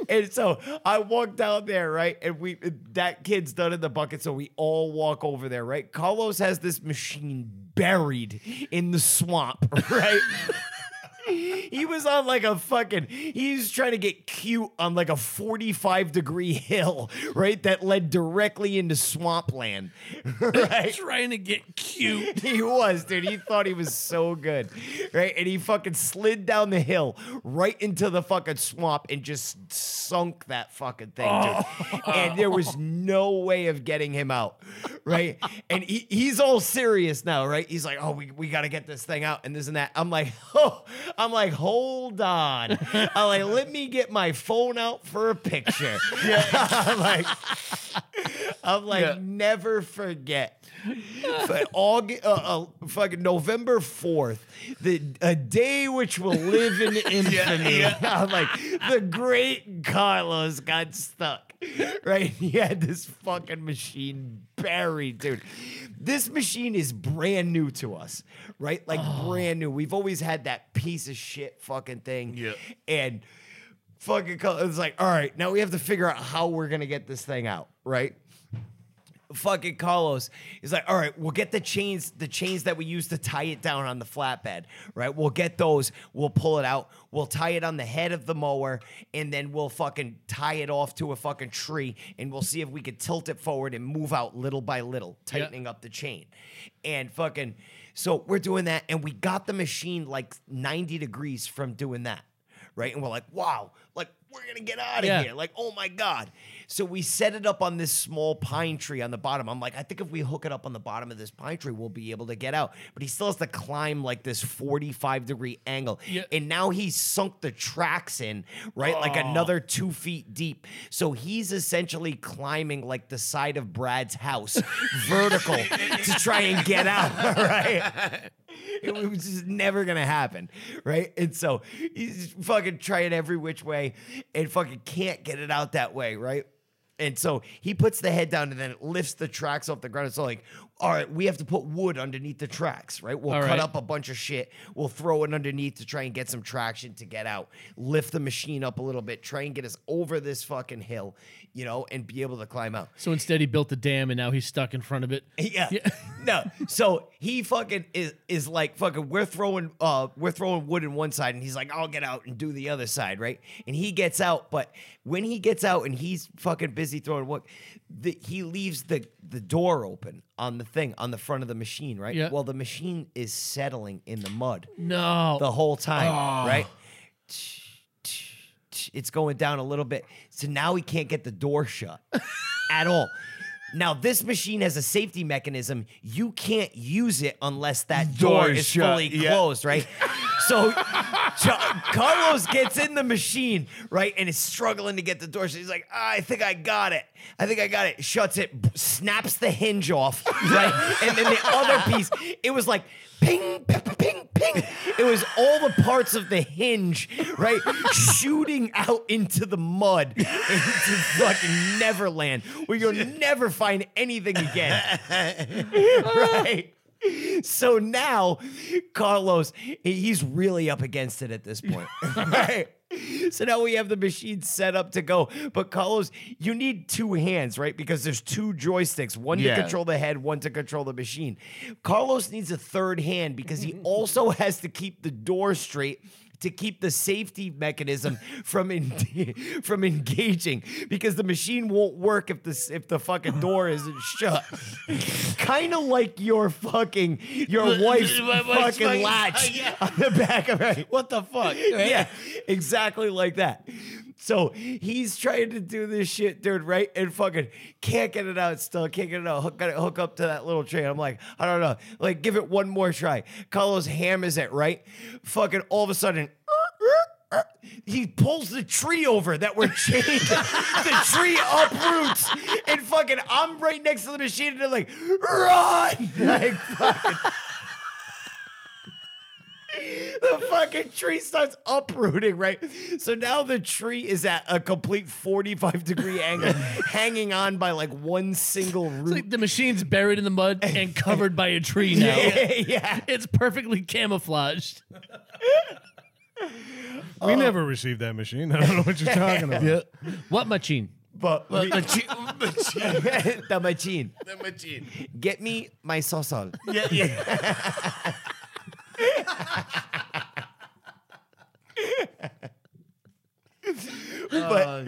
Speaker 4: and so I walk down there, right? And we that kid's done in the bucket, so we all walk over there, right? Carlos has this machine buried in the swamp, right? he was on like a fucking he's trying to get cute on like a 45 degree hill right that led directly into swampland right
Speaker 1: Trying to get cute.
Speaker 4: he was, dude. He thought he was so good, right? And he fucking slid down the hill right into the fucking swamp and just sunk that fucking thing, dude. And there was no way of getting him out, right? And he, he's all serious now, right? He's like, "Oh, we, we got to get this thing out," and this and that. I'm like, "Oh, I'm like, hold on, I'm like, let me get my phone out for a picture." I'm like, I'm like, never forget. But August, uh, uh, fucking November 4th, the, a day which will live in infamy. I'm like, the great Carlos got stuck, right? He had this fucking machine buried, dude. This machine is brand new to us, right? Like, brand new. We've always had that piece of shit fucking thing.
Speaker 2: Yeah.
Speaker 4: And fucking, Carl- it's like, all right, now we have to figure out how we're going to get this thing out, right? fucking Carlos is like, all right, we'll get the chains, the chains that we use to tie it down on the flatbed, right? We'll get those, we'll pull it out, we'll tie it on the head of the mower, and then we'll fucking tie it off to a fucking tree, and we'll see if we could tilt it forward and move out little by little, tightening up the chain. And fucking, so we're doing that, and we got the machine like 90 degrees from doing that, right? And we're like, wow, like, we're gonna get out of
Speaker 1: Yeah.
Speaker 4: here. Like, oh my God. So we set it up on this small pine tree on the bottom. I'm like, I think if we hook it up on the bottom of this pine tree, we'll be able to get out. But he still has to climb like this 45 degree angle.
Speaker 1: Yeah.
Speaker 4: And now he's sunk the tracks in, right? Like another two feet deep. So he's essentially climbing like the side of Brad's house vertical to try and get out, right? It was just never gonna happen, right? And so he's fucking trying every which way and fucking can't get it out that way, right? And so he puts the head down and then it lifts the tracks off the ground. So like, all right, we have to put wood underneath the tracks, right? We'll
Speaker 1: All
Speaker 4: cut
Speaker 1: right.
Speaker 4: up a bunch of shit. We'll throw it underneath to try and get some traction to get out. Lift the machine up a little bit, try and get us over this fucking hill, you know, and be able to climb out.
Speaker 1: So instead, he built a dam, and now he's stuck in front of it.
Speaker 4: Yeah. no. So he fucking is is like fucking we're throwing uh we're throwing wood in one side and he's like, I'll get out and do the other side, right? And he gets out, but when he gets out and he's fucking busy throwing wood, the, he leaves the the door open on the thing on the front of the machine, right?
Speaker 1: Yeah.
Speaker 4: Well the machine is settling in the mud
Speaker 1: No.
Speaker 4: the whole time,
Speaker 2: Ah.
Speaker 4: right? It's going down a little bit. So now he can't get the door shut at all. Now this machine has a safety mechanism. You can't use it unless that door,
Speaker 2: Door
Speaker 4: is
Speaker 2: shut,
Speaker 4: fully
Speaker 2: yeah.
Speaker 4: closed, right? So Cha- Carlos gets in the machine, right, and is struggling to get the door. shut. he's like, "Ah, I think I got it. I think I got it. Shuts it, b- snaps the hinge off, right? and then the other piece, it was like ping, p- p- ping, ping. It was all the parts of the hinge, right, shooting out into the mud, into fucking Neverland, where you'll never find anything again right. So now, Carlos, he's really up against it at this point. right. So now we have the machine set up to go. But Carlos, you need two hands, right? Because there's two joysticks one
Speaker 2: Yeah.
Speaker 4: to control the head, one to control the machine. Carlos needs a third hand because he also has to keep the door straight. To keep the safety mechanism from en- from engaging, because the machine won't work if the s- if the fucking door isn't shut. kind of like your fucking your wife's
Speaker 2: my wife's
Speaker 4: fucking
Speaker 2: fucking-
Speaker 4: latch
Speaker 2: uh, yeah.
Speaker 4: on the back of her. What the fuck? Yeah, exactly like that. So he's trying to do this shit, dude, right? And fucking can't get it out still, can't get it out. Hook, got it hook up to that little train. I'm like, I don't know. Like, give it one more try. Carlos hammers it, right? Fucking all of a sudden, he pulls the tree over that we're chained. the tree uproots, and fucking, I'm right next to the machine, and they're like, run! Like, fucking. the fucking tree starts uprooting, right? So now the tree is at a complete 45 degree angle, hanging on by like one single root.
Speaker 1: It's like the machine's buried in the mud and covered by a tree now.
Speaker 4: yeah, yeah.
Speaker 1: It's perfectly camouflaged.
Speaker 4: Uh.
Speaker 3: We never received that machine. I don't know what you're talking about.
Speaker 1: What machine?
Speaker 4: But the
Speaker 2: Machine. Machine.
Speaker 4: machine.
Speaker 2: The machine.
Speaker 4: Get me my sosal.
Speaker 2: Yeah, yeah.
Speaker 4: but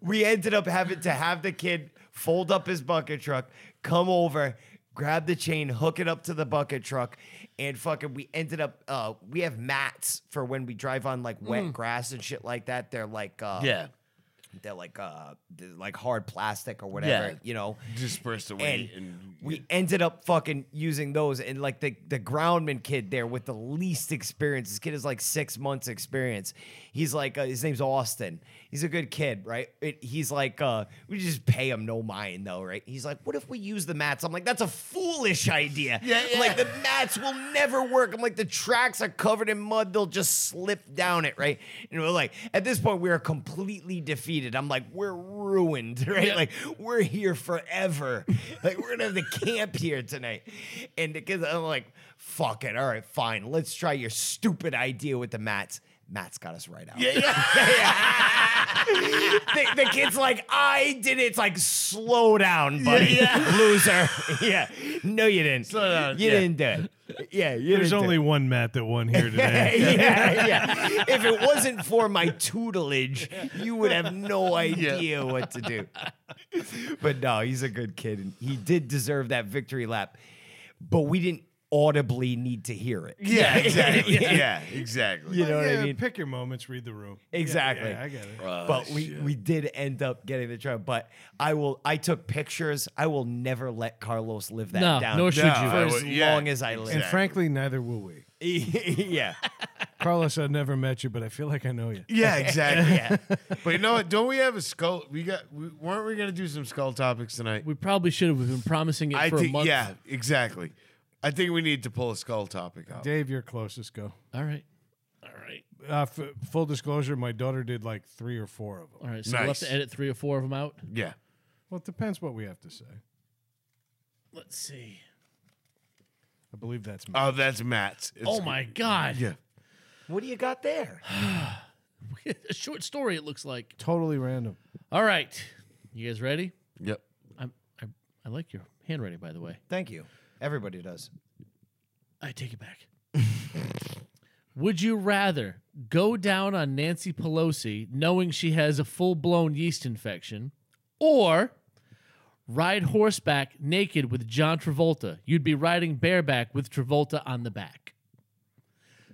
Speaker 4: we ended up having to have the kid fold up his bucket truck, come over, grab the chain, hook it up to the bucket truck, and fucking we ended up uh we have mats for when we drive on like
Speaker 1: Mm.
Speaker 4: wet grass and shit like that. They're like uh
Speaker 2: Yeah.
Speaker 4: they're like uh they're like hard plastic or whatever,
Speaker 2: Yeah.
Speaker 4: you know.
Speaker 2: Disperse the
Speaker 4: And
Speaker 2: weight and,
Speaker 4: we ended up fucking using those and like the the groundman kid there with the least experience. This kid is like six months experience. He's like uh, his name's Austin. He's a good kid, right? It, he's like uh, we just pay him no mind though, right? He's like, what if we use the mats? I'm like, that's a foolish idea.
Speaker 2: Yeah, yeah.
Speaker 4: Like the mats will never work. I'm like, the tracks are covered in mud. They'll just slip down it, right? And we're like, at this point, we are completely defeated. I'm like, we're ruined, right? Like, we're here forever. like, we're going to have to camp here tonight. And the kids, I'm like, fuck it. All right, fine. Let's try your stupid idea with the mats. Matt's got us right out. Yeah, the, the kid's like, I did it. It's like, slow down, buddy. Loser. yeah. No, you didn't.
Speaker 2: Slow down,
Speaker 4: You
Speaker 2: yeah.
Speaker 4: didn't do it. Yeah, you
Speaker 3: There's
Speaker 4: didn't do
Speaker 3: only
Speaker 4: it.
Speaker 3: one Matt that won here today.
Speaker 4: yeah, yeah. If it wasn't for my tutelage, you would have no idea what to do. But no, he's a good kid, and he did deserve that victory lap. But we didn't audibly need to hear it.
Speaker 2: yeah, exactly. yeah. exactly.
Speaker 4: You know what
Speaker 3: Yeah,
Speaker 4: I mean?
Speaker 3: Pick your moments, read the room.
Speaker 4: Exactly.
Speaker 3: Yeah, I get it.
Speaker 1: Oh,
Speaker 4: but we,
Speaker 2: Oh,
Speaker 4: we did end up getting the trophy. But I will. I took pictures. I will never let Carlos live that
Speaker 1: No,
Speaker 4: down
Speaker 1: nor should
Speaker 2: No,
Speaker 1: you.
Speaker 2: I
Speaker 4: for as
Speaker 2: would- yeah,
Speaker 4: long as I live.
Speaker 3: And frankly, neither will we.
Speaker 4: yeah.
Speaker 3: Carlos, I've never met you, but I feel like I know you.
Speaker 2: Yeah, exactly.
Speaker 4: Yeah.
Speaker 2: But you know what? Don't we have a skull? We got. We, weren't we gonna do some skull topics tonight?
Speaker 1: We probably should have been promising it
Speaker 2: I
Speaker 1: for a
Speaker 2: think.
Speaker 1: month.
Speaker 2: Yeah, exactly. I think we need to pull a skull topic out.
Speaker 3: Dave, you're closest. Go.
Speaker 1: All right. All right.
Speaker 3: Uh, f- full disclosure, my daughter did like three or four of them.
Speaker 1: All right. So we'll have
Speaker 2: Nice.
Speaker 1: to edit three or four of them out.
Speaker 2: Yeah.
Speaker 3: Well, it depends what we have to say.
Speaker 1: Let's see.
Speaker 3: I believe that's me.
Speaker 2: Oh, that's Matt's. It's-
Speaker 1: Oh my God.
Speaker 2: Yeah.
Speaker 4: What do you got there?
Speaker 1: a short story, it looks like.
Speaker 3: totally random.
Speaker 1: All right. You guys ready?
Speaker 2: Yep.
Speaker 1: I'm, I, I like your handwriting, by the way.
Speaker 4: Thank you. Everybody does.
Speaker 1: I take it back. Would you rather go down on Nancy Pelosi knowing she has a full blown yeast infection or ride horseback naked with John Travolta? You'd be riding bareback with Travolta on the back.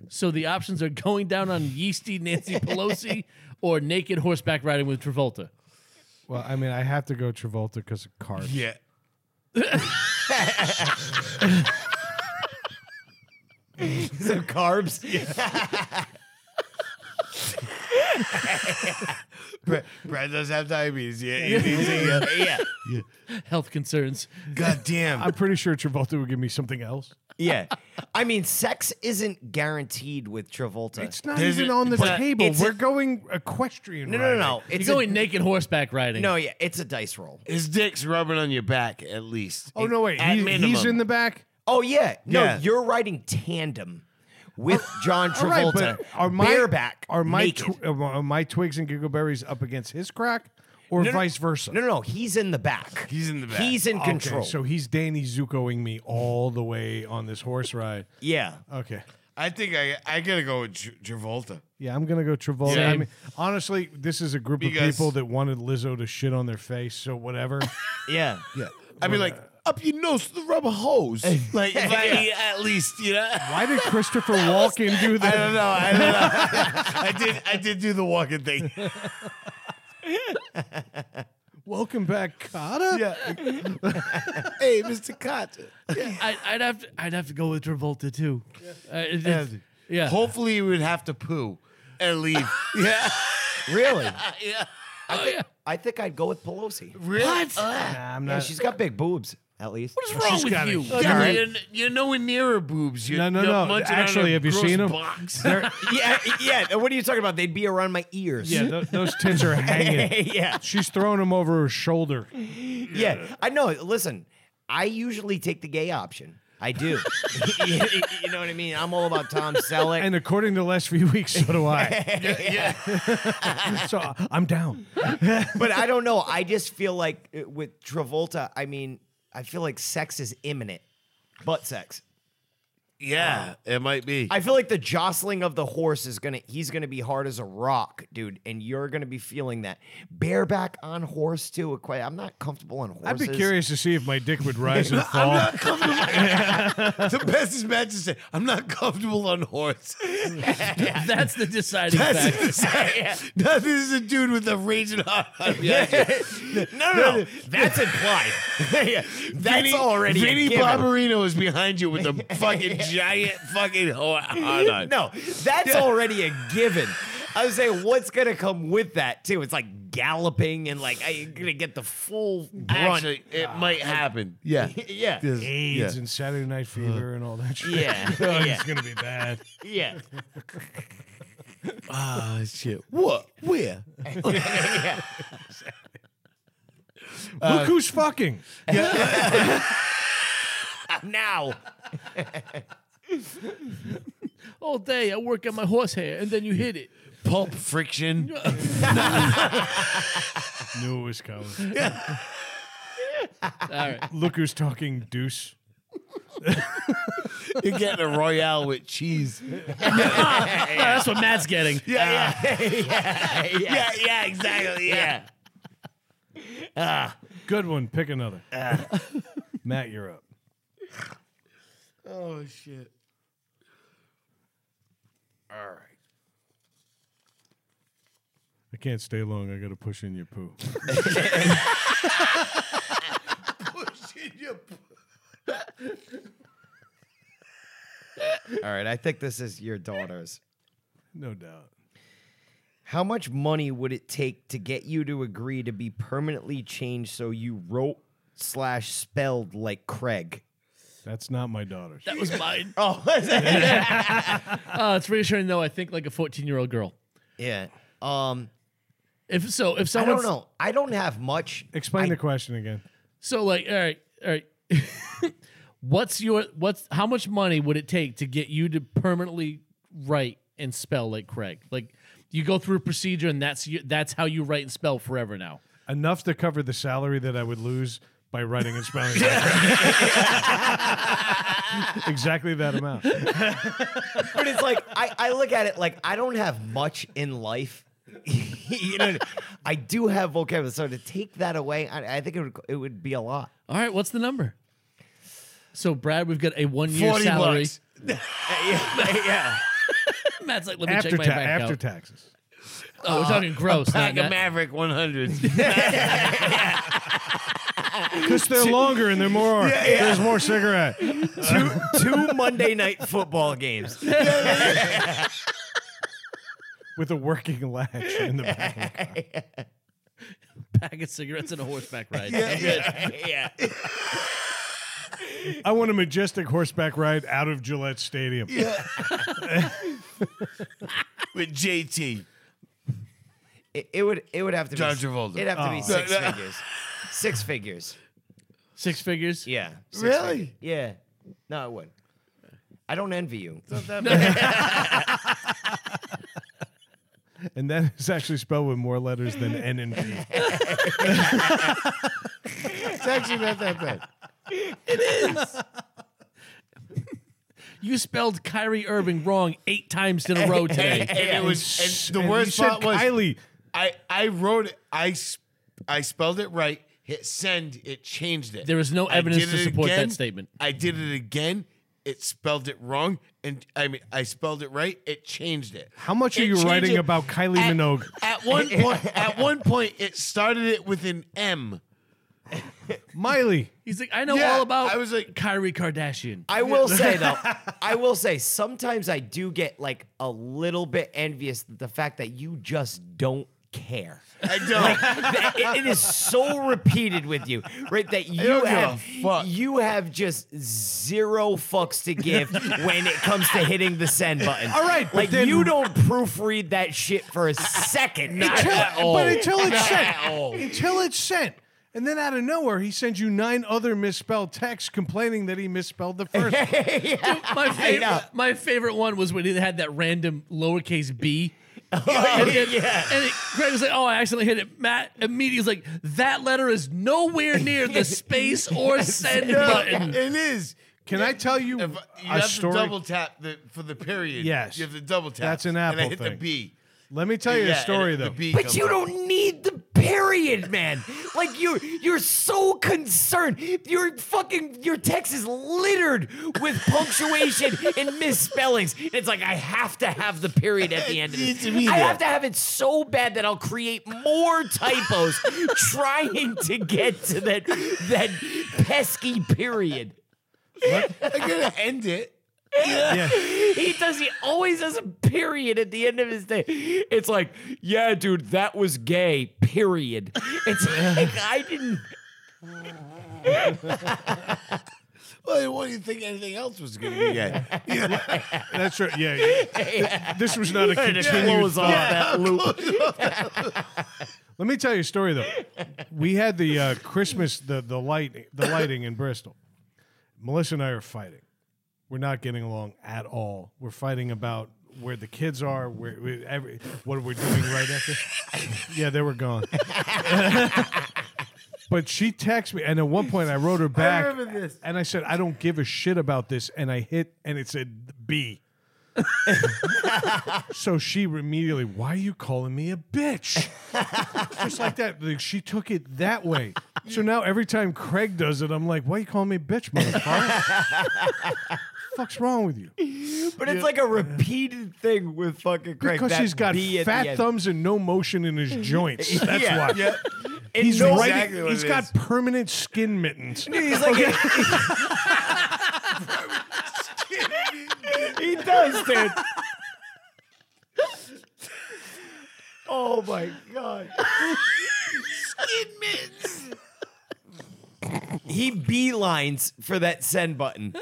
Speaker 1: So the options are going down on yeasty Nancy Pelosi or naked horseback riding with Travolta.
Speaker 3: Well, I mean, I have to go Travolta because of cars.
Speaker 2: Yeah.
Speaker 4: Some carbs.
Speaker 2: Brad, Brad does have diabetes. Yeah. yeah.
Speaker 4: yeah.
Speaker 1: Health concerns.
Speaker 2: God damn.
Speaker 3: I'm pretty sure Travolta would give me something else.
Speaker 4: Yeah. I mean, sex isn't guaranteed with Travolta.
Speaker 3: It's not
Speaker 2: There's
Speaker 3: even
Speaker 2: a-
Speaker 3: on the
Speaker 2: but
Speaker 3: table.
Speaker 4: it's a-
Speaker 3: We're going equestrian.
Speaker 4: no, no, no, no.
Speaker 3: riding.
Speaker 4: It's
Speaker 1: You're
Speaker 4: a-
Speaker 1: going naked horseback riding.
Speaker 4: no, yeah, it's a dice roll.
Speaker 2: His dick's rubbing on your back at least.
Speaker 3: Oh no, wait.
Speaker 2: At
Speaker 3: He- he's
Speaker 2: minimum.
Speaker 3: in the back.
Speaker 4: Oh yeah, no,
Speaker 2: Yeah.
Speaker 4: you're riding tandem with John
Speaker 3: All right,
Speaker 4: Travolta,
Speaker 3: but are my
Speaker 4: bareback,
Speaker 3: are my
Speaker 4: naked.
Speaker 3: tw- are my twigs and giggleberries up against his crack, or
Speaker 4: No, no,
Speaker 3: vice versa?
Speaker 4: No, no, no, he's in the back.
Speaker 2: He's in the back.
Speaker 4: He's in
Speaker 3: Okay,
Speaker 4: control.
Speaker 3: so he's Danny Zukoing me all the way on this horse ride.
Speaker 4: yeah,
Speaker 3: Okay.
Speaker 2: I think I I gotta go with Tra- Travolta.
Speaker 3: Yeah, I'm gonna go Travolta. I
Speaker 1: Same.
Speaker 3: mean, honestly, this is a group of
Speaker 2: Because-
Speaker 3: people that wanted Lizzo to shit on their face, so whatever.
Speaker 4: yeah,
Speaker 3: yeah.
Speaker 2: I'd be like
Speaker 1: uh,
Speaker 2: up your nose to the rubber hose. like if I, at least you know.
Speaker 3: Why did Christopher Walken do
Speaker 2: I
Speaker 3: that?
Speaker 2: don't know. I don't know. I did. I did do the walking thing.
Speaker 3: Welcome back, Kata.
Speaker 2: Yeah. hey, Mr. Carter.
Speaker 1: I, I'd have to, I'd have to go with Travolta too. Uh, it- it's- yeah.
Speaker 2: Hopefully, you would have to poo and leave. yeah.
Speaker 4: really.
Speaker 2: Yeah.
Speaker 1: Oh, yeah.
Speaker 4: I think I'd go with Pelosi.
Speaker 3: Uh,
Speaker 2: Really?
Speaker 1: What?
Speaker 4: Yeah, she's got big boobs. at least.
Speaker 1: What is wrong
Speaker 3: She's
Speaker 1: with
Speaker 3: got a
Speaker 1: you?
Speaker 3: huge-
Speaker 2: Yeah,
Speaker 3: Alright.
Speaker 2: you're, you're nowhere near her boobs. You're,
Speaker 3: No, no,
Speaker 2: you're
Speaker 3: no.
Speaker 2: munching on
Speaker 3: Actually,
Speaker 2: a
Speaker 3: have you
Speaker 2: gross
Speaker 3: seen 'em?
Speaker 2: box.
Speaker 3: They're-
Speaker 4: yeah, yeah. What are you talking about? They'd be around my ears.
Speaker 3: yeah, tho- those tins are hanging.
Speaker 4: yeah,
Speaker 3: She's throwing them over her shoulder.
Speaker 4: yeah. I know. Listen, I usually take the gay option. I do. you, you know what I mean? I'm all about Tom Selleck.
Speaker 3: And according to the last few weeks, so do I.
Speaker 2: yeah.
Speaker 3: so I'm down.
Speaker 4: but I don't know. I just feel like uh, with Travolta, I mean, I feel like sex is imminent. Butt sex.
Speaker 2: Yeah, it might be.
Speaker 4: I feel like the jostling of the horse is gonna he's gonna be hard as a rock, dude, and you're gonna be feeling that. Bareback on horse too. Quite I'm not comfortable on horses.
Speaker 3: I'd be curious to see if my dick would rise and fall.
Speaker 2: the best is Matt just said, I'm not comfortable on horse.
Speaker 1: That's the deciding
Speaker 2: That's
Speaker 1: factor.
Speaker 2: that is a dude with a raging hot hot behind you.
Speaker 4: no, no, no. That's implied. Yeah, That's
Speaker 2: Vinny-
Speaker 4: already a
Speaker 2: Vinny
Speaker 4: given.
Speaker 2: Barbarino is behind you with a fucking giant fucking hot hot on.
Speaker 4: No, that's already a given. I was saying, what's gonna come with that too? It's like galloping and like I gonna get the full brunt.
Speaker 2: Actually, uh, it might happen. Yeah.
Speaker 4: yeah,
Speaker 2: This-
Speaker 3: AIDS
Speaker 2: yeah. Uh-huh.
Speaker 3: and Saturday Night Fever and all that shit.
Speaker 4: Yeah,
Speaker 3: Oh,
Speaker 4: yeah.
Speaker 3: It's going to be bad.
Speaker 4: yeah,
Speaker 2: Ah, shit. What? Where?
Speaker 4: yeah.
Speaker 2: Uh,
Speaker 3: Look who's fucking.
Speaker 4: Now,
Speaker 1: All day I work on my horse hair, and then you hit it.
Speaker 2: Pulp friction.
Speaker 3: Knew it was coming.
Speaker 1: All right.
Speaker 3: Look who's talking deuce.
Speaker 2: You're getting a royale with cheese.
Speaker 1: No, that's what Matt's getting.
Speaker 2: Yeah, yeah,
Speaker 4: yeah,
Speaker 2: yeah, yeah, exactly. Yeah.
Speaker 3: Good one. Pick another. Matt, you're up.
Speaker 2: Oh shit. All right.
Speaker 3: I can't stay long. I got to push in your poo.
Speaker 4: All right, I think this is your daughter's.
Speaker 3: No doubt.
Speaker 4: How much money would it take to get you to agree to be permanently changed so you wrote slash spelled like Craig?
Speaker 3: That's not my daughter's.
Speaker 1: That was mine.
Speaker 4: Oh,
Speaker 1: Uh, it's reassuring though. I think like a 14 year old girl.
Speaker 4: yeah. Um,
Speaker 1: If so, if
Speaker 4: I
Speaker 1: someone
Speaker 4: don't know. I don't have much.
Speaker 3: Explain the question again.
Speaker 1: So like, all right, all right. what's your what's how much money would it take to get you to permanently write and spell like Craig? Like you go through a procedure and that's you, that's how you write and spell forever now.
Speaker 3: Enough to cover the salary that I would lose by writing and spelling. exactly that amount.
Speaker 4: but it's like I, I look at it like I don't have much in life. you know, I do have vocabulary, so to take that away, I, I think it would it would be a lot.
Speaker 1: All right, what's the number? So Brad, we've got a one year
Speaker 2: 40
Speaker 1: salary.
Speaker 2: bucks.
Speaker 1: Matt's like, let me
Speaker 3: After,
Speaker 1: check my
Speaker 3: ta-
Speaker 1: bank
Speaker 3: after
Speaker 1: account.
Speaker 3: taxes.
Speaker 1: oh, we're talking gross.
Speaker 2: Pack
Speaker 1: Not net.
Speaker 2: a Maverick 100.
Speaker 3: Because they're longer and they're more. There's more cigarette. Um,
Speaker 4: two two Monday night football games.
Speaker 3: with a working latch in the back.
Speaker 1: pack of cigarettes and a horseback ride.
Speaker 4: yeah.
Speaker 3: I want a majestic horseback ride out of Gillette Stadium.
Speaker 2: with JT.
Speaker 4: It, it would it would have to
Speaker 2: John
Speaker 4: be
Speaker 2: Travolta.
Speaker 4: It'd have to be
Speaker 3: Oh.
Speaker 4: six
Speaker 2: No, no.
Speaker 4: figures. Six figures.
Speaker 1: Six figures.
Speaker 4: Yeah. Six
Speaker 2: Really?
Speaker 4: figures. Yeah. No, it would. I don't envy you.
Speaker 3: And that is actually spelled with more letters than N and P.
Speaker 2: It's actually not that bad.
Speaker 1: You spelled Kyrie Irving wrong eight times in a row
Speaker 2: And,
Speaker 1: today.
Speaker 2: and it was and the
Speaker 3: And you
Speaker 2: worst
Speaker 3: said
Speaker 2: part was
Speaker 3: Kylie.
Speaker 2: I I wrote it. I s- I spelled it right. Hit send. It changed it.
Speaker 1: There is no
Speaker 2: I
Speaker 1: evidence
Speaker 2: did
Speaker 1: to
Speaker 2: it
Speaker 1: support that
Speaker 2: again,
Speaker 1: statement.
Speaker 2: I did it again. It spelled it wrong, and I mean I spelled it right. It changed it.
Speaker 3: How much are
Speaker 2: It
Speaker 3: you
Speaker 2: changed
Speaker 3: writing
Speaker 2: it.
Speaker 3: about Kylie
Speaker 2: At-
Speaker 3: Minogue?
Speaker 2: At one point, at one point, it started it with an M.
Speaker 3: Miley.
Speaker 1: He's like, I know
Speaker 2: Yeah,
Speaker 1: all about.
Speaker 2: I was like-
Speaker 1: Kyrie Kardashian.
Speaker 4: I will say though, I will say sometimes I do get like a little bit envious at the fact that you just don't care.
Speaker 6: I don't.
Speaker 4: That- it- it is so repeated with you, right? That you
Speaker 6: don't give a
Speaker 4: have
Speaker 6: fuck.
Speaker 4: you have just zero fucks to give when it comes to hitting the send button.
Speaker 3: All right, but
Speaker 4: like
Speaker 3: then-
Speaker 4: you don't proofread that shit for a second. Not
Speaker 3: Until-
Speaker 4: at all.
Speaker 3: But until it's
Speaker 4: Not
Speaker 3: sent,
Speaker 4: at all.
Speaker 3: until it's sent, and then out of nowhere he sends you nine other misspelled texts complaining that he misspelled the first. one.
Speaker 1: My
Speaker 4: know.
Speaker 1: favorite, my favorite one was when it had that random lowercase b. and, it-
Speaker 4: Oh, yeah.
Speaker 1: and it, Greg was like, "Oh, I accidentally hit it." Matt immediately was like, "That letter is nowhere near the space or send button."
Speaker 6: It is.
Speaker 3: Can I tell you,
Speaker 6: If, uh, you
Speaker 3: a
Speaker 6: have
Speaker 3: story?
Speaker 6: to double tap the, for the period.
Speaker 3: Yes.
Speaker 6: You have to double tap.
Speaker 3: That's an
Speaker 6: And I
Speaker 3: Apple
Speaker 6: hit the
Speaker 3: thing.
Speaker 6: B.
Speaker 3: Let me tell you
Speaker 6: Yeah,
Speaker 3: a story
Speaker 6: and
Speaker 3: though.
Speaker 6: The B
Speaker 4: But
Speaker 6: comes
Speaker 4: you
Speaker 6: up.
Speaker 4: don't need the period, man. Like you, you're so concerned. Your fucking your text is littered with punctuation and misspellings. It's like I have to have the period at the end of
Speaker 6: It needs
Speaker 4: this.
Speaker 6: to be
Speaker 4: I
Speaker 6: there.
Speaker 4: have to have it so bad that I'll create more typos trying to get to that that pesky period.
Speaker 6: I gotta end it.
Speaker 4: He does. He always has a period at the end of his day. It's like, yeah, dude, that was gay. Period. It's like I didn't.
Speaker 6: Well, what do you think anything else was gonna be? Yeah.
Speaker 3: That's right. Yeah. yeah. Th- This was not a continued
Speaker 4: off that loop.
Speaker 3: Let me tell you a story though. We had the uh, Christmas the the light the lighting in Bristol. Melissa and I are fighting. We're not getting along at all. We're fighting about where the kids are, where, where every, what we're doing right after. yeah, they were gone. but she texted me, and at one point I wrote her back,
Speaker 6: remember this.
Speaker 3: and I said, "I don't give a shit about this," and I hit, and it said B. so she immediately, why are you calling me a bitch? just like that. Like she took it that way. So now every time Craig does it, I'm like, why you calling me bitch, motherfucker? Fuck's wrong with you?
Speaker 4: But it's like a repeated thing with fucking Craig.
Speaker 3: Because
Speaker 4: that
Speaker 3: he's got
Speaker 4: B at the
Speaker 3: fat
Speaker 4: end.
Speaker 3: thumbs and no motion in his joints. That's
Speaker 4: Yeah.
Speaker 3: why.
Speaker 6: yeah.
Speaker 4: And
Speaker 3: He's
Speaker 4: no-
Speaker 3: writing.
Speaker 6: exactly what
Speaker 3: he's
Speaker 6: it
Speaker 3: got
Speaker 6: is.
Speaker 3: permanent skin mittens.
Speaker 4: He's like, he does, dude. Oh my god. He beelines for that send button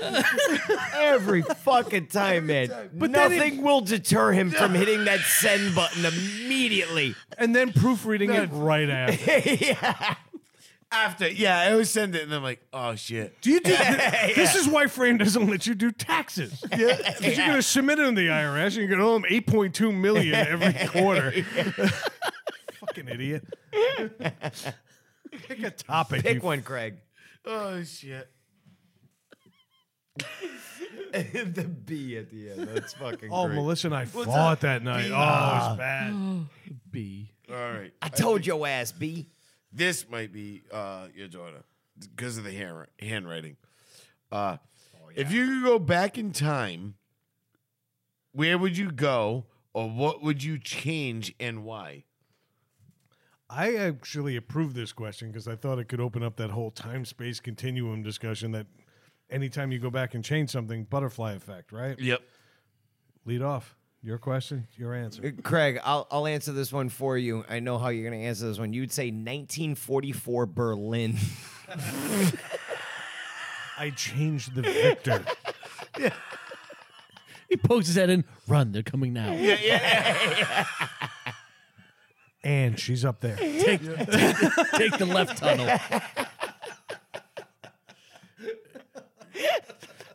Speaker 4: every fucking time, man. But
Speaker 3: then
Speaker 4: nothing will deter him from hitting that send button immediately.
Speaker 3: And then proofreading it right after.
Speaker 6: After, yeah, I always send it, and I'm like, oh shit.
Speaker 3: Do you do This is why Fran doesn't let you do taxes. Yeah. You're going to submit it in the IRS and oh, you're going to owe him 8.2 million every quarter. Fucking idiot. Pick a topic. you
Speaker 4: Pick one, Craig.
Speaker 6: Oh shit.
Speaker 4: the B at the end. That's fucking
Speaker 3: Oh, Melissa and I fought that night. Oh, it was bad.
Speaker 1: B.
Speaker 6: All right.
Speaker 4: I told your ass, B.
Speaker 6: This might be uh, your daughter because of the hand- handwriting. Uh, If you could go back in time, where would you go, or what would you change, and why?
Speaker 3: I actually approved this question because I thought it could open up that whole time space continuum discussion that anytime you go back and change something, butterfly effect, right?
Speaker 6: Yep.
Speaker 3: Lead off. Your question, your answer.
Speaker 4: Craig, I'll, I'll answer this one for you. I know how you're going to answer this one. You'd say 1944 Berlin.
Speaker 3: I changed the victor.
Speaker 1: He pokes his head in. Run! They're coming now.
Speaker 3: and she's up there.
Speaker 1: Take, take, take the left tunnel.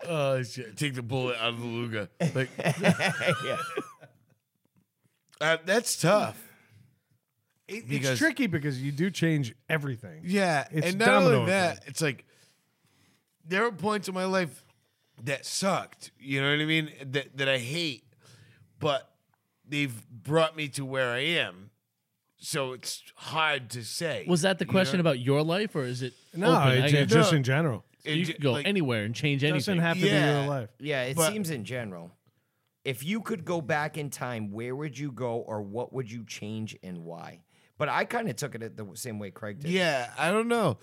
Speaker 6: Oh shit! Take the bullet out of the Luga. Like, uh, that's tough.
Speaker 3: It-
Speaker 6: Because-
Speaker 3: it's tricky because you do change everything.
Speaker 6: Yeah,
Speaker 3: It's
Speaker 6: and not
Speaker 3: domino
Speaker 6: only that, it's like there are points in my life that sucked. You know what I mean? That that I hate, but they've brought me to where I am. So it's hard to say.
Speaker 1: Was that the
Speaker 6: You
Speaker 1: question
Speaker 6: know?
Speaker 1: about your life, or is it
Speaker 3: No,
Speaker 1: open?
Speaker 3: it-
Speaker 1: I
Speaker 3: it
Speaker 1: guess
Speaker 3: just
Speaker 6: No.
Speaker 3: in general.
Speaker 6: It
Speaker 1: you
Speaker 6: ju-
Speaker 1: could go
Speaker 6: like,
Speaker 1: anywhere and change
Speaker 3: It
Speaker 1: anything.
Speaker 3: doesn't have to be
Speaker 6: Yeah.
Speaker 3: your life.
Speaker 4: yeah, it
Speaker 6: But-
Speaker 4: seems in general. If you could go back in time, where would you go or what would you change and why? But I kind of took it the same way Craig did.
Speaker 6: Yeah, I don't know.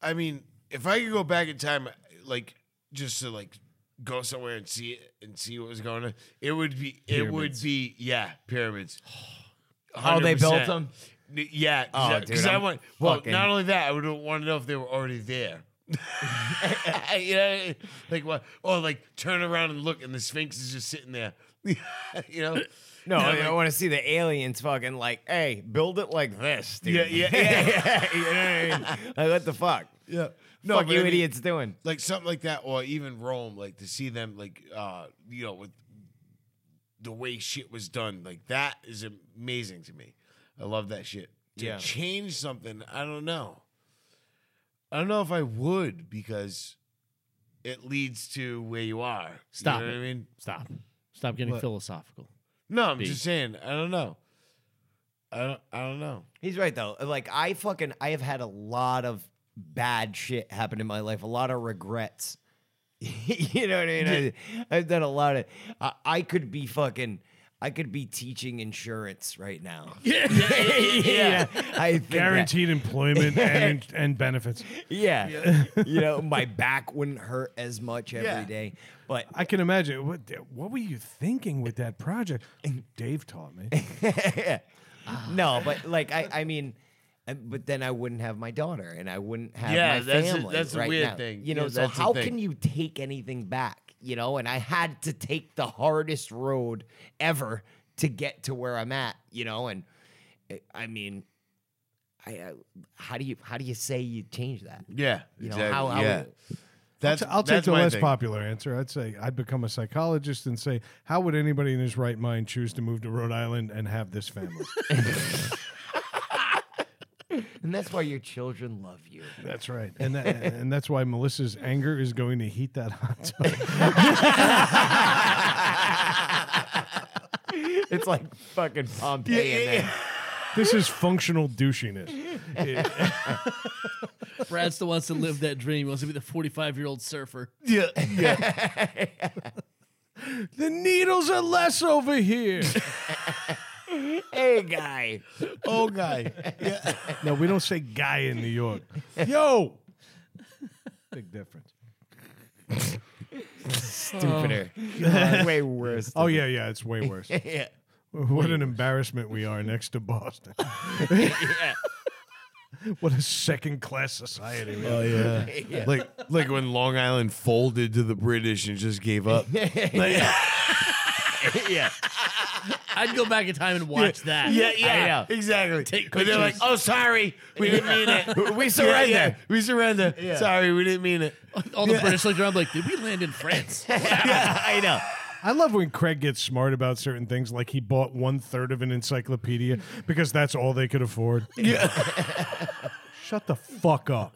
Speaker 6: I mean, if I could go back in time, like just to like go somewhere and see it and see what was going on, it would be it would
Speaker 1: Pyramids.
Speaker 6: be yeah pyramids.
Speaker 2: Oh,
Speaker 4: How they built
Speaker 2: 100%.
Speaker 4: them?
Speaker 2: N- Yeah,
Speaker 4: Oh, dude,
Speaker 2: because I
Speaker 4: I'm
Speaker 2: want. Well,
Speaker 4: fucking-
Speaker 2: not only that, I would want to know if they were already there. you know, like what? Or like turn around and look, and the Sphinx is just sitting there. you know?
Speaker 4: No,
Speaker 2: Yeah,
Speaker 4: I
Speaker 2: like-
Speaker 4: want to see the aliens fucking like, hey, build it like this, dude.
Speaker 2: Yeah, yeah, yeah,
Speaker 4: you know what I mean? Like, what the fuck?
Speaker 2: Yeah.
Speaker 4: No, fuck
Speaker 2: but
Speaker 4: you
Speaker 2: I mean,
Speaker 4: idiots doing?
Speaker 2: Like something like that, or even Rome, like to see them, like uh, you know, with the way shit was done, like that is amazing to me. I love that shit. To
Speaker 4: Yeah.
Speaker 2: change something, I don't know. I don't know if I would because it leads to where you are. You
Speaker 1: Stop
Speaker 2: know what
Speaker 1: it.
Speaker 2: I mean?
Speaker 1: Stop. Stop getting
Speaker 2: What?
Speaker 1: philosophical.
Speaker 2: No, I'm
Speaker 1: Be-
Speaker 2: just saying. I don't know. I don't. I don't know.
Speaker 4: He's right though. Like I fucking I have had a lot of bad shit happen in my life, a lot of regrets. you know what I mean? I, I've done a lot of. I, I could be fucking. I could be teaching insurance right now. Yeah, yeah, I think that-
Speaker 3: Guaranteed employment and, and benefits.
Speaker 4: yeah, you know, my back wouldn't hurt as much every day.
Speaker 2: Yeah.
Speaker 4: but
Speaker 3: I can imagine. What, what were you thinking with that project? Dave taught me.
Speaker 4: no, but like I, I mean, uh, but then I wouldn't have my daughter, and I wouldn't have
Speaker 2: Yeah,
Speaker 4: my
Speaker 2: that's a-
Speaker 4: family.
Speaker 2: that's a
Speaker 4: right
Speaker 2: weird
Speaker 4: now.
Speaker 2: thing.
Speaker 4: you know.
Speaker 2: Yeah,
Speaker 4: so
Speaker 2: that's a
Speaker 4: how
Speaker 2: thing.
Speaker 4: can you take anything back? You know, and I had to take the hardest road ever to get to where I'm at. You know, and uh, I mean, I, I how do you how do you say you change that?
Speaker 2: Yeah.
Speaker 4: You know
Speaker 2: exactly.
Speaker 4: how, how
Speaker 2: yeah.
Speaker 3: I'll
Speaker 2: That's
Speaker 3: t- I'll take
Speaker 2: that's
Speaker 3: the
Speaker 2: my
Speaker 3: less
Speaker 2: thing.
Speaker 3: popular answer. I'd say I'd become a psychologist and say, how would anybody in his right mind choose to move to Rhode Island and have this family?
Speaker 4: and that's why your children love you.
Speaker 3: that's right, and that, and that's why Melissa's anger is going to heat that hot tub.
Speaker 4: it's like fucking Pompeii in there.
Speaker 3: this is functional douchiness.
Speaker 1: Brad still wants to live that dream. He wants to be the 45 year old surfer.
Speaker 2: Yeah. Yeah.
Speaker 3: The needles are less over here.
Speaker 4: Hey, guy.
Speaker 2: oh, guy. Yeah.
Speaker 3: no, we don't say guy in New York. Yo, big difference.
Speaker 2: Oh.
Speaker 1: Oh.
Speaker 4: stupider. way worse.
Speaker 3: Oh yeah, yeah, it's way worse.
Speaker 4: yeah.
Speaker 3: What an embarrassment we are next to Boston.
Speaker 4: Yeah.
Speaker 3: What a second class society. we are.
Speaker 2: Oh, yeah.
Speaker 4: Yeah.
Speaker 2: Like like when Long Island folded to the British and just gave up.
Speaker 4: yeah.
Speaker 1: I'd go back in time and watch that.
Speaker 4: yeah.
Speaker 2: Exactly.
Speaker 1: Take
Speaker 2: but they're like,
Speaker 1: pictures.
Speaker 2: oh, sorry, we didn't mean it.
Speaker 4: We
Speaker 2: Yeah,
Speaker 4: surrender.
Speaker 2: yeah, We surrender. Sorry, we didn't mean it.
Speaker 1: All the British looked around like, did we land in France?
Speaker 4: I know.
Speaker 3: I love when Craig gets smart about certain things, like he bought one third of an encyclopedia because that's all they could afford. Yeah. Shut the fuck up.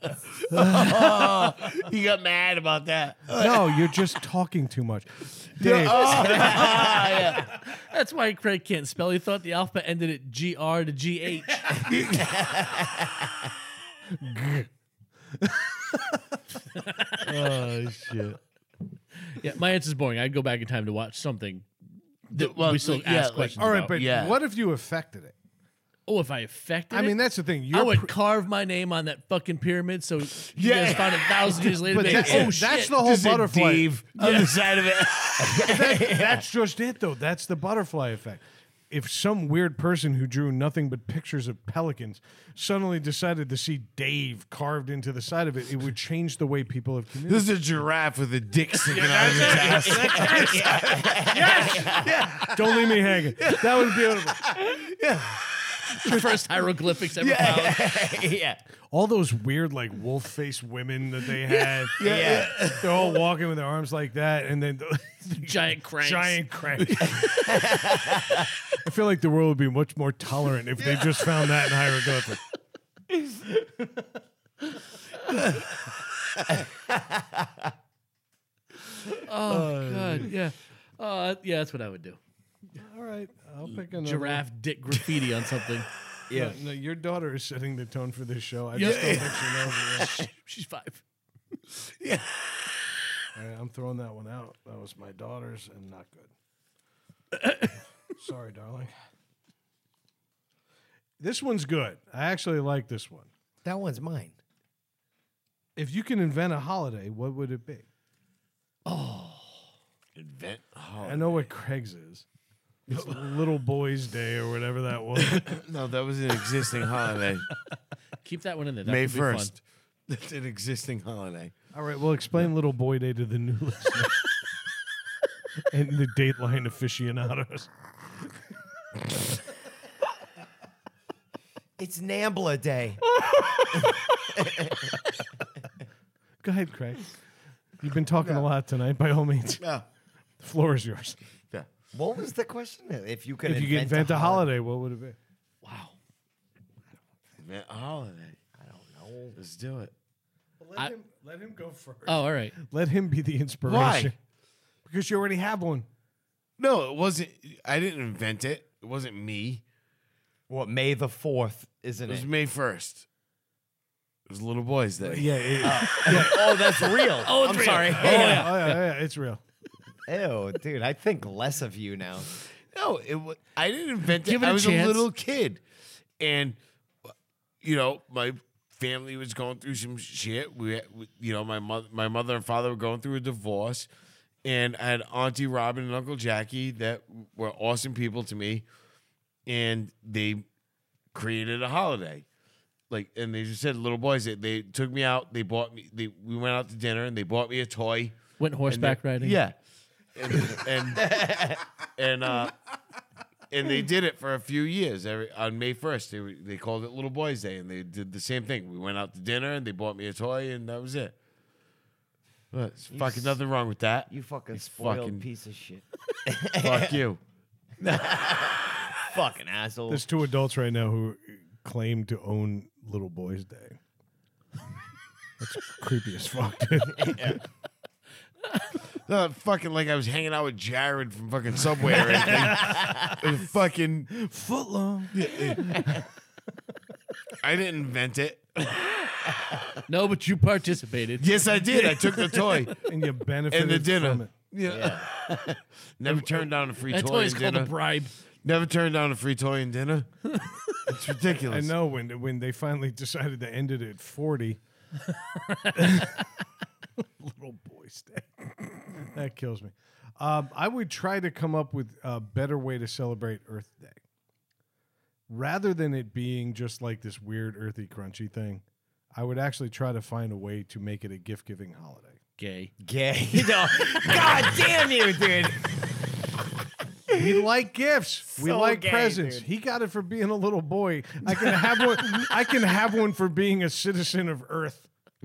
Speaker 2: He got mad about that.
Speaker 3: No, you're just talking too much. Dave,
Speaker 1: That's why Craig can't spell. He thought the alphabet ended at GR to GH.
Speaker 2: Oh shit.
Speaker 1: Yeah, my answer's boring. I'd go back in time to watch something that
Speaker 2: well,
Speaker 1: we still
Speaker 2: yeah,
Speaker 1: ask
Speaker 2: like-
Speaker 1: questions
Speaker 3: all right,
Speaker 1: about.
Speaker 3: but
Speaker 2: Yeah.
Speaker 3: what if you affected it?
Speaker 1: oh, if I affected
Speaker 3: I
Speaker 1: it,
Speaker 3: mean, that's the thing. You're
Speaker 1: I would
Speaker 3: pre-
Speaker 1: carve my name on that fucking pyramid so you
Speaker 2: Yeah.
Speaker 1: guys found it thousands years later.
Speaker 3: but
Speaker 1: be
Speaker 3: that-
Speaker 1: like, oh, shit.
Speaker 3: that's the whole
Speaker 2: Just a
Speaker 3: butterfly.
Speaker 2: Dave on the side of it.
Speaker 3: That's just it, though. That's the butterfly effect. If some weird person who drew nothing but pictures of pelicans suddenly decided to see Dave carved into the side of it, it would change the way people have communicated.
Speaker 2: This is a giraffe with a dick sticking out of his ass.
Speaker 3: Don't leave me hanging. That was beautiful.
Speaker 1: the first hieroglyphics ever found.
Speaker 4: yeah.
Speaker 3: All those weird, like wolf face women that they had.
Speaker 4: Yeah.
Speaker 3: They're all walking with their arms like that, and then
Speaker 1: Giant cranks.
Speaker 3: giant crank. I feel like the world would be much more tolerant if they just found that in hieroglyphic.
Speaker 1: Oh, God. Yeah. Uh, yeah, that's what I would do.
Speaker 3: All right, I'll pick another
Speaker 1: Giraffe dick graffiti on something.
Speaker 3: Yeah. No, your daughter is setting the tone for this show. I just don't think she knows it yet.
Speaker 1: She's five.
Speaker 3: All right, I'm throwing that one out. That was my daughter's and not good. Sorry, darling. This one's good. I actually like this one.
Speaker 4: That one's mine.
Speaker 3: If you can invent a holiday, what would it be?
Speaker 2: Invent.
Speaker 3: I know what Craig's is. It's Little Boys Day or whatever that was.
Speaker 2: No, that was an existing holiday.
Speaker 1: Keep that one in there. That
Speaker 2: May
Speaker 1: would be fun.
Speaker 2: first. That's an existing holiday.
Speaker 3: All right, well, explain Little Boy Day to the new listener and the Dateline aficionados.
Speaker 4: It's Nambla Day.
Speaker 3: Go ahead, Craig. You've been talking a lot tonight. By all means,
Speaker 2: Yeah.
Speaker 3: the floor is yours.
Speaker 2: Yeah.
Speaker 4: What was the question? If you could
Speaker 3: If you could invent a holiday, what would it be?
Speaker 1: Wow.
Speaker 2: Man, a holiday.
Speaker 4: I don't know.
Speaker 2: Let's do it.
Speaker 3: Let,
Speaker 1: I-
Speaker 3: him, let him go first.
Speaker 1: Oh, all right.
Speaker 3: Uh, Let him be the inspiration.
Speaker 2: Why?
Speaker 3: Because you already have one.
Speaker 2: No, it wasn't. I didn't invent it. It wasn't me.
Speaker 4: What May the Fourth, isn't
Speaker 2: It was
Speaker 4: it?
Speaker 2: May first. It was Little Boys Day.
Speaker 3: Yeah, it-
Speaker 4: oh, that's real. oh, I'm sorry.
Speaker 3: oh, yeah, oh, yeah, yeah, it's real.
Speaker 4: Ew, dude, I think less of you now.
Speaker 2: No, it was, I didn't invent it.
Speaker 1: Give it
Speaker 2: I
Speaker 1: a
Speaker 2: was
Speaker 1: chance.
Speaker 2: a little kid, and you know my family was going through some shit. We, had- we you know, my mother, my mother and father were going through a divorce, and I had Auntie Robin and Uncle Jackie that were awesome people to me, and they created a holiday. Like and they just said little boys they, they took me out they bought me they we went out to dinner and they bought me a toy
Speaker 1: Went horseback riding.
Speaker 2: yeah. And and, and uh and they did it for a few years. Every on May first, they were, they called it Little Boys Day, and they did the same thing. We went out to dinner, and they bought me a toy, and that was it. Look, there's fucking
Speaker 4: s-
Speaker 2: nothing wrong with that.
Speaker 4: You fucking spoiled
Speaker 2: spoiled
Speaker 4: piece of shit.
Speaker 2: Fuck you.
Speaker 4: fucking asshole.
Speaker 3: There's two adults right now who claim to own Little Boys Day. That's creepy as fuck, dude.
Speaker 2: No, fucking like I was hanging out with Jared from fucking Subway or anything. It fucking
Speaker 3: Footlong.
Speaker 2: I didn't invent it.
Speaker 1: No, but you participated.
Speaker 2: Yes, I did. I took the toy
Speaker 3: And you benefited
Speaker 2: and the
Speaker 3: from
Speaker 2: dinner.
Speaker 3: it.
Speaker 2: Yeah. Never turned down a free
Speaker 1: That
Speaker 2: toy.
Speaker 1: toy is
Speaker 2: and
Speaker 1: called
Speaker 2: dinner.
Speaker 1: a bribe.
Speaker 2: Never turned down a free toy and dinner. It's
Speaker 3: I
Speaker 2: ridiculous.
Speaker 3: know when when they finally decided to end it at 40. Little Boys Day. that kills me. Um, I would try to come up with a better way to celebrate Earth Day. Rather than it being just like this weird earthy crunchy thing, I would actually try to find a way to make it a gift giving holiday.
Speaker 1: Gay.
Speaker 4: Gay. No. God damn you, dude.
Speaker 3: We like gifts. we
Speaker 4: So
Speaker 3: like
Speaker 4: gay,
Speaker 3: presents.
Speaker 4: dude.
Speaker 3: He got it for being a little boy. I can have one. I can have one for being a citizen of Earth.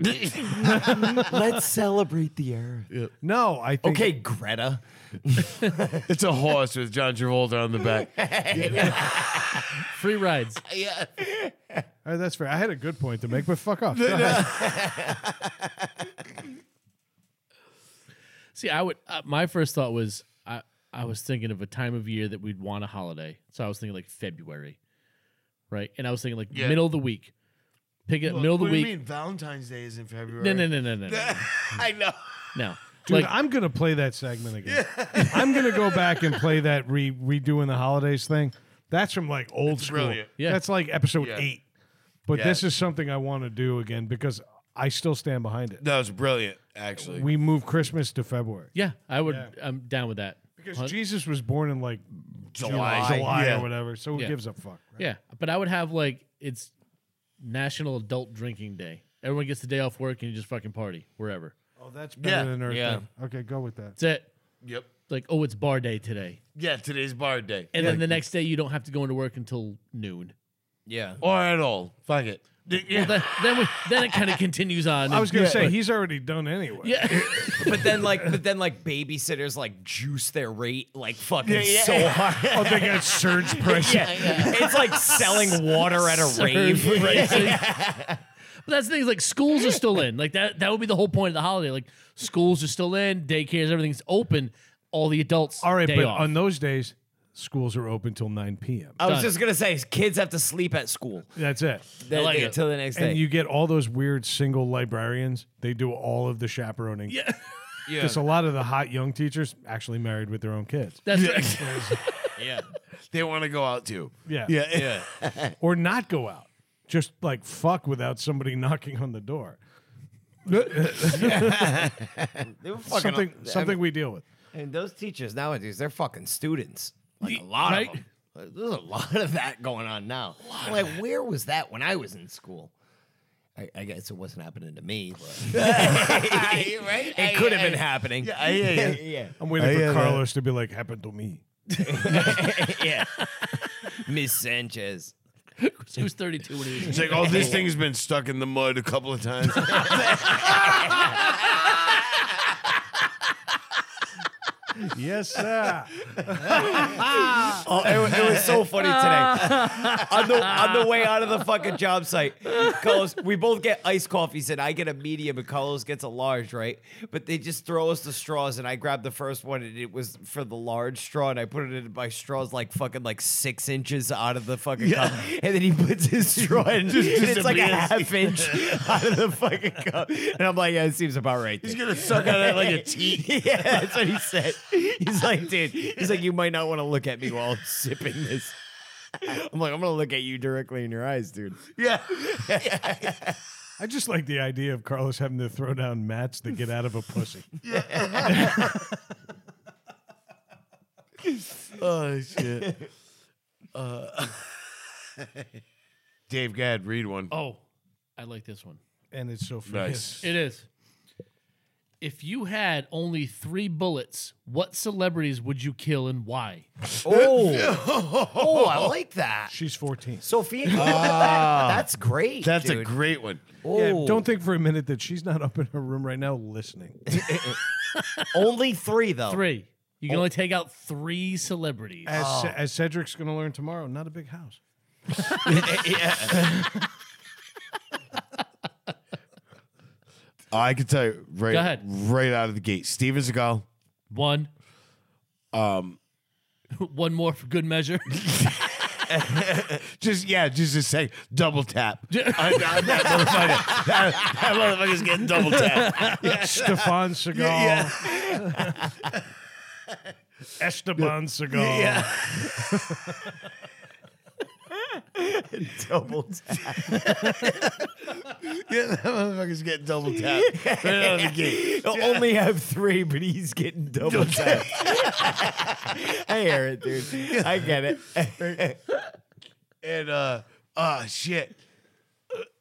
Speaker 4: Let's celebrate the earth.
Speaker 3: No, I think.
Speaker 4: Okay, Greta.
Speaker 2: It's a horse with John Travolta on the back.
Speaker 1: Free rides.
Speaker 4: Yeah.
Speaker 3: All right, Uh, that's fair. I had a good point to make, but fuck off. Go ahead.
Speaker 1: See, I would. Uh, my first thought was I. I was thinking of a time of year that we'd want a holiday, so I was thinking like February, right? And I was thinking like
Speaker 2: Yeah.
Speaker 1: middle of the week. Pick it middle of the
Speaker 2: do you
Speaker 1: week.
Speaker 2: mean Valentine's Day is in February?
Speaker 1: No, no, no, no, no, no.
Speaker 2: I know.
Speaker 1: no.
Speaker 3: Dude,
Speaker 1: like
Speaker 3: I'm gonna play that segment again. I'm gonna go back and play that re redoing the holidays thing. That's from like old school.
Speaker 2: brilliant.
Speaker 1: Yeah.
Speaker 3: That's like episode
Speaker 2: Yeah.
Speaker 3: eight. But
Speaker 2: Yeah.
Speaker 3: this is something I want to do again because I still stand behind it.
Speaker 2: That was brilliant, actually.
Speaker 3: We move Christmas to February.
Speaker 1: yeah, I would.
Speaker 3: Yeah.
Speaker 1: I'm down with that.
Speaker 3: Because
Speaker 1: Hun-
Speaker 3: Jesus was born in like
Speaker 2: July.
Speaker 3: July
Speaker 2: Yeah.
Speaker 3: or whatever. So who
Speaker 1: Yeah.
Speaker 3: gives a fuck? right?
Speaker 1: Yeah, but I would have like it's National Adult Drinking Day. Everyone gets the day off work and you just fucking party wherever.
Speaker 3: Oh, that's better
Speaker 2: Yeah.
Speaker 3: than Earth
Speaker 4: Yeah.
Speaker 3: Day. Okay, go with that.
Speaker 1: That's it.
Speaker 2: yep.
Speaker 1: Like, oh, it's bar day today,
Speaker 2: Yeah, today's bar day.
Speaker 1: and then the next day you don't have to go into work until noon.
Speaker 4: Yeah.
Speaker 2: Or at all. Fuck it. Yeah.
Speaker 1: Then then, we, then it kind of continues on.
Speaker 3: I was gonna
Speaker 1: Yeah.
Speaker 3: say he's already done anyway.
Speaker 1: yeah.
Speaker 4: But then like but then like babysitters like juice their rate like fucking
Speaker 2: yeah.
Speaker 4: so hard.
Speaker 3: Oh, they got surge pressure.
Speaker 4: Yeah. It's like selling water at a rave.
Speaker 1: Surge racing. but that's the thing. is, Like schools are still in. Like that. That would be the whole point of the holiday. Like schools are still in. Daycares, everything's open. All the adults.
Speaker 3: All right,
Speaker 1: day
Speaker 3: but
Speaker 1: off.
Speaker 3: on those days, schools are open till 9 p.m.
Speaker 4: I was
Speaker 1: Done.
Speaker 4: just gonna say kids have to sleep at school
Speaker 3: That's it.
Speaker 1: I like it.
Speaker 4: until the next day.
Speaker 3: And you get all those weird single librarians. They do all of the chaperoning. Yeah. Because a lot of the hot young teachers actually married with their own kids.
Speaker 1: that's right.
Speaker 4: yeah.
Speaker 2: They want to go out too.
Speaker 3: Yeah.
Speaker 2: Yeah. Yeah.
Speaker 3: Or not go out. Just like fuck without somebody knocking on the door.
Speaker 4: They were fucking
Speaker 3: Something something we deal with.
Speaker 4: And those teachers nowadays, they're fucking students. Like a lot
Speaker 1: right?
Speaker 4: of them. Like, There's a lot of that going on now. I'm like, where was that when I was in school? I, I guess it wasn't happening to me, but
Speaker 2: right?
Speaker 4: it could have been happening. Yeah, yeah, yeah.
Speaker 3: I'm waiting
Speaker 2: I
Speaker 3: for
Speaker 2: hear that.
Speaker 3: Carlos to be like, happened to me.
Speaker 4: yeah. Miss Sanchez.
Speaker 1: He was 32 when he was.
Speaker 2: It's like, oh, this thing's been stuck in the mud a couple of times.
Speaker 3: yes, sir.
Speaker 4: Oh, it, wa- it was so funny today. on the on the way out of the fucking job site, Carlos, we both get iced coffees, and I get a medium, and Carlos gets a large, right? But they just throw us the straws, and I grabbed the first one, and it was for the large straw, and I put it in my straws like fucking like six inches out of the fucking cup, and then he puts his straw in, and it's like a half inch out of the fucking cup, and I'm like, yeah, it seems about right.
Speaker 2: He's
Speaker 4: dude.
Speaker 2: gonna suck out of it like a teat.
Speaker 4: Yeah, that's what he said. He's like, dude, he's like, you might not want to look at me while I'm sipping this. I'm like, I'm gonna look at you directly in your eyes, dude.
Speaker 2: Yeah.
Speaker 3: I just like the idea of Carlos having to throw down mats to get out of a pussy.
Speaker 2: Oh shit. Uh, Dave, go ahead, read one.
Speaker 1: Oh, I like this one.
Speaker 3: And it's so funny.
Speaker 2: nice.
Speaker 1: It is. If you had only three bullets, what celebrities would you kill and why?
Speaker 4: Oh, oh, I like that.
Speaker 3: She's 14.
Speaker 4: Sophia, came up with Ah. that. that's great.
Speaker 2: That's a
Speaker 4: dude.
Speaker 2: great one.
Speaker 4: Oh,
Speaker 3: Yeah, don't think for a minute that she's not up in her room right now listening.
Speaker 4: only three though.
Speaker 1: Three. You can only take out three celebrities.
Speaker 3: As,
Speaker 2: Oh.
Speaker 3: as Cedric's going to learn tomorrow, not a big house.
Speaker 2: I can tell you right,
Speaker 1: Go ahead.
Speaker 2: right out of the gate. Steven Seagal.
Speaker 1: One. Um, one more for good measure.
Speaker 2: Just yeah, just to say double tap. I, I, that, motherfucker, that, that motherfucker's getting double tap.
Speaker 3: Stefan Seagal.
Speaker 2: Yeah.
Speaker 3: Esteban Seagal.
Speaker 4: Double tap.
Speaker 2: Yeah, that motherfucker's getting double tap right out of the gate.
Speaker 4: He'll only have three, but he's getting double tap. I hear it, dude. I get it.
Speaker 2: And uh, oh shit.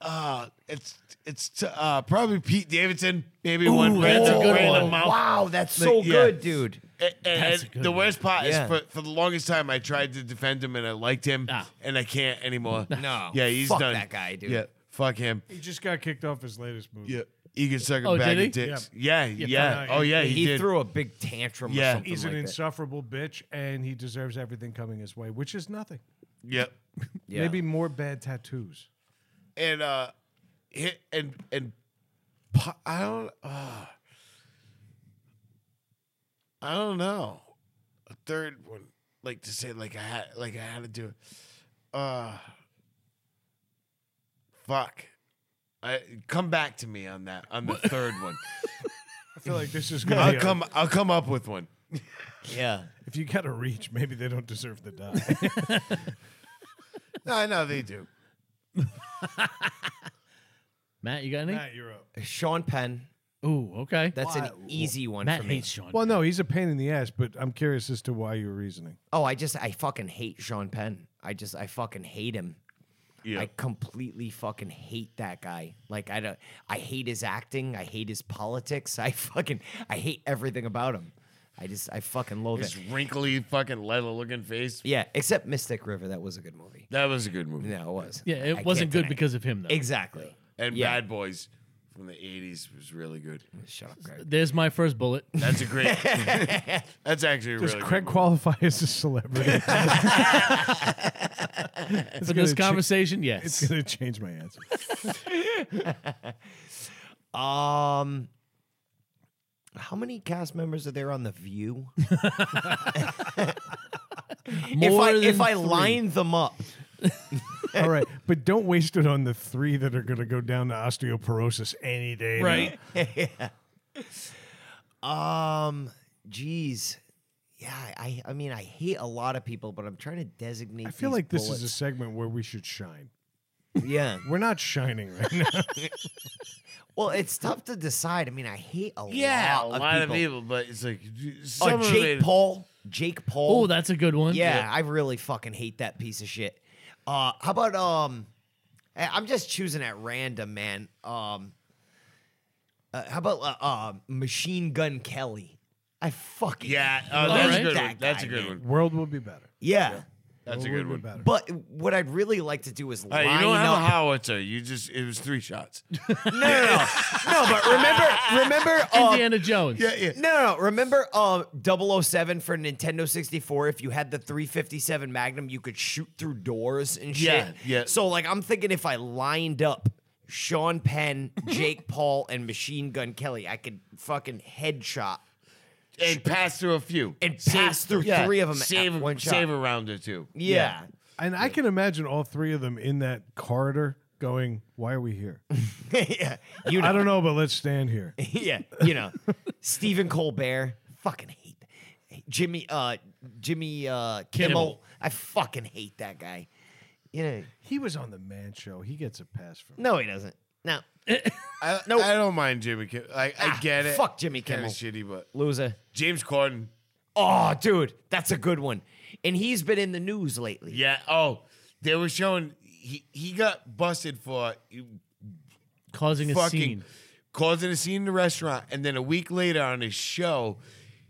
Speaker 2: Uh, it's it's uh probably Pete Davidson. Maybe one right in
Speaker 1: that's
Speaker 2: the-
Speaker 1: a good
Speaker 2: right in the
Speaker 1: one.
Speaker 2: mouth.
Speaker 4: Oh, Wow, that's
Speaker 2: Like,
Speaker 4: so
Speaker 2: yeah.
Speaker 4: good, dude.
Speaker 2: And, and-
Speaker 1: That's
Speaker 2: and
Speaker 1: a good
Speaker 2: the
Speaker 1: one.
Speaker 2: worst part
Speaker 4: Yeah.
Speaker 2: is for, for the longest time I tried to defend him and I liked him
Speaker 1: Ah.
Speaker 2: and I can't anymore.
Speaker 4: No.
Speaker 2: Yeah, he's
Speaker 4: Fuck
Speaker 2: done.
Speaker 4: that guy, dude.
Speaker 2: Yeah, fuck him.
Speaker 3: He just got kicked off his latest movie.
Speaker 2: Yeah. He can suck a
Speaker 1: Oh,
Speaker 2: bag
Speaker 1: did
Speaker 2: of
Speaker 1: he?
Speaker 2: dicks. Yeah, yeah. Oh yeah, he,
Speaker 4: he,
Speaker 2: did.
Speaker 4: threw a big tantrum.
Speaker 2: Yeah.
Speaker 4: or something
Speaker 3: He's
Speaker 4: like
Speaker 3: an
Speaker 4: that.
Speaker 3: insufferable bitch, and he deserves everything coming his way, which is nothing.
Speaker 2: Yep.
Speaker 4: Yeah.
Speaker 3: Maybe more bad tattoos.
Speaker 2: And uh hit and and po- I don't uh, I don't know. A third one like to say like I had like I had to do it. Uh fuck. I come back to me on that on the third one.
Speaker 3: I feel like this is going
Speaker 2: I'll
Speaker 3: to
Speaker 2: come I'll come up with one.
Speaker 4: yeah.
Speaker 3: If you got to reach, maybe they don't deserve to die.
Speaker 2: No, I know they do.
Speaker 1: Matt, you got any?
Speaker 3: Matt, you're up.
Speaker 4: Sean Penn.
Speaker 1: Ooh, okay.
Speaker 4: That's an easy one
Speaker 1: Matt
Speaker 4: for me.
Speaker 1: hates Sean.
Speaker 3: Well, no, he's a pain in the ass, but I'm curious as to why your reasoning.
Speaker 4: oh, I just I fucking hate Sean Penn. I just I fucking hate him.
Speaker 2: Yeah.
Speaker 4: I completely fucking hate that guy. Like I don't I hate his acting. I hate his politics. I fucking I hate everything about him. I just I fucking loathe
Speaker 2: His
Speaker 4: it.
Speaker 2: wrinkly fucking leather looking face.
Speaker 4: Yeah, except Mystic River. That was a good movie.
Speaker 2: That was a good movie.
Speaker 4: Yeah, it was.
Speaker 1: yeah,
Speaker 4: I
Speaker 1: it wasn't
Speaker 4: can't
Speaker 1: good
Speaker 4: deny
Speaker 1: because of him, though.
Speaker 4: Exactly.
Speaker 2: And
Speaker 4: Yeah.
Speaker 2: Bad Boys from the 80s was really good.
Speaker 4: Shut up, Greg.
Speaker 1: There's my first bullet.
Speaker 2: That's a great. that's actually a
Speaker 3: Does
Speaker 2: really
Speaker 3: Craig
Speaker 2: good movie.
Speaker 3: qualify as a celebrity? it's
Speaker 1: For
Speaker 3: gonna
Speaker 1: this
Speaker 3: cha-
Speaker 1: conversation, yes.
Speaker 3: it's going to change my answer.
Speaker 1: uh,
Speaker 4: Um, how many cast members are there on The View? if
Speaker 1: More
Speaker 4: I if
Speaker 1: than three.
Speaker 4: I line them up,
Speaker 3: All right, but don't waste it on the three that are going to go down to osteoporosis any day. now.
Speaker 1: right?
Speaker 4: um, geez, yeah, I I mean I hate a lot of people, but I'm trying to designate.
Speaker 3: I feel
Speaker 4: these
Speaker 3: like this is a
Speaker 4: bullets.
Speaker 3: segment where we should shine.
Speaker 4: Yeah.
Speaker 3: We're not shining right now.
Speaker 4: Well, it's tough to decide. I mean, I hate a
Speaker 2: Yeah,
Speaker 4: lot
Speaker 2: a
Speaker 4: of
Speaker 2: lot of
Speaker 4: people.
Speaker 2: people, but it's like some
Speaker 4: Oh,
Speaker 2: of
Speaker 4: Jake
Speaker 2: it-
Speaker 4: Paul. Jake Paul.
Speaker 1: Oh, that's a good one.
Speaker 4: yeah, I really fucking hate that piece of shit. Uh, how about um, I- I'm just choosing at random, man. Um, uh, how about uh, uh, Machine Gun Kelly? I fucking
Speaker 2: Yeah,
Speaker 4: hate
Speaker 2: uh, that's a
Speaker 1: Alright.
Speaker 2: good
Speaker 4: that
Speaker 2: one. That's a
Speaker 4: guy,
Speaker 2: good
Speaker 4: man.
Speaker 2: one.
Speaker 3: World would be better.
Speaker 4: Yeah.
Speaker 2: That's a
Speaker 3: World
Speaker 2: good
Speaker 3: would
Speaker 2: one.
Speaker 3: be better.
Speaker 4: But what I'd really like to do is
Speaker 2: Hey,
Speaker 4: line
Speaker 2: you don't have a
Speaker 4: up.
Speaker 2: howitzer. You just it was three shots.
Speaker 4: no, no, no, no. But remember, remember, um,
Speaker 1: Indiana Jones.
Speaker 2: yeah.
Speaker 4: No, no, no. Remember um, 007 for Nintendo 64? If you had the 357 Magnum, you could shoot through doors and shit.
Speaker 2: Yeah, yeah.
Speaker 4: So, like, I'm thinking if I lined up Sean Penn, Jake Paul, and Machine Gun Kelly, I could fucking headshot
Speaker 2: And pass through a few.
Speaker 4: and pass through
Speaker 2: yeah,
Speaker 4: three of them
Speaker 2: Save
Speaker 4: at one shot.
Speaker 2: save a round or two.
Speaker 4: yeah.
Speaker 3: And I can imagine all three of them in that corridor going, Why are we here?
Speaker 4: Yeah. You know,
Speaker 3: I don't know, but let's stand here.
Speaker 4: yeah. You know, Stephen Colbert. Fucking hate that. Jimmy, uh, Jimmy, uh, Kimmel.
Speaker 1: Kimmel.
Speaker 4: I fucking hate that guy. You know,
Speaker 3: He was on the man show. He gets a pass from
Speaker 4: no, he doesn't. No.
Speaker 2: I,
Speaker 4: Nope.
Speaker 2: I don't mind Jimmy Kimmel. Like, I
Speaker 4: Ah,
Speaker 2: get it.
Speaker 4: fuck Jimmy
Speaker 2: Kinda
Speaker 4: Kimmel.
Speaker 2: shitty, but
Speaker 4: Loser.
Speaker 2: James Corden.
Speaker 4: Oh, dude, that's a good one. And he's been in the news lately.
Speaker 2: Yeah. Oh, they were showing he he got busted for
Speaker 1: Causing a
Speaker 2: fucking
Speaker 1: scene.
Speaker 2: causing a scene in the restaurant, and then a week later on his show,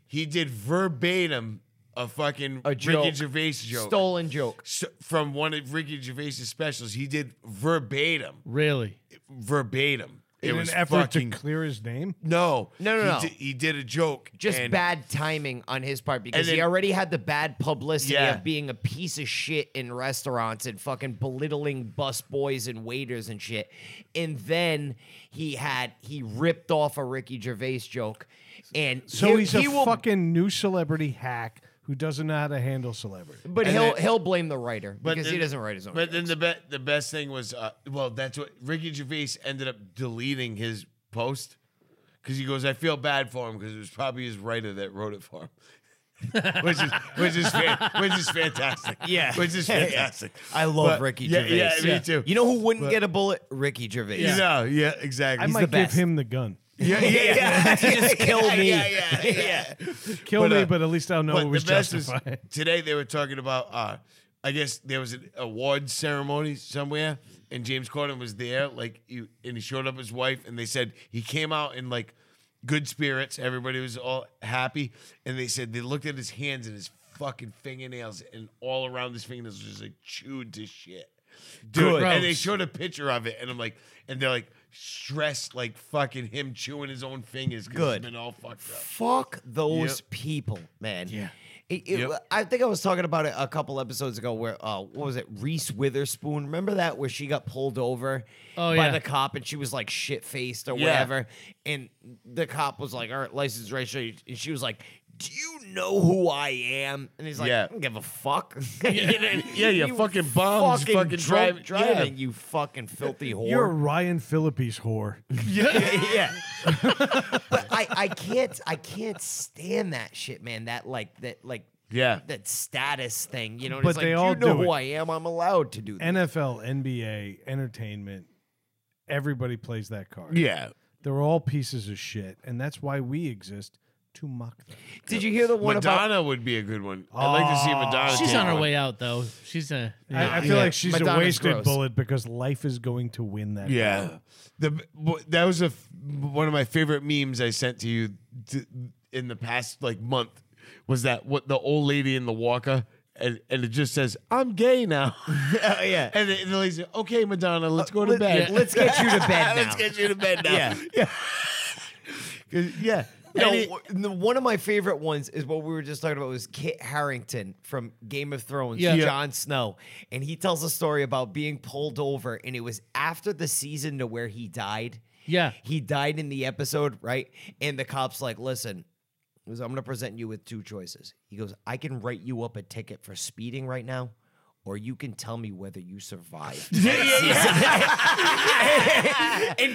Speaker 2: he did verbatim a fucking
Speaker 4: A joke.
Speaker 2: Ricky Gervais joke
Speaker 4: Stolen joke.
Speaker 2: S- from one of Ricky Gervais's specials. He did verbatim,
Speaker 1: Really?
Speaker 2: verbatim. It
Speaker 3: in an
Speaker 2: was
Speaker 3: effort
Speaker 2: fucking
Speaker 3: to clear his name.
Speaker 2: no,
Speaker 4: No, no,
Speaker 2: he
Speaker 4: no.
Speaker 2: Did, he did a joke,
Speaker 4: Just
Speaker 2: and-
Speaker 4: bad timing on his part because
Speaker 2: And
Speaker 4: he
Speaker 2: then-
Speaker 4: already had the bad publicity
Speaker 2: Yeah.
Speaker 4: of being a piece of shit in restaurants and fucking belittling busboys and waiters and shit. And then he had he ripped off a Ricky Gervais joke. And
Speaker 3: So
Speaker 4: he,
Speaker 3: he's a
Speaker 4: he will,
Speaker 3: fucking new celebrity hack who doesn't know how to handle celebrity.
Speaker 4: but
Speaker 2: And
Speaker 4: he'll
Speaker 2: then-
Speaker 4: he'll blame the writer because he
Speaker 2: then-
Speaker 4: doesn't write his own.
Speaker 2: But
Speaker 4: jokes.
Speaker 2: then the be- the best thing was, uh, well, that's what Ricky Gervais ended up deleting his post because he goes, "I feel bad for him because it was probably his writer that wrote it for him," which is which is fan- which is fantastic.
Speaker 4: Yeah.
Speaker 2: which is
Speaker 4: Yeah, yeah.
Speaker 2: fantastic.
Speaker 4: I love
Speaker 2: But-
Speaker 4: Ricky
Speaker 2: yeah,
Speaker 4: Gervais.
Speaker 2: Yeah, me too.
Speaker 4: You know who wouldn't get a bullet? Ricky Gervais.
Speaker 2: You know, yeah, exactly.
Speaker 3: I
Speaker 4: He's
Speaker 3: might
Speaker 4: the
Speaker 3: give
Speaker 4: best.
Speaker 3: him the gun.
Speaker 2: yeah, yeah, yeah.
Speaker 4: He just killed me.
Speaker 2: Yeah, yeah, yeah.
Speaker 3: Kill
Speaker 2: But,
Speaker 3: me,
Speaker 2: uh,
Speaker 3: but at least I'll know it was
Speaker 2: the best
Speaker 3: justified.
Speaker 2: is today they were talking about. Uh, I guess there was an award ceremony somewhere, and James Corden was there. Like you, and he showed up his wife, and they said he came out in like good spirits. Everybody was all happy, and they said they looked at his hands and his fucking fingernails, and all around his fingernails was like chewed to shit. Dude,
Speaker 1: Gross.
Speaker 2: and they showed a picture of it, and I'm like, and they're like stressed, like fucking him chewing his own fingers. 'cause
Speaker 4: Good.
Speaker 2: he's been all fucked up.
Speaker 4: Fuck those
Speaker 2: Yep.
Speaker 4: people, man. Yeah.
Speaker 2: Yep.
Speaker 4: I think I was talking about it a couple episodes ago where, uh, what was it, Reese Witherspoon? Remember that where she got pulled over
Speaker 1: Oh,
Speaker 4: by
Speaker 1: yeah.
Speaker 4: the cop and she was like shit faced or
Speaker 2: Yeah.
Speaker 4: whatever? And the cop was like, all right, license registration. And she was like, do you know who I am? And he's like,
Speaker 2: Yeah.
Speaker 4: I don't give a fuck.
Speaker 2: yeah, you fucking bums, fucking
Speaker 4: drunk
Speaker 2: drive- yeah.
Speaker 4: driving, you fucking filthy whore.
Speaker 3: You're a Ryan Phillippe's whore.
Speaker 4: yeah. but I, I can't I can't stand that shit, man. That like that like
Speaker 2: Yeah.
Speaker 4: that status thing. You know,
Speaker 3: But
Speaker 4: it's like
Speaker 3: they
Speaker 4: you
Speaker 3: all
Speaker 4: know
Speaker 3: do
Speaker 4: who
Speaker 3: it.
Speaker 4: I am. I'm allowed to do that.
Speaker 3: NFL, NBA, entertainment. Everybody plays that card.
Speaker 2: Yeah.
Speaker 3: They're all pieces of shit, and that's why we exist to mock them.
Speaker 4: Did you hear the one about
Speaker 2: Madonna would be a good one. I'd like to see Madonna.
Speaker 1: She's
Speaker 2: take
Speaker 1: on her
Speaker 2: one.
Speaker 1: way out, though. She's a.
Speaker 3: I, I feel like she's
Speaker 4: Madonna's
Speaker 3: a wasted
Speaker 4: gross.
Speaker 3: bullet because life is going to win that.
Speaker 2: Yeah. The w- that was a f- one of my favorite memes I sent to you t- in the past like month was that what the old lady in the walker and, and it just says I'm gay now.
Speaker 4: Oh, yeah.
Speaker 2: And the, and the lady said, "Okay, Madonna, let's go to
Speaker 4: Let,
Speaker 2: bed.
Speaker 4: us get you to bed now.
Speaker 2: Uh, Let's get you to bed now."
Speaker 4: Yeah.
Speaker 2: yeah. 'Cause- yeah.
Speaker 4: No,
Speaker 2: And it-
Speaker 4: w- the- one of my favorite ones is what we were just talking about was Kit Harrington from Game of Thrones,
Speaker 1: Yeah. Yeah.
Speaker 4: Jon Snow, and he tells a story about being pulled over, and it was after the season to where he died.
Speaker 1: Yeah.
Speaker 4: he died in the episode, right? And the cops like, listen. he goes, I'm going to present you with two choices. He goes, I can write you up a ticket for speeding right now, or you can tell me whether you survived. and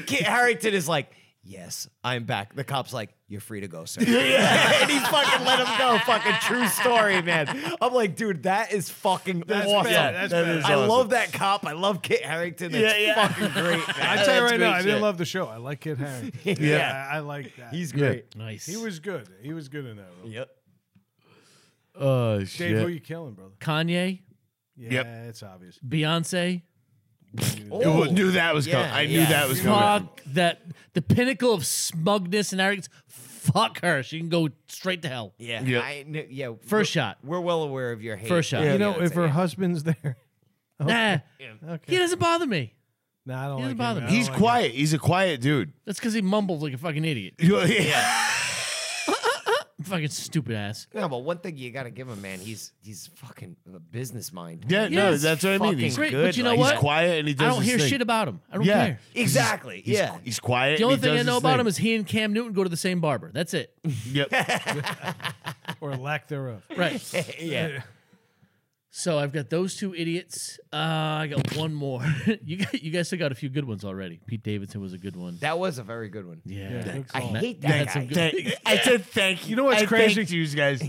Speaker 4: Kit Harrington is like, yes, I'm back. The cop's like, you're free to go, sir. and he fucking let him go. Fucking true story, man. I'm like, dude, that is fucking awesome.
Speaker 2: yeah, that's
Speaker 4: That
Speaker 2: badass.
Speaker 4: is I love that cop. I love Kit Harrington. That's fucking great,
Speaker 3: I tell
Speaker 4: man.
Speaker 3: you
Speaker 4: That's
Speaker 3: right
Speaker 4: great
Speaker 3: now, I didn't
Speaker 4: shit.
Speaker 3: love the show. I like Kid Haring. yeah,
Speaker 4: Yeah.
Speaker 3: I, I like that.
Speaker 4: He's great.
Speaker 1: Nice.
Speaker 3: he was good. He was good in that. Role.
Speaker 4: Yep.
Speaker 2: Oh
Speaker 3: Dave, who
Speaker 2: shit!
Speaker 3: you killing, brother?
Speaker 1: Kanye,
Speaker 3: Yeah, it's obvious.
Speaker 1: Beyonce.
Speaker 2: Oh, knew that was coming.
Speaker 4: Yeah,
Speaker 2: I knew
Speaker 4: yeah.
Speaker 2: that was coming.
Speaker 1: Fuck that. The pinnacle of smugness and arrogance. Fuck her. She can go straight to hell.
Speaker 4: Yeah.
Speaker 2: Yep.
Speaker 4: I kn- yeah.
Speaker 1: First
Speaker 4: we're-
Speaker 1: shot.
Speaker 4: We're well aware of your hate.
Speaker 1: First shot.
Speaker 4: Yeah,
Speaker 3: you know,
Speaker 4: yeah,
Speaker 3: if her
Speaker 4: yeah.
Speaker 3: husband's there,
Speaker 1: Nah,
Speaker 3: okay.
Speaker 1: he doesn't bother me.
Speaker 3: No, I
Speaker 1: He
Speaker 3: don't like
Speaker 1: doesn't
Speaker 3: him.
Speaker 1: bother me.
Speaker 3: I don't
Speaker 2: He's
Speaker 3: like
Speaker 2: quiet. He's a quiet dude.
Speaker 1: That's because he mumbles like a fucking idiot.
Speaker 2: yeah.
Speaker 1: Fucking stupid ass.
Speaker 4: No, but one thing you gotta give him, man, he's he's fucking a business mind.
Speaker 2: Yeah, no,
Speaker 1: Yes.
Speaker 2: that's what I mean.
Speaker 4: Fucking
Speaker 2: He's,
Speaker 1: Great,
Speaker 4: good,
Speaker 1: but you know
Speaker 4: like-
Speaker 2: he's
Speaker 1: what?
Speaker 2: quiet and he
Speaker 1: I
Speaker 2: does
Speaker 1: don't
Speaker 2: his
Speaker 1: hear
Speaker 2: thing.
Speaker 1: shit about him. I don't
Speaker 2: Yeah.
Speaker 1: care.
Speaker 4: Exactly.
Speaker 2: He's,
Speaker 4: yeah.
Speaker 2: he's quiet.
Speaker 1: The only
Speaker 2: and he
Speaker 1: thing I
Speaker 2: does
Speaker 1: know
Speaker 2: his
Speaker 1: about
Speaker 2: thing.
Speaker 1: him is he and Cam Newton go to the same barber. That's it.
Speaker 2: Yep.
Speaker 3: him. or lack thereof.
Speaker 1: Right.
Speaker 4: yeah.
Speaker 1: So I've got those two idiots. Uh, I got one more. you guys, you guys still got a few good ones already. Pete Davidson was a good one.
Speaker 4: That was a very good one.
Speaker 1: yeah.
Speaker 3: good
Speaker 4: I
Speaker 3: call.
Speaker 4: hate
Speaker 1: That-
Speaker 4: that
Speaker 1: that's
Speaker 4: guy.
Speaker 1: some good-
Speaker 2: Thank- I said thank you. You know
Speaker 3: what's crazy?
Speaker 2: You guys.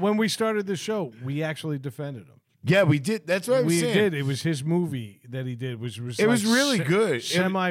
Speaker 3: when we started the show, we actually defended him.
Speaker 2: yeah, we did. That's what I was
Speaker 3: We
Speaker 2: saying.
Speaker 3: did. It was his movie that he did. Was was
Speaker 2: It was
Speaker 3: like
Speaker 2: really good. It-
Speaker 3: semi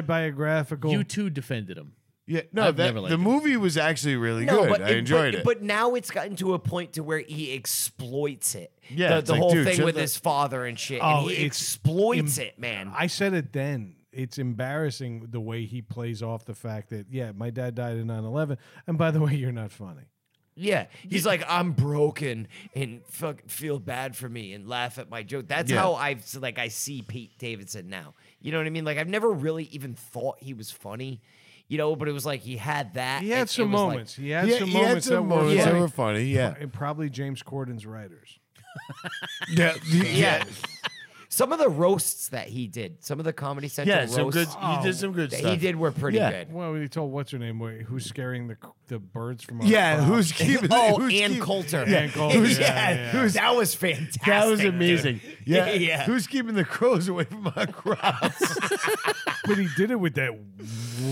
Speaker 3: biographical.
Speaker 1: You two defended him.
Speaker 2: Yeah, no,
Speaker 1: I've
Speaker 2: that,
Speaker 1: never liked
Speaker 2: the
Speaker 1: it.
Speaker 2: movie was actually really good. I
Speaker 4: but
Speaker 2: enjoyed
Speaker 4: but,
Speaker 2: it.
Speaker 4: But now it's gotten to a point to where he exploits it.
Speaker 2: Yeah,
Speaker 4: the,
Speaker 2: it's
Speaker 4: the
Speaker 2: like,
Speaker 4: whole
Speaker 2: dude,
Speaker 4: thing
Speaker 2: shut
Speaker 4: with
Speaker 2: the-
Speaker 4: his father and shit.
Speaker 3: Oh,
Speaker 4: and he
Speaker 3: it's
Speaker 4: exploits it, man.
Speaker 3: I said it then. It's embarrassing the way he plays off the fact that yeah, my dad died in 9/11, and by the way, you're not funny.
Speaker 4: yeah, he's like, I'm broken and fuck, feel bad for me and laugh at my joke. That's
Speaker 2: Yeah.
Speaker 4: how I've s- like I see Pete Davidson now. You know what I mean? Like I've never really even thought he was funny. You know, but it was like he had that.
Speaker 3: He had
Speaker 4: and it
Speaker 3: some
Speaker 4: was like-
Speaker 3: moments. he had
Speaker 2: yeah,
Speaker 3: some
Speaker 2: he had
Speaker 3: moments
Speaker 2: some
Speaker 3: that were
Speaker 2: moments that
Speaker 3: funny.
Speaker 2: were funny. Yeah,
Speaker 3: and probably James Corden's writers.
Speaker 2: yeah,
Speaker 4: yeah. Some of the roasts that he did, some of the Comedy Central
Speaker 2: yeah.
Speaker 4: roasts
Speaker 2: Some good. He did some good
Speaker 4: that
Speaker 2: stuff.
Speaker 4: he did were pretty
Speaker 2: Yeah.
Speaker 4: good.
Speaker 3: Well, he told what's her name wait, who's scaring the the birds from our
Speaker 2: Yeah,
Speaker 3: crop.
Speaker 2: who's keeping?
Speaker 4: Oh,
Speaker 2: who's
Speaker 4: Ann
Speaker 2: keep-
Speaker 4: Coulter.
Speaker 2: Yeah,
Speaker 3: Ann Coulter,
Speaker 2: Who's,
Speaker 3: yeah, yeah, yeah.
Speaker 2: Who's
Speaker 4: that was fantastic.
Speaker 2: that was amazing.
Speaker 4: dude.
Speaker 2: Yeah.
Speaker 4: yeah.
Speaker 2: Who's keeping the crows away from our crops?
Speaker 3: But he did it with that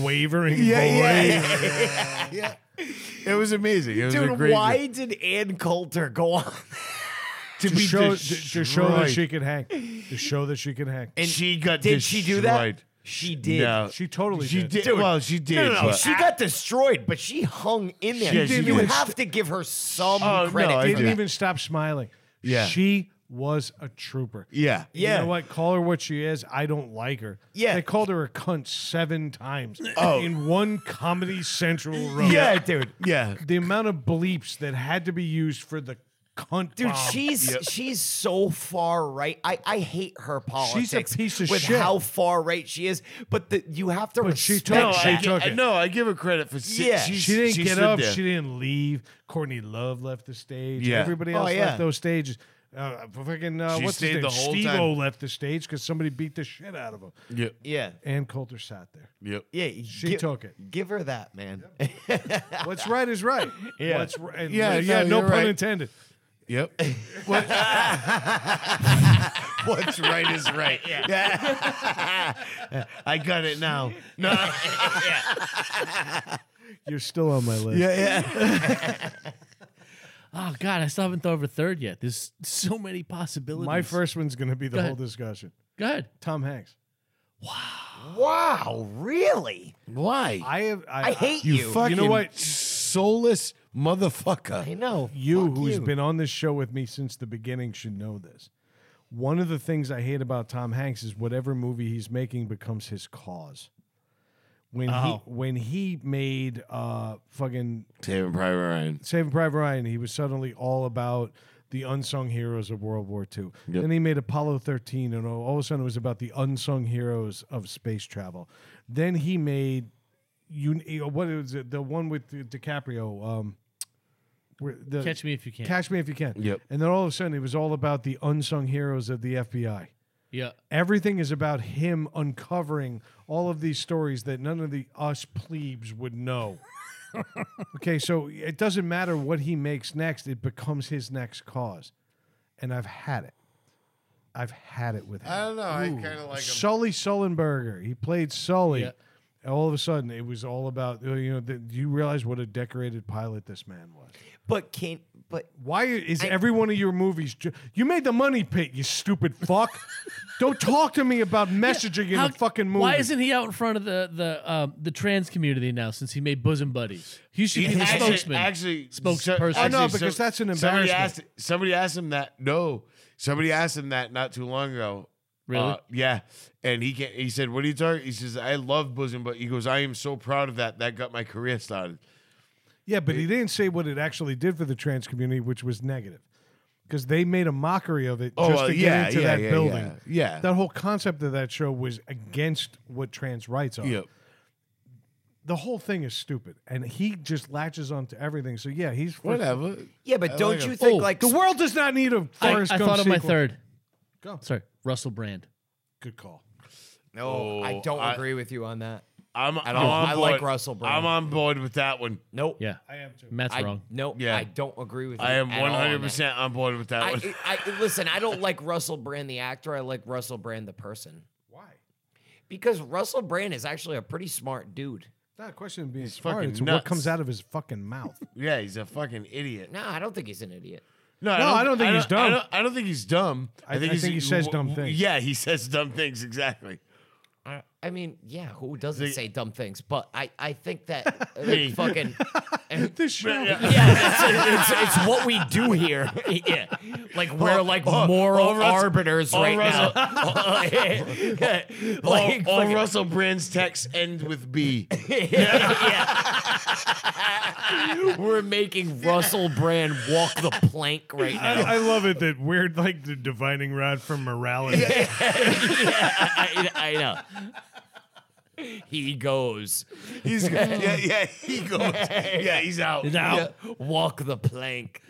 Speaker 3: wavering
Speaker 2: yeah,
Speaker 3: voice.
Speaker 2: yeah, yeah, yeah, yeah. It was amazing. It was a
Speaker 4: Dude,
Speaker 2: great
Speaker 4: why did Ann Coulter go on?
Speaker 2: to
Speaker 3: To
Speaker 2: be
Speaker 3: show, to, to show that
Speaker 2: destroyed.
Speaker 3: she could hang. To show that she could hang.
Speaker 2: And she got
Speaker 4: Did she do that?
Speaker 2: destroyed.
Speaker 4: She did.
Speaker 2: No.
Speaker 3: She totally
Speaker 2: She
Speaker 3: did.
Speaker 2: did. Well, she did.
Speaker 4: No, no, no.
Speaker 2: but-
Speaker 4: She got destroyed, but she hung in there.
Speaker 2: She didn't
Speaker 4: you
Speaker 2: even-
Speaker 4: have to give her some
Speaker 2: Oh, no,
Speaker 4: credit.
Speaker 2: I
Speaker 4: for
Speaker 3: didn't
Speaker 2: yeah.
Speaker 4: that.
Speaker 3: even stop smiling.
Speaker 2: Yeah.
Speaker 3: She was a trooper.
Speaker 2: yeah.
Speaker 4: Yeah.
Speaker 3: You know what? Call her what she is. I don't like her.
Speaker 4: Yeah.
Speaker 3: They called her a cunt seven times
Speaker 2: Oh.
Speaker 3: in one Comedy Central row.
Speaker 2: Yeah, dude. Yeah.
Speaker 3: The amount of bleeps that had to be used for the cunt.
Speaker 4: Dude,
Speaker 3: bomb.
Speaker 4: she's she's so far right. I, I hate her politics.
Speaker 3: piece of
Speaker 4: with
Speaker 3: shit.
Speaker 4: how far right she is. But the, you have to
Speaker 3: But she
Speaker 4: respect
Speaker 3: took-
Speaker 2: No,
Speaker 3: she
Speaker 2: I,
Speaker 4: that.
Speaker 3: took-
Speaker 2: I,
Speaker 3: it.
Speaker 2: no, I give her credit for. si-
Speaker 4: Yeah.
Speaker 2: she's-
Speaker 3: She didn't
Speaker 2: she
Speaker 3: get
Speaker 2: stood
Speaker 3: up.
Speaker 2: there.
Speaker 3: She didn't leave. Courtney Love left the stage.
Speaker 2: Yeah.
Speaker 3: Everybody
Speaker 4: Oh,
Speaker 3: else
Speaker 4: yeah.
Speaker 3: left those stages. Uh, fucking uh,
Speaker 2: She
Speaker 3: what's his
Speaker 2: stayed
Speaker 3: name?
Speaker 2: the whole
Speaker 3: Steve-O
Speaker 2: time.
Speaker 3: left the stage because somebody beat the shit out of him.
Speaker 2: Yep.
Speaker 4: yeah.
Speaker 3: Ann Coulter sat there.
Speaker 2: Yep.
Speaker 4: Yeah.
Speaker 3: She
Speaker 4: give,
Speaker 3: took it.
Speaker 4: Give her that, man.
Speaker 3: What's right is right.
Speaker 4: Yeah.
Speaker 3: What's ri- and
Speaker 2: Yeah,
Speaker 3: like-
Speaker 2: no,
Speaker 3: yeah. No
Speaker 2: you're
Speaker 3: pun
Speaker 2: right.
Speaker 3: intended.
Speaker 2: Yep. What- What's right is right. Yeah. I got it now. No.
Speaker 3: You're still on my list.
Speaker 2: yeah.
Speaker 1: Oh God, I still haven't thought of a third yet. There's so many possibilities.
Speaker 3: My first one's going to be the
Speaker 1: Go
Speaker 3: whole
Speaker 1: ahead.
Speaker 3: discussion.
Speaker 1: Go ahead.
Speaker 3: Tom Hanks.
Speaker 4: wow, really?
Speaker 2: Why?
Speaker 3: I have. I,
Speaker 4: I hate
Speaker 2: you,
Speaker 4: you.
Speaker 2: fucking
Speaker 3: know what?
Speaker 2: soulless
Speaker 4: I
Speaker 2: motherfucker.
Speaker 4: know.
Speaker 3: You,
Speaker 4: Fuck
Speaker 3: who's
Speaker 4: you.
Speaker 3: been on this show with me since the beginning, should know this. One of the things I hate about Tom Hanks is whatever movie he's making becomes his cause. When
Speaker 4: Oh.
Speaker 3: he when he made uh fucking
Speaker 2: Saving Private Ryan.
Speaker 3: Saving Private Ryan, he was suddenly all about the unsung heroes of World War II. Then he made Apollo 13, and all all of a sudden it was about the unsung heroes of space travel. Then he made you you know, what was it? The one with DiCaprio. Um, where the,
Speaker 1: Catch me if you can.
Speaker 3: Catch me if you can.
Speaker 2: Yep.
Speaker 3: And then all of a sudden it was all about the unsung heroes of the FBI.
Speaker 1: yeah.
Speaker 3: Everything is about him uncovering all of these stories that none of the us plebes would know. okay, so it doesn't matter what he makes next, it becomes his next cause. And I've had it. I've had it with him.
Speaker 2: I don't know. I kind of like him.
Speaker 3: Sully Sullenberger. He played Sully.
Speaker 1: Yeah.
Speaker 3: all of a sudden it was all about you know. The, do you realize what a decorated pilot this man was?
Speaker 4: But can but
Speaker 3: Why is every one of your movies? Ju- you made the money pit, you stupid fuck. Don't talk to me about messaging
Speaker 1: How-
Speaker 3: in a fucking movie.
Speaker 1: Why isn't he out in front of the the um, the trans community now? Since he made bosom buddies, he should be the
Speaker 2: actually,
Speaker 1: spokesman.
Speaker 2: Actually,
Speaker 1: spokesperson.
Speaker 2: so-
Speaker 1: I
Speaker 3: know,
Speaker 2: actually,
Speaker 3: because that's an
Speaker 2: Somebody asked,
Speaker 3: embarrassment.
Speaker 2: somebody asked him that. No, somebody asked him that not too long ago.
Speaker 1: Really?
Speaker 2: Uh,
Speaker 6: uh,
Speaker 2: yeah. And he can He said, "What are you talking?" He says, "I love bosom," but he goes, "I am so proud of that. That got my career started."
Speaker 3: Yeah, but he didn't say what it actually did for the trans community, which was negative. Because they made a mockery of it
Speaker 2: Oh,
Speaker 3: just
Speaker 2: well,
Speaker 3: to get
Speaker 2: yeah,
Speaker 3: into
Speaker 2: yeah,
Speaker 3: that
Speaker 2: yeah,
Speaker 3: building.
Speaker 2: yeah, yeah.
Speaker 3: That whole concept of that show was against what trans rights are.
Speaker 2: Yep.
Speaker 3: The whole thing is stupid. And he just latches onto everything. So, yeah, he's. first-
Speaker 2: Whatever.
Speaker 4: yeah, but
Speaker 2: I
Speaker 4: don't
Speaker 2: like
Speaker 4: you
Speaker 2: him.
Speaker 4: think
Speaker 1: Oh,
Speaker 4: like
Speaker 3: The world does not need a
Speaker 1: I,
Speaker 3: Forrest
Speaker 1: I
Speaker 3: Gump
Speaker 1: thought of my
Speaker 3: sequel.
Speaker 1: third.
Speaker 3: Go.
Speaker 1: Sorry, Russell Brand.
Speaker 3: Good call.
Speaker 4: no, I
Speaker 2: Oh,
Speaker 4: don't
Speaker 2: I-
Speaker 4: agree with you on that.
Speaker 2: I'm. I, am
Speaker 4: don't-
Speaker 2: on
Speaker 4: I
Speaker 2: board.
Speaker 4: like Russell Brand.
Speaker 2: I'm on board with that one.
Speaker 4: Nope.
Speaker 1: Yeah,
Speaker 3: I am too.
Speaker 1: Matt's
Speaker 4: I
Speaker 1: wrong.
Speaker 4: no,
Speaker 2: Yeah.
Speaker 4: I don't agree with you.
Speaker 2: I am
Speaker 4: at all on
Speaker 2: 100
Speaker 4: that.
Speaker 2: percent on board with that one.
Speaker 4: I, I listen. I don't like Russell Brand the actor. I like Russell Brand the person
Speaker 3: Why?
Speaker 4: because Russell Brand is actually a pretty smart dude.
Speaker 3: It's not a question of being smart.
Speaker 2: fucking
Speaker 3: It's what
Speaker 2: nuts.
Speaker 3: comes out of his fucking mouth.
Speaker 2: yeah, he's a fucking idiot.
Speaker 4: No, I don't think he's an idiot.
Speaker 2: No,
Speaker 3: No, I don't think he's
Speaker 2: I
Speaker 3: dumb.
Speaker 2: don't, I don't think he's dumb.
Speaker 3: I- I think he says dumb things.
Speaker 2: Yeah, he says dumb things exactly.
Speaker 4: I, I mean, yeah, who doesn't
Speaker 2: The-
Speaker 4: say dumb things? But I, I think that uh,
Speaker 2: Me.
Speaker 4: fucking
Speaker 3: this show.
Speaker 4: yeah, it's, it's, it's what we do here. yeah, like we're like
Speaker 2: oh,
Speaker 4: moral
Speaker 2: oh, Russell-
Speaker 4: arbiters
Speaker 2: oh,
Speaker 4: right
Speaker 2: Russell-
Speaker 4: now.
Speaker 2: All,
Speaker 4: like,
Speaker 2: all
Speaker 4: fucking-
Speaker 2: Russell Brand's texts end with B.
Speaker 4: we're making Russell Brand walk the plank right now.
Speaker 3: I, I love it that we're like the divining rod from morality.
Speaker 4: I, I know. He goes.
Speaker 2: He's yeah, yeah, he goes. Yeah, he's out.
Speaker 4: Now walk the plank.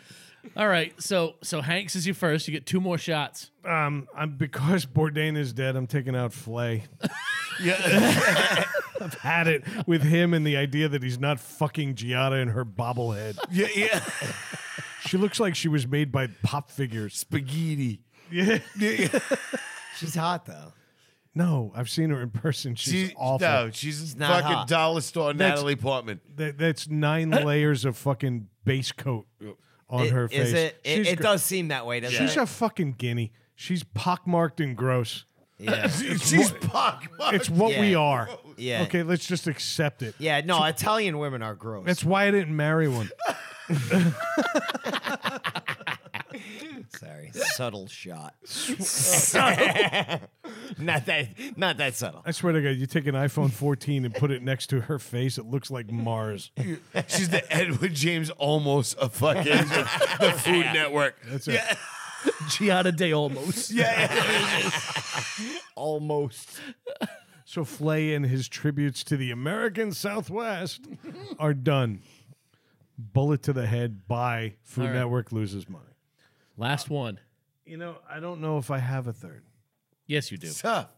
Speaker 1: All right, so so Hanks is your first. You get two more shots.
Speaker 3: Um, I'm because Bourdain is dead. I'm taking out Flay. I've had it with him and the idea that he's not fucking Giada and her bobblehead.
Speaker 2: Yeah, yeah.
Speaker 3: She looks like she was made by pop figures.
Speaker 2: Spaghetti.
Speaker 3: Yeah.
Speaker 4: She's hot though.
Speaker 3: No, I've seen her in person. She's
Speaker 2: She-
Speaker 3: awful.
Speaker 2: No, she's,
Speaker 4: not
Speaker 2: fucking
Speaker 4: hot.
Speaker 2: dollar store
Speaker 3: That's-
Speaker 2: Natalie Portman.
Speaker 3: That, that's nine layers of fucking base coat on her face.
Speaker 4: Is it? It,
Speaker 3: She's
Speaker 4: it
Speaker 3: gr-
Speaker 4: does seem that way, doesn't
Speaker 3: She's
Speaker 4: it?
Speaker 3: a fucking guinea. She's pockmarked and gross.
Speaker 4: yeah.
Speaker 2: She's pockmarked.
Speaker 3: It's what we
Speaker 4: Yeah.
Speaker 3: are.
Speaker 4: Yeah.
Speaker 3: Okay, let's just accept it.
Speaker 4: Yeah, no, Italian women are gross.
Speaker 3: That's why I didn't marry one.
Speaker 4: Sorry, subtle shot. not that, not that subtle.
Speaker 3: I swear to God, you take an iPhone 14 and put it next to her face, it looks like Mars.
Speaker 2: She's the Edward James almost a fucking the Food Network.
Speaker 3: That's it.
Speaker 1: Giada de Olmos.
Speaker 4: Almost.
Speaker 3: So Flay and his tributes to the American Southwest are done. Bullet to the head by Food
Speaker 1: right.
Speaker 3: Network loses money.
Speaker 1: Last one.
Speaker 3: You know, I don't know if I have a third.
Speaker 1: Yes, you do.
Speaker 2: Tough.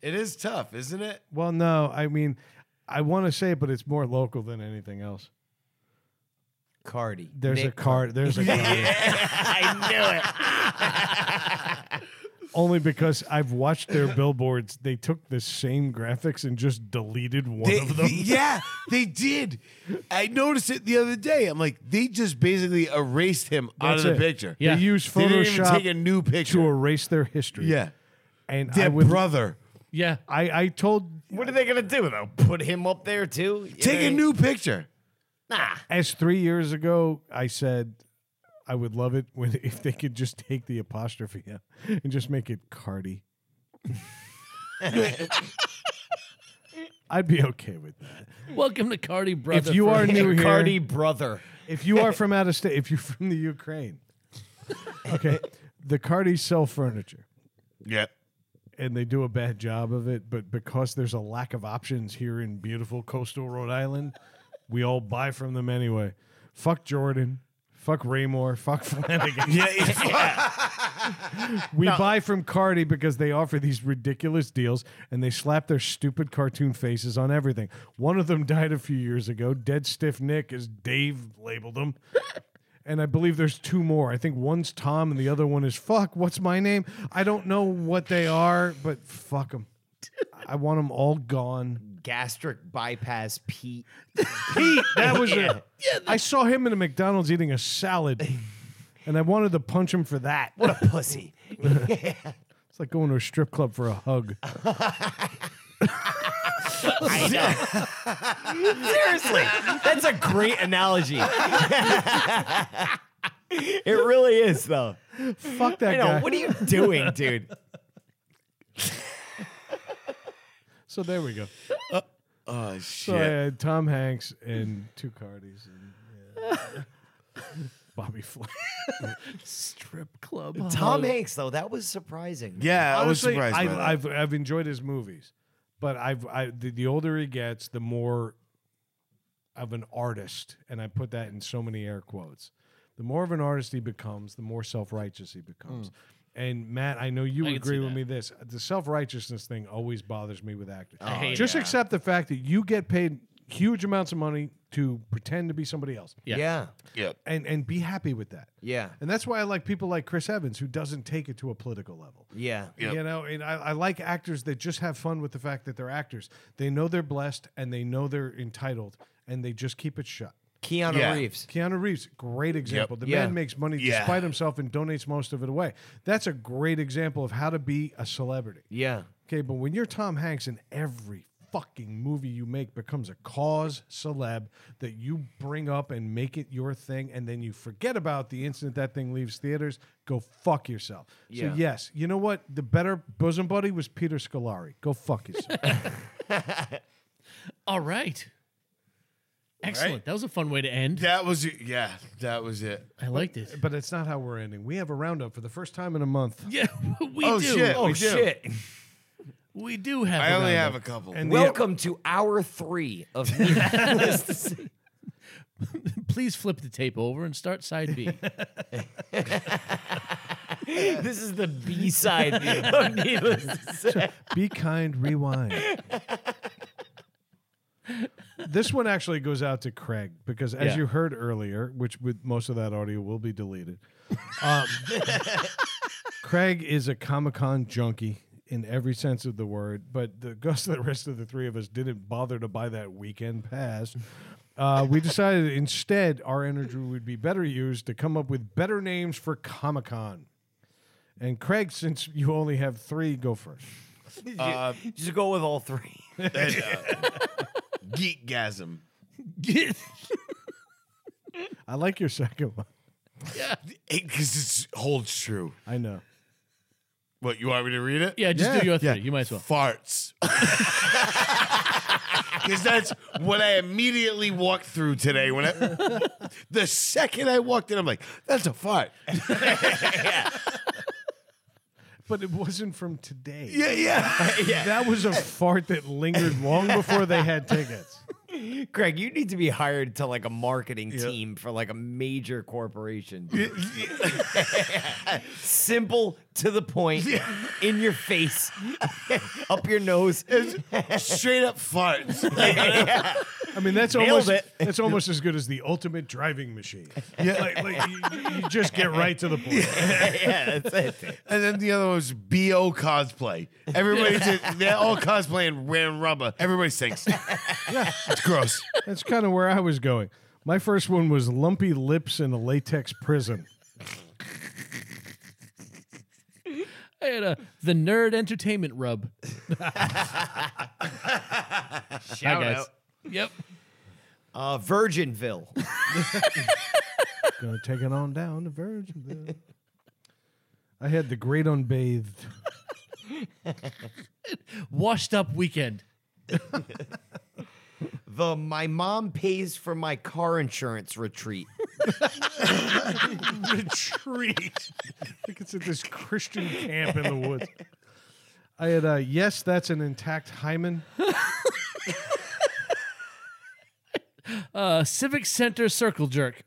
Speaker 2: It is tough, isn't it?
Speaker 3: Well, no, I mean, I want to say it, but it's more local than anything else.
Speaker 4: Cardi.
Speaker 3: There's a
Speaker 4: Nick
Speaker 3: card. There's a card.
Speaker 4: I knew it.
Speaker 3: Only because I've watched their billboards. They took the same graphics and just deleted one
Speaker 2: They-
Speaker 3: of them.
Speaker 2: they- yeah, they did. I noticed it the other day. I'm like, they just basically erased him out
Speaker 3: That's
Speaker 2: of the
Speaker 3: it.
Speaker 2: picture.
Speaker 1: Yeah.
Speaker 3: They use
Speaker 2: They didn't even
Speaker 3: Photoshop
Speaker 2: take a new
Speaker 3: to
Speaker 2: picture.
Speaker 3: erase their history.
Speaker 2: Yeah.
Speaker 3: and I
Speaker 2: Their
Speaker 3: would.
Speaker 2: brother.
Speaker 1: Yeah,
Speaker 3: I I told
Speaker 4: What are they gonna do though? Put him up there too? You
Speaker 2: Take
Speaker 4: know?
Speaker 2: a new picture.
Speaker 4: Nah.
Speaker 3: as three years ago I said I would love it when if they could just take the apostrophe out and just make it Cardi. I'd be okay with that.
Speaker 1: welcome to Cardi Brother.
Speaker 3: If you are
Speaker 1: Friends.
Speaker 3: new here,
Speaker 4: Cardi brother.
Speaker 3: if you are from out of state, if you're from the Ukraine, okay, the Cardis sell furniture.
Speaker 2: Yeah.
Speaker 3: and they do a bad job of it. But because there's a lack of options here in beautiful coastal Rhode Island, we all buy from them anyway. Fuck Jordan. Fuck Raymore. Fuck Flanagan. yeah, we buy from Cardi because they offer these ridiculous deals and they slap their stupid cartoon faces on everything. One of them died a few years ago. Dead Stiff Nick, as Dave labeled him. And I believe there's two more. I think one's Tom and the other one is fuck. What's my name? I don't know what they are, but fuck them. I want them all gone.
Speaker 4: gastric bypass Pete.
Speaker 3: Pete, that was it. I saw him in a McDonald's eating a salad, and I wanted to punch him for that.
Speaker 4: What a pussy.
Speaker 3: It's like going to a strip club for a hug.
Speaker 4: Seriously, that's a great analogy. it really is, though.
Speaker 3: Fuck that
Speaker 4: You know,
Speaker 3: guy.
Speaker 4: what are you doing, dude?
Speaker 3: so there we go.
Speaker 2: Oh
Speaker 3: So
Speaker 2: shit!
Speaker 3: I had Tom Hanks and two Cardis and yeah. Bobby Flay.
Speaker 1: Strip club.
Speaker 4: Tom
Speaker 1: hug.
Speaker 4: Hanks, though, that was surprising.
Speaker 2: yeah,
Speaker 3: Honestly,
Speaker 2: I was surprised.
Speaker 3: I,
Speaker 2: by that.
Speaker 3: I've I've enjoyed his movies, but I've I the, the older he gets, the more of an artist, and I put that in so many air quotes. The more of an artist he becomes, the more self righteous he
Speaker 2: Hmm.
Speaker 3: becomes. And Matt, I know you
Speaker 1: I can
Speaker 3: agree
Speaker 1: see
Speaker 3: with
Speaker 1: that.
Speaker 3: me. This the self righteousness thing always bothers me with actors.
Speaker 1: I hate
Speaker 3: Just
Speaker 1: it.
Speaker 3: accept the fact that you get paid huge amounts of money to pretend to be somebody else,
Speaker 1: Yeah.
Speaker 4: Yeah.
Speaker 2: yeah,
Speaker 3: and and be happy with that.
Speaker 4: Yeah.
Speaker 3: And that's why I like people like Chris Evans, who doesn't take it to a political level.
Speaker 4: Yeah.
Speaker 2: Yep.
Speaker 3: You know, and I, I like actors that just have fun with the fact that they're actors. They know they're blessed and they know they're entitled and they just keep it shut.
Speaker 4: Keanu
Speaker 2: Yeah.
Speaker 4: Reeves.
Speaker 3: Keanu Reeves, great example. The
Speaker 4: Yeah.
Speaker 3: man makes money
Speaker 2: Yeah.
Speaker 3: despite himself and donates most of it away. That's a great example of how to be a celebrity.
Speaker 4: Yeah.
Speaker 3: Okay, but when you're Tom Hanks and every fucking movie you make becomes a cause celeb that you bring up and make it your thing, and then you forget about the instant that thing leaves theaters, go fuck yourself.
Speaker 4: Yeah.
Speaker 3: So, yes, you know what? The better bosom buddy was Peter Scolari. Go fuck yourself.
Speaker 1: All right. Excellent.
Speaker 2: right.
Speaker 1: That was a fun way to end.
Speaker 2: that was it. Yeah, that was it.
Speaker 1: I liked it.
Speaker 3: but it's not how we're ending. We have a roundup for the first time in a month.
Speaker 1: Yeah, we
Speaker 2: Oh,
Speaker 1: do.
Speaker 2: shit.
Speaker 4: Oh,
Speaker 2: We do.
Speaker 4: shit.
Speaker 1: We do have.
Speaker 2: I
Speaker 1: a
Speaker 2: only have
Speaker 1: roundup.
Speaker 2: a couple.
Speaker 3: And the-
Speaker 4: Welcome to hour three of me.
Speaker 1: Please flip the tape over and start side B.
Speaker 4: this is the B side of Needless to Say.
Speaker 3: Be kind, rewind. this one actually goes out to Craig because, as
Speaker 1: Yeah.
Speaker 3: you heard earlier, which with most of that audio will be deleted, um, Craig is a Comic Con junkie in every sense of the word. But the ghost of the rest of the three of us didn't bother to buy that weekend pass. Uh, we decided instead our energy would be better used to come up with better names for Comic Con. And Craig, since you only have three, go first.
Speaker 4: Just go with all three.
Speaker 2: and, uh, Geekgasm.
Speaker 3: I like your second one.
Speaker 2: Because it holds true.
Speaker 3: I know.
Speaker 2: What, you want me to read it?
Speaker 1: yeah, just
Speaker 3: Yeah,
Speaker 1: do your three.
Speaker 3: yeah.
Speaker 1: You might as well.
Speaker 2: Farts. Because that's what I immediately walked through today. When I, the second I walked in, I'm like, "That's a fart."
Speaker 3: But it wasn't from today.
Speaker 2: Yeah, yeah, yeah.
Speaker 3: That was a fart that lingered long before they had tickets.
Speaker 4: Greg, you need to be hired to like a marketing team for like a major corporation. dude. Simple to the point, in your face, up your nose.
Speaker 2: Straight up farts.
Speaker 3: I mean, that's
Speaker 4: Nailed
Speaker 3: almost
Speaker 4: it.
Speaker 3: that's almost as good as the ultimate driving machine. Yeah, like, like you, you just get right to the point.
Speaker 4: yeah, that's it. dude.
Speaker 2: and then the other one was "Bo cosplay." Everybody did. They're all cosplaying ran rubber. Everybody stinks. it's gross.
Speaker 3: That's kind of where I was going. My first one was lumpy lips in a latex prison.
Speaker 1: I had a uh, the nerd entertainment rub. Shout guys.
Speaker 4: out.
Speaker 1: Yep.
Speaker 4: Uh, Virginville.
Speaker 3: Gonna take it on down to Virginville. I had the great unbathed.
Speaker 1: Washed up weekend.
Speaker 4: The my mom pays for my car insurance retreat.
Speaker 3: retreat. I think it's at this Christian camp in the woods. I had uh, yes, that's an intact hymen.
Speaker 1: Uh, Civic Center circle jerk.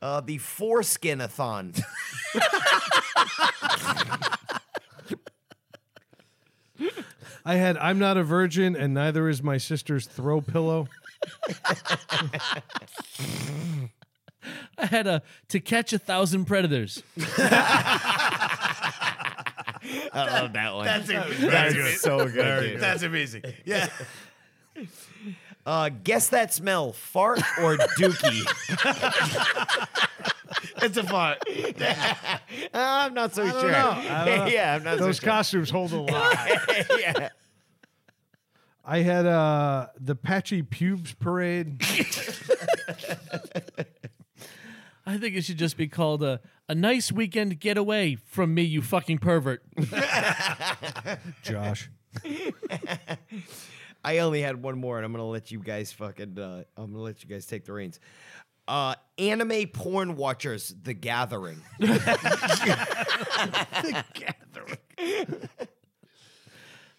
Speaker 4: Uh, the foreskin-a-thon.
Speaker 3: I had I'm not a virgin, and neither is my sister's throw pillow.
Speaker 1: I uh, had a to catch a thousand predators.
Speaker 4: I love that one.
Speaker 2: That's, that's,
Speaker 6: That
Speaker 2: amazing.
Speaker 6: is so good. dude.
Speaker 2: That's amazing. Yeah.
Speaker 4: Uh, guess that smell, fart or dookie.
Speaker 2: It's a fart.
Speaker 4: I'm not so sure. yeah, I'm not
Speaker 3: Those
Speaker 4: so sure.
Speaker 3: costumes hold a lot.
Speaker 4: yeah.
Speaker 3: I had uh, the Patchy Pubes Parade.
Speaker 1: I think it should just be called a, a nice weekend getaway from me, you fucking pervert.
Speaker 3: Josh.
Speaker 4: I only had one more, and I'm gonna let you guys fucking. Uh, I'm gonna let you guys take the reins. Uh, anime porn watchers, The Gathering.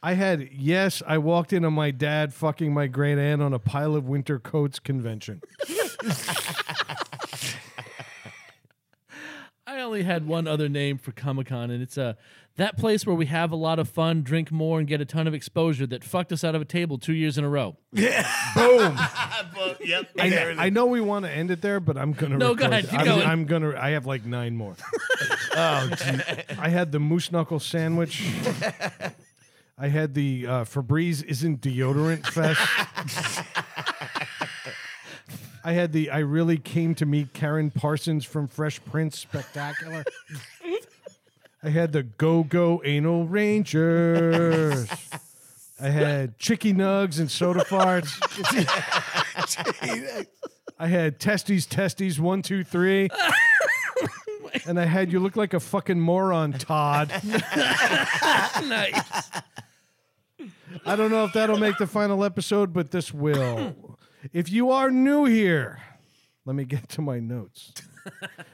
Speaker 3: I had, yes, I walked in on my dad fucking my great aunt on a pile of winter coats convention.
Speaker 1: I only had one other name for Comic Con, and it's uh, that place where we have a lot of fun, drink more, and get a ton of exposure that fucked us out of a table two years in a row.
Speaker 2: Well, yep.
Speaker 3: I,
Speaker 2: there it
Speaker 3: I know we want to end it there, but I'm gonna.
Speaker 1: No, go
Speaker 3: record
Speaker 1: ahead,
Speaker 3: it.
Speaker 1: keep
Speaker 3: I'm,
Speaker 1: going.
Speaker 3: I'm gonna. I have like nine more. Oh, I had the moose knuckle sandwich. I had the uh, Febreze isn't deodorant fest. I had the I really came to meet Karen Parsons from Fresh Prince spectacular. I had the Go Go Anal Rangers. I had chicky nugs and soda farts. I had testes, testes, one, two, three. and I had you look like a fucking moron, Todd.
Speaker 1: nice.
Speaker 3: I don't know if that'll make the final episode, but this will. If you are new here, let me get to my notes.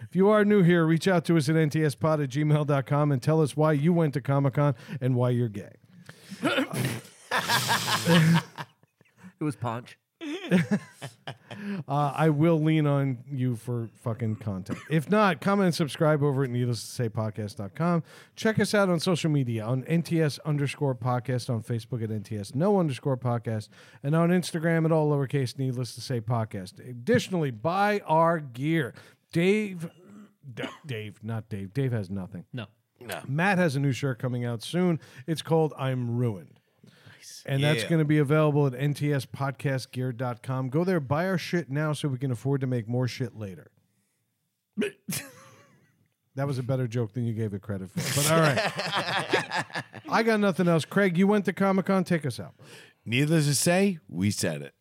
Speaker 3: If you are new here, reach out to us at ntspod at gmail.com and tell us why you went to Comic Con and why you're gay.
Speaker 6: It was Punch.
Speaker 3: Uh, I will lean on you for fucking content. If not, comment and subscribe over at needless to say podcast.com. Check us out on social media on NTS underscore podcast, on Facebook at NTS no underscore podcast, and on Instagram at all lowercase needless to say podcast. Additionally, buy our gear. Dave, D- Dave, not Dave. Dave has nothing.
Speaker 1: No.
Speaker 3: Matt has a new shirt coming out soon. It's called I'm Ruined. And that's
Speaker 2: Yeah.
Speaker 3: going to be available at ntspodcastgear.com. Go there, buy our shit now so we can afford to make more shit later. that was a better joke than you gave it credit for. But all right. I got nothing else. Craig, you went to Comic Con. Take us out.
Speaker 2: Needless to say, we said it.